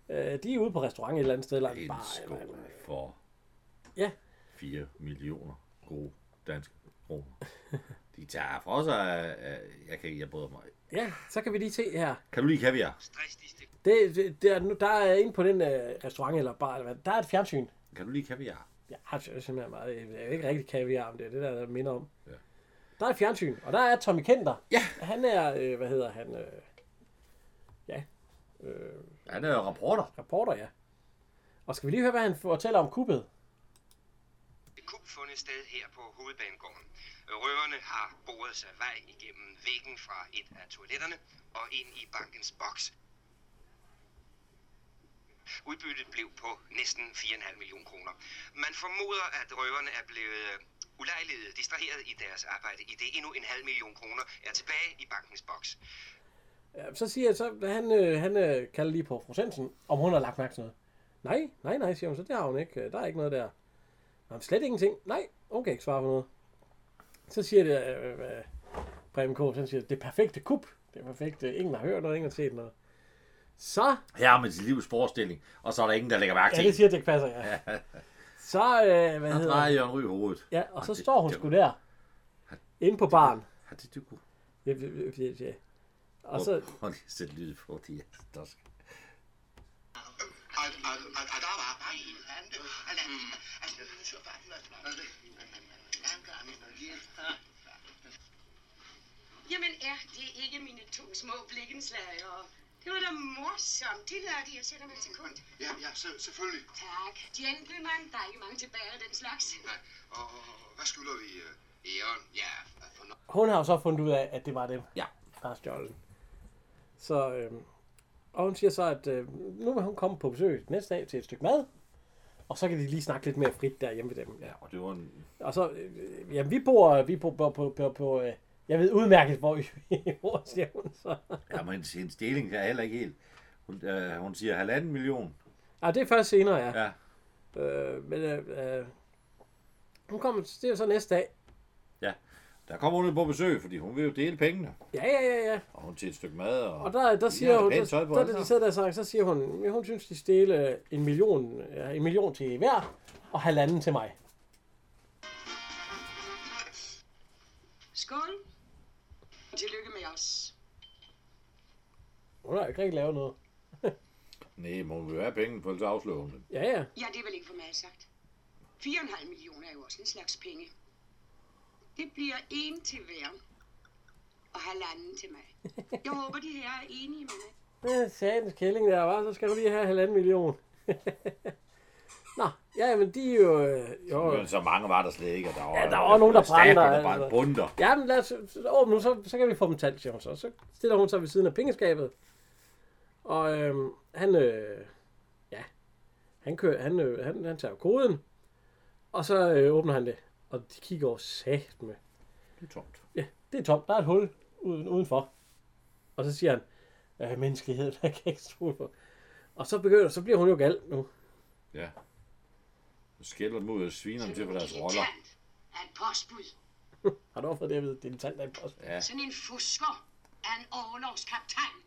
Øh, de er ude på restaurant et eller andet sted. Eller en
En
bar, eller-
skål for
Ja.
4 millioner gode danske kroner. De tager for sig af... af- Jeg kan ikke, jeg bryder mig.
ja, så kan vi lige se her.
Kan du lide kaviar?
Dristigste.
Det, det, der, nu, der er inde på den øh, restaurant eller bar, eller hvad, der er et fjernsyn.
Kan du lide kaviar?
Ja, det er simpelthen meget. Det er jo ikke rigtig kaviar, men det er det, der, der minder om. Ja.
Ja.
Der er et fjernsyn, og der er Tommy Kenter.
Ja.
Han er, øh, hvad hedder han? Øh, ja, øh,
Han er jo rapporter.
reporter, ja. Og skal vi lige høre, hvad han fortæller om kuppet?
Et kup fundet sted her på hovedbanegården. Røverne har boret sig vej igennem væggen fra et af toiletterne og ind i bankens boks. Udbyttet blev på næsten 4,5 millioner kroner. Man formoder, at røverne er blevet ulejlighed, distraheret i deres arbejde, i det endnu en halv million kroner er tilbage i bankens boks.
Ja, så siger jeg, så han, øh, han øh, kalder lige på procenten, om hun har lagt mærke til noget. Nej, nej, nej, siger hun så. Det har hun ikke. Øh, Der er ikke noget der. Jamen, slet ingenting. Nej, hun kan ikke svare på noget. Så siger det, øh, øh, Preben K. Han siger, det perfekte kup. Det perfekte. Ingen har hørt noget, ingen har set noget. Så,
Her med sit livs forestilling. Og så er der ingen, der lægger mærke
ja,
til.
det siger Dirk Passer, ja. Så, øh, hvad
Han
hedder
drejer
det?
Jørgen Ryg i hovedet.
Ja, og så
det-
står hun
det-
sgu der. Inde på baren.
Har det du kunne?
Ja, ja, ja, ja. Og
Og
så,
så... Prøv lige at sætte lyd på, de er stosk.
Og, og, og, og der var bare en anden. Altså, altså, så var den også nok.
Jamen er det ikke mine to små blikkenslagere? Det var da morsomt. Tillader de, jeg sætter mig et sekund.
Ja, ja, så, selvfølgelig.
Tak. Gentleman, der er ikke mange tilbage af den slags.
Nej, og, og hvad skylder vi? øh, Æren, ja, for nok.
hun har jo så fundet ud af, at det var dem.
Ja.
der er stjålet. Så, øh, og hun siger så, at øh, nu vil hun komme på besøg næste dag til et stykke mad, og så kan de lige snakke lidt mere frit derhjemme ved dem.
Ja, og det var en...
Og så, øh, jamen vi bor, vi bor på, på, på, på øh, jeg ved udmærket, hvor I bor, siger hun så.
Ja, men hendes deling er heller ikke helt... Hun, øh, hun siger halvanden million.
Ah, det er først senere, ja.
Ja.
Øh, men øh, øh, hun kommer, det er jo så næste dag,
Ja, Der kommer hun på besøg, fordi hun vil jo dele pengene.
Ja, ja, ja, ja.
Og hun til et stykke mad. Og,
Og der, der
de
siger
har
hun,
pænt
der,
tøj på
der,
alle
der, de
sammen.
sidder der og snakker, så siger hun, ja, hun synes, de stjæler en million, ja, en million til hver, og halvanden til mig.
Skål. Tillykke med os.
Hun har ikke rigtig lavet noget.
Nej, men hun vil have pengene, for ellers afslører hun dem.
Ja, ja.
Ja, det er vel ikke for meget sagt. 4,5 millioner er jo også en slags penge. Det bliver en til hver. Og halvanden til mig. Jeg håber, de her er enige med mig.
Det satans kælling der, var, så skal du lige have halvanden million. Nå, ja, men de er jo... øh, jo
Men så mange var der slet ikke, og der var,
Ja, der var nogen, der brænder,
Der bare
altså.
bunder.
Ja, men lad os så åbne nu, så, så kan vi få dem talt, siger hun så. Så stiller hun sig ved siden af pengeskabet. Og øhm, han, øh, ja, han, kører, han, øh, han, han tager koden. Og så øh, åbner han det. Og de kigger over sat med.
Det er tomt.
Ja, det er tomt. Der er et hul uden, udenfor. Og så siger han, øh, menneskelighed, der kan ikke stole på. Og så begynder, så bliver hun jo gal nu.
Ja. Nu skælder dem ud og sviner dem til for deres roller.
Dilettant er et postbud.
Har du også fået det at vide? Det er en tand, der er i posten.
Ja,
Sådan en fusker er en overlovskaptajn.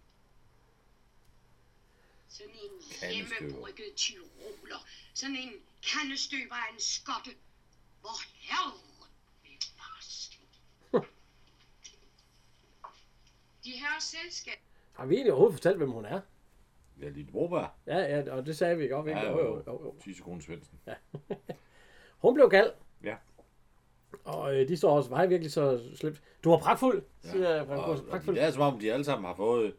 Sådan en
Kandestøber.
hjemmebrygget tyroler. Sådan en kandestøber af en skotte. Hvor herre bevares. De her selskab
Har vi egentlig overhovedet fortalt, hvem hun er?
ja lidt brobar.
Ja, ja, og det sagde vi ikke op, ikke?
Ja, jo,
jo, jo, jo.
jo. 10 sekunder Svendsen.
Hun blev gal.
Ja.
Og øh, de står også, var jeg virkelig så slemt? Du var pragtfuld, ja. siger Frank
Og,
Kurs.
og
Pragtfuld.
det er som om, de alle sammen har fået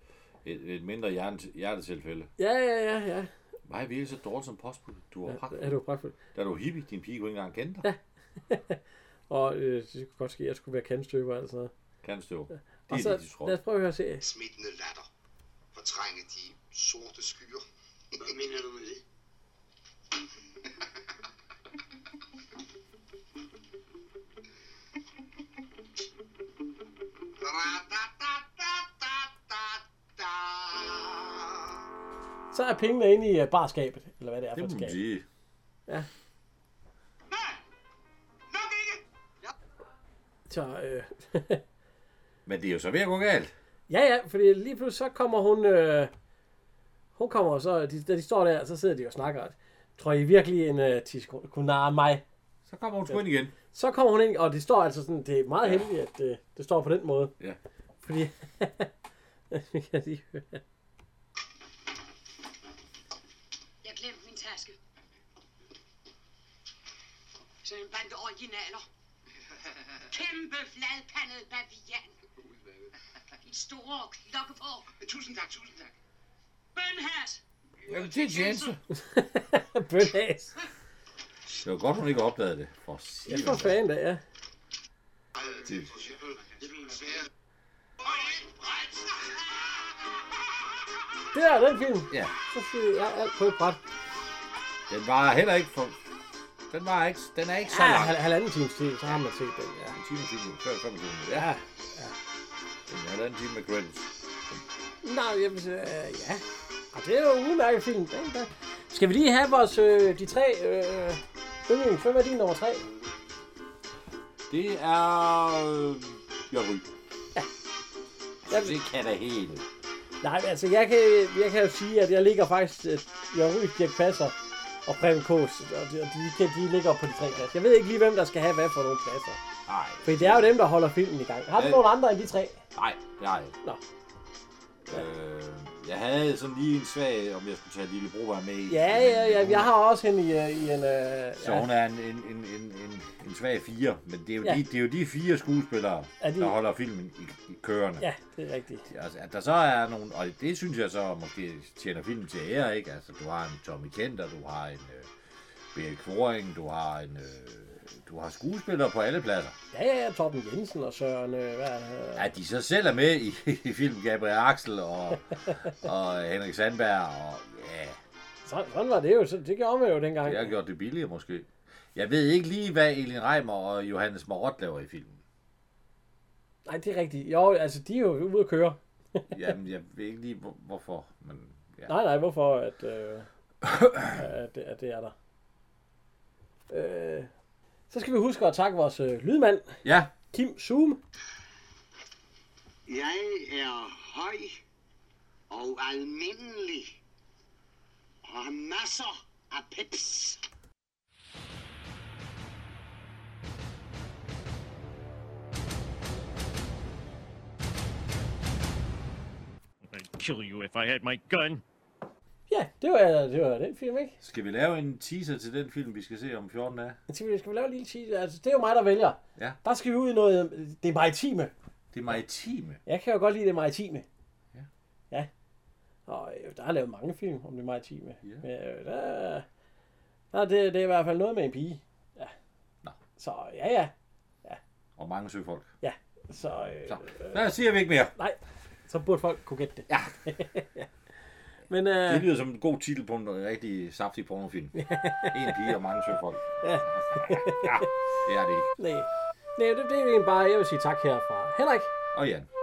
et, et mindre hjerne- hjertetilfælde.
Ja, ja, ja, ja.
Nej, vi er så dårligt som postbud. Du var
Ja,
pragtfuld.
du var pragtfuld.
Da du var hippie, din pige kunne ikke engang kende dig. Ja.
Og øh, det kunne godt ske, at jeg skulle være kandstøber eller sådan noget.
Kan stå. Det er
Og
det, de
så,
tror.
lad os prøve at høre se.
Smittende latter. Fortrænge de sorte skyer. Hvad mener du med det?
Så er pengene inde i uh, barskabet, eller hvad det er for
Det
et
må
skab.
man sige.
Nej, nok ikke.
Så, øh,
Men det er jo så ved at gå galt.
ja, ja, fordi lige pludselig så kommer hun... Øh, hun kommer og så, de, da de står der, så sidder de og snakker. at, Tror I virkelig en øh, tis kunne- kunne narre mig?
Så kommer hun sgu ind igen.
Så kommer hun ind, og det står altså sådan, det er meget heldigt, at det, det står på den måde.
Ja.
Fordi... Vi kan lige høre.
Jeg glemte min taske. Sådan en bande originaler. Kæmpe fladpandet bavian. Dit store klokkefor.
Tusind tak, tusind tak.
Bønhat.
Jeg vil til tjeneste.
Bønhæs.
Det var godt, hun ikke opdagede det. For
Ja,
sige,
for fanden da,
Og
ja.
en brændsel.
Det der er den film.
Ja,
Så siger jeg alt på et bræt.
den var heller ikke for... Den var ikke... Den er ikke så
Ja,
lang.
hal- halvanden times tid, så har man set den, ja.
En time og 20 minutter. 45 minutter. Ja.
Ja.
En halvanden time med credits.
Nej, jeg vil sige, øh, ja. Og det er jo en udmærket film. Den, der. Skal vi lige have vores, øh, de tre øh, yndling? Hvem er din nummer tre?
Det er... øh, Jeg ryger. Ja.
Jamen-
Det kan da helt.
Nej, men altså, jeg kan, jeg kan jo sige, at jeg ligger faktisk... Øh, jeg ryger Dirk Passer og Preben Kås, og de, og de, kan, de ligger på de tre pladser. Jeg ved ikke lige, hvem der skal have hvad for nogle pladser.
Nej.
Fordi det er jo dem, der holder filmen i gang. Har du
Ja.
nogen andre end de tre?
Nej, nej.
Nå.
Øh, jeg havde sådan lige en svag, om jeg skulle tage Lille Broberg med. i-
Ja, ja, ja. Jeg har også hende i, øh, i en... Øh,
Så hun er en, en, en, en, en, en svag fire, men det er jo,
Ja.
ja. de, det er jo de fire skuespillere,
Er
de...
de-
der holder filmen i, i kørende.
ja, det er rigtigt.
Altså, at der så er nogen, og det synes jeg så måske tjener filmen til ære, ikke? Altså, du har en Tommy Kenter, du har en øh, Berit Kvoring, du har en... Øh, du har skuespillere på alle pladser.
Ja, ja, ja. Torben Jensen og Søren... Øh, hvad, øh,
At de så selv er med i, i filmen Gabriel Axel og, og Henrik Sandberg, og ja,
sådan, sådan var det jo. Så det gjorde man jo dengang.
det har gjort det billigere måske. Jeg ved ikke lige, hvad Elin Reimer og Johannes Marot laver i filmen.
Nej, det er rigtigt. Jo, altså, de er jo ude at køre.
Jamen, jeg ved ikke lige, hvor, hvorfor, men ja.
Nej, nej, hvorfor at, øh, at, det, at det er der. Øh, så skal vi huske at takke vores øh, lydmand,
Ja,
Kim Zoom.
Jeg er høj og almindelig og har masser af pips.
I'd kill you if I had my gun.
Ja, det var, øh, det var den film, ikke?
Skal vi lave en teaser til den film, vi skal se om 14 dage?
Skal vi, skal vi lave en lille teaser? Altså, det er jo mig, der vælger.
Ja.
Der skal vi ud i noget... øh, Det er maritime.
Det er maritime.
Jeg kan jo godt lide det maritime.
Ja.
Ja. Og øh, der har lavet mange film om det maritime.
Ja.
Men øh, der, der er det, det er i hvert fald noget med en pige. Ja.
Nå.
Så ja, ja.
Og mange søfolk.
Ja. Så, øh,
Så,
så.
der siger vi ikke mere.
Nej, så burde folk kunne gætte det.
Ja.
Men øh,
Det lyder som en god titel på en rigtig saftig pornofilm. en pige og mange søfolk.
Ja.
ja, det er det ikke.
nej. Nej, det, det er egentlig bare, jeg vil sige tak herfra. Henrik,
Og Jan.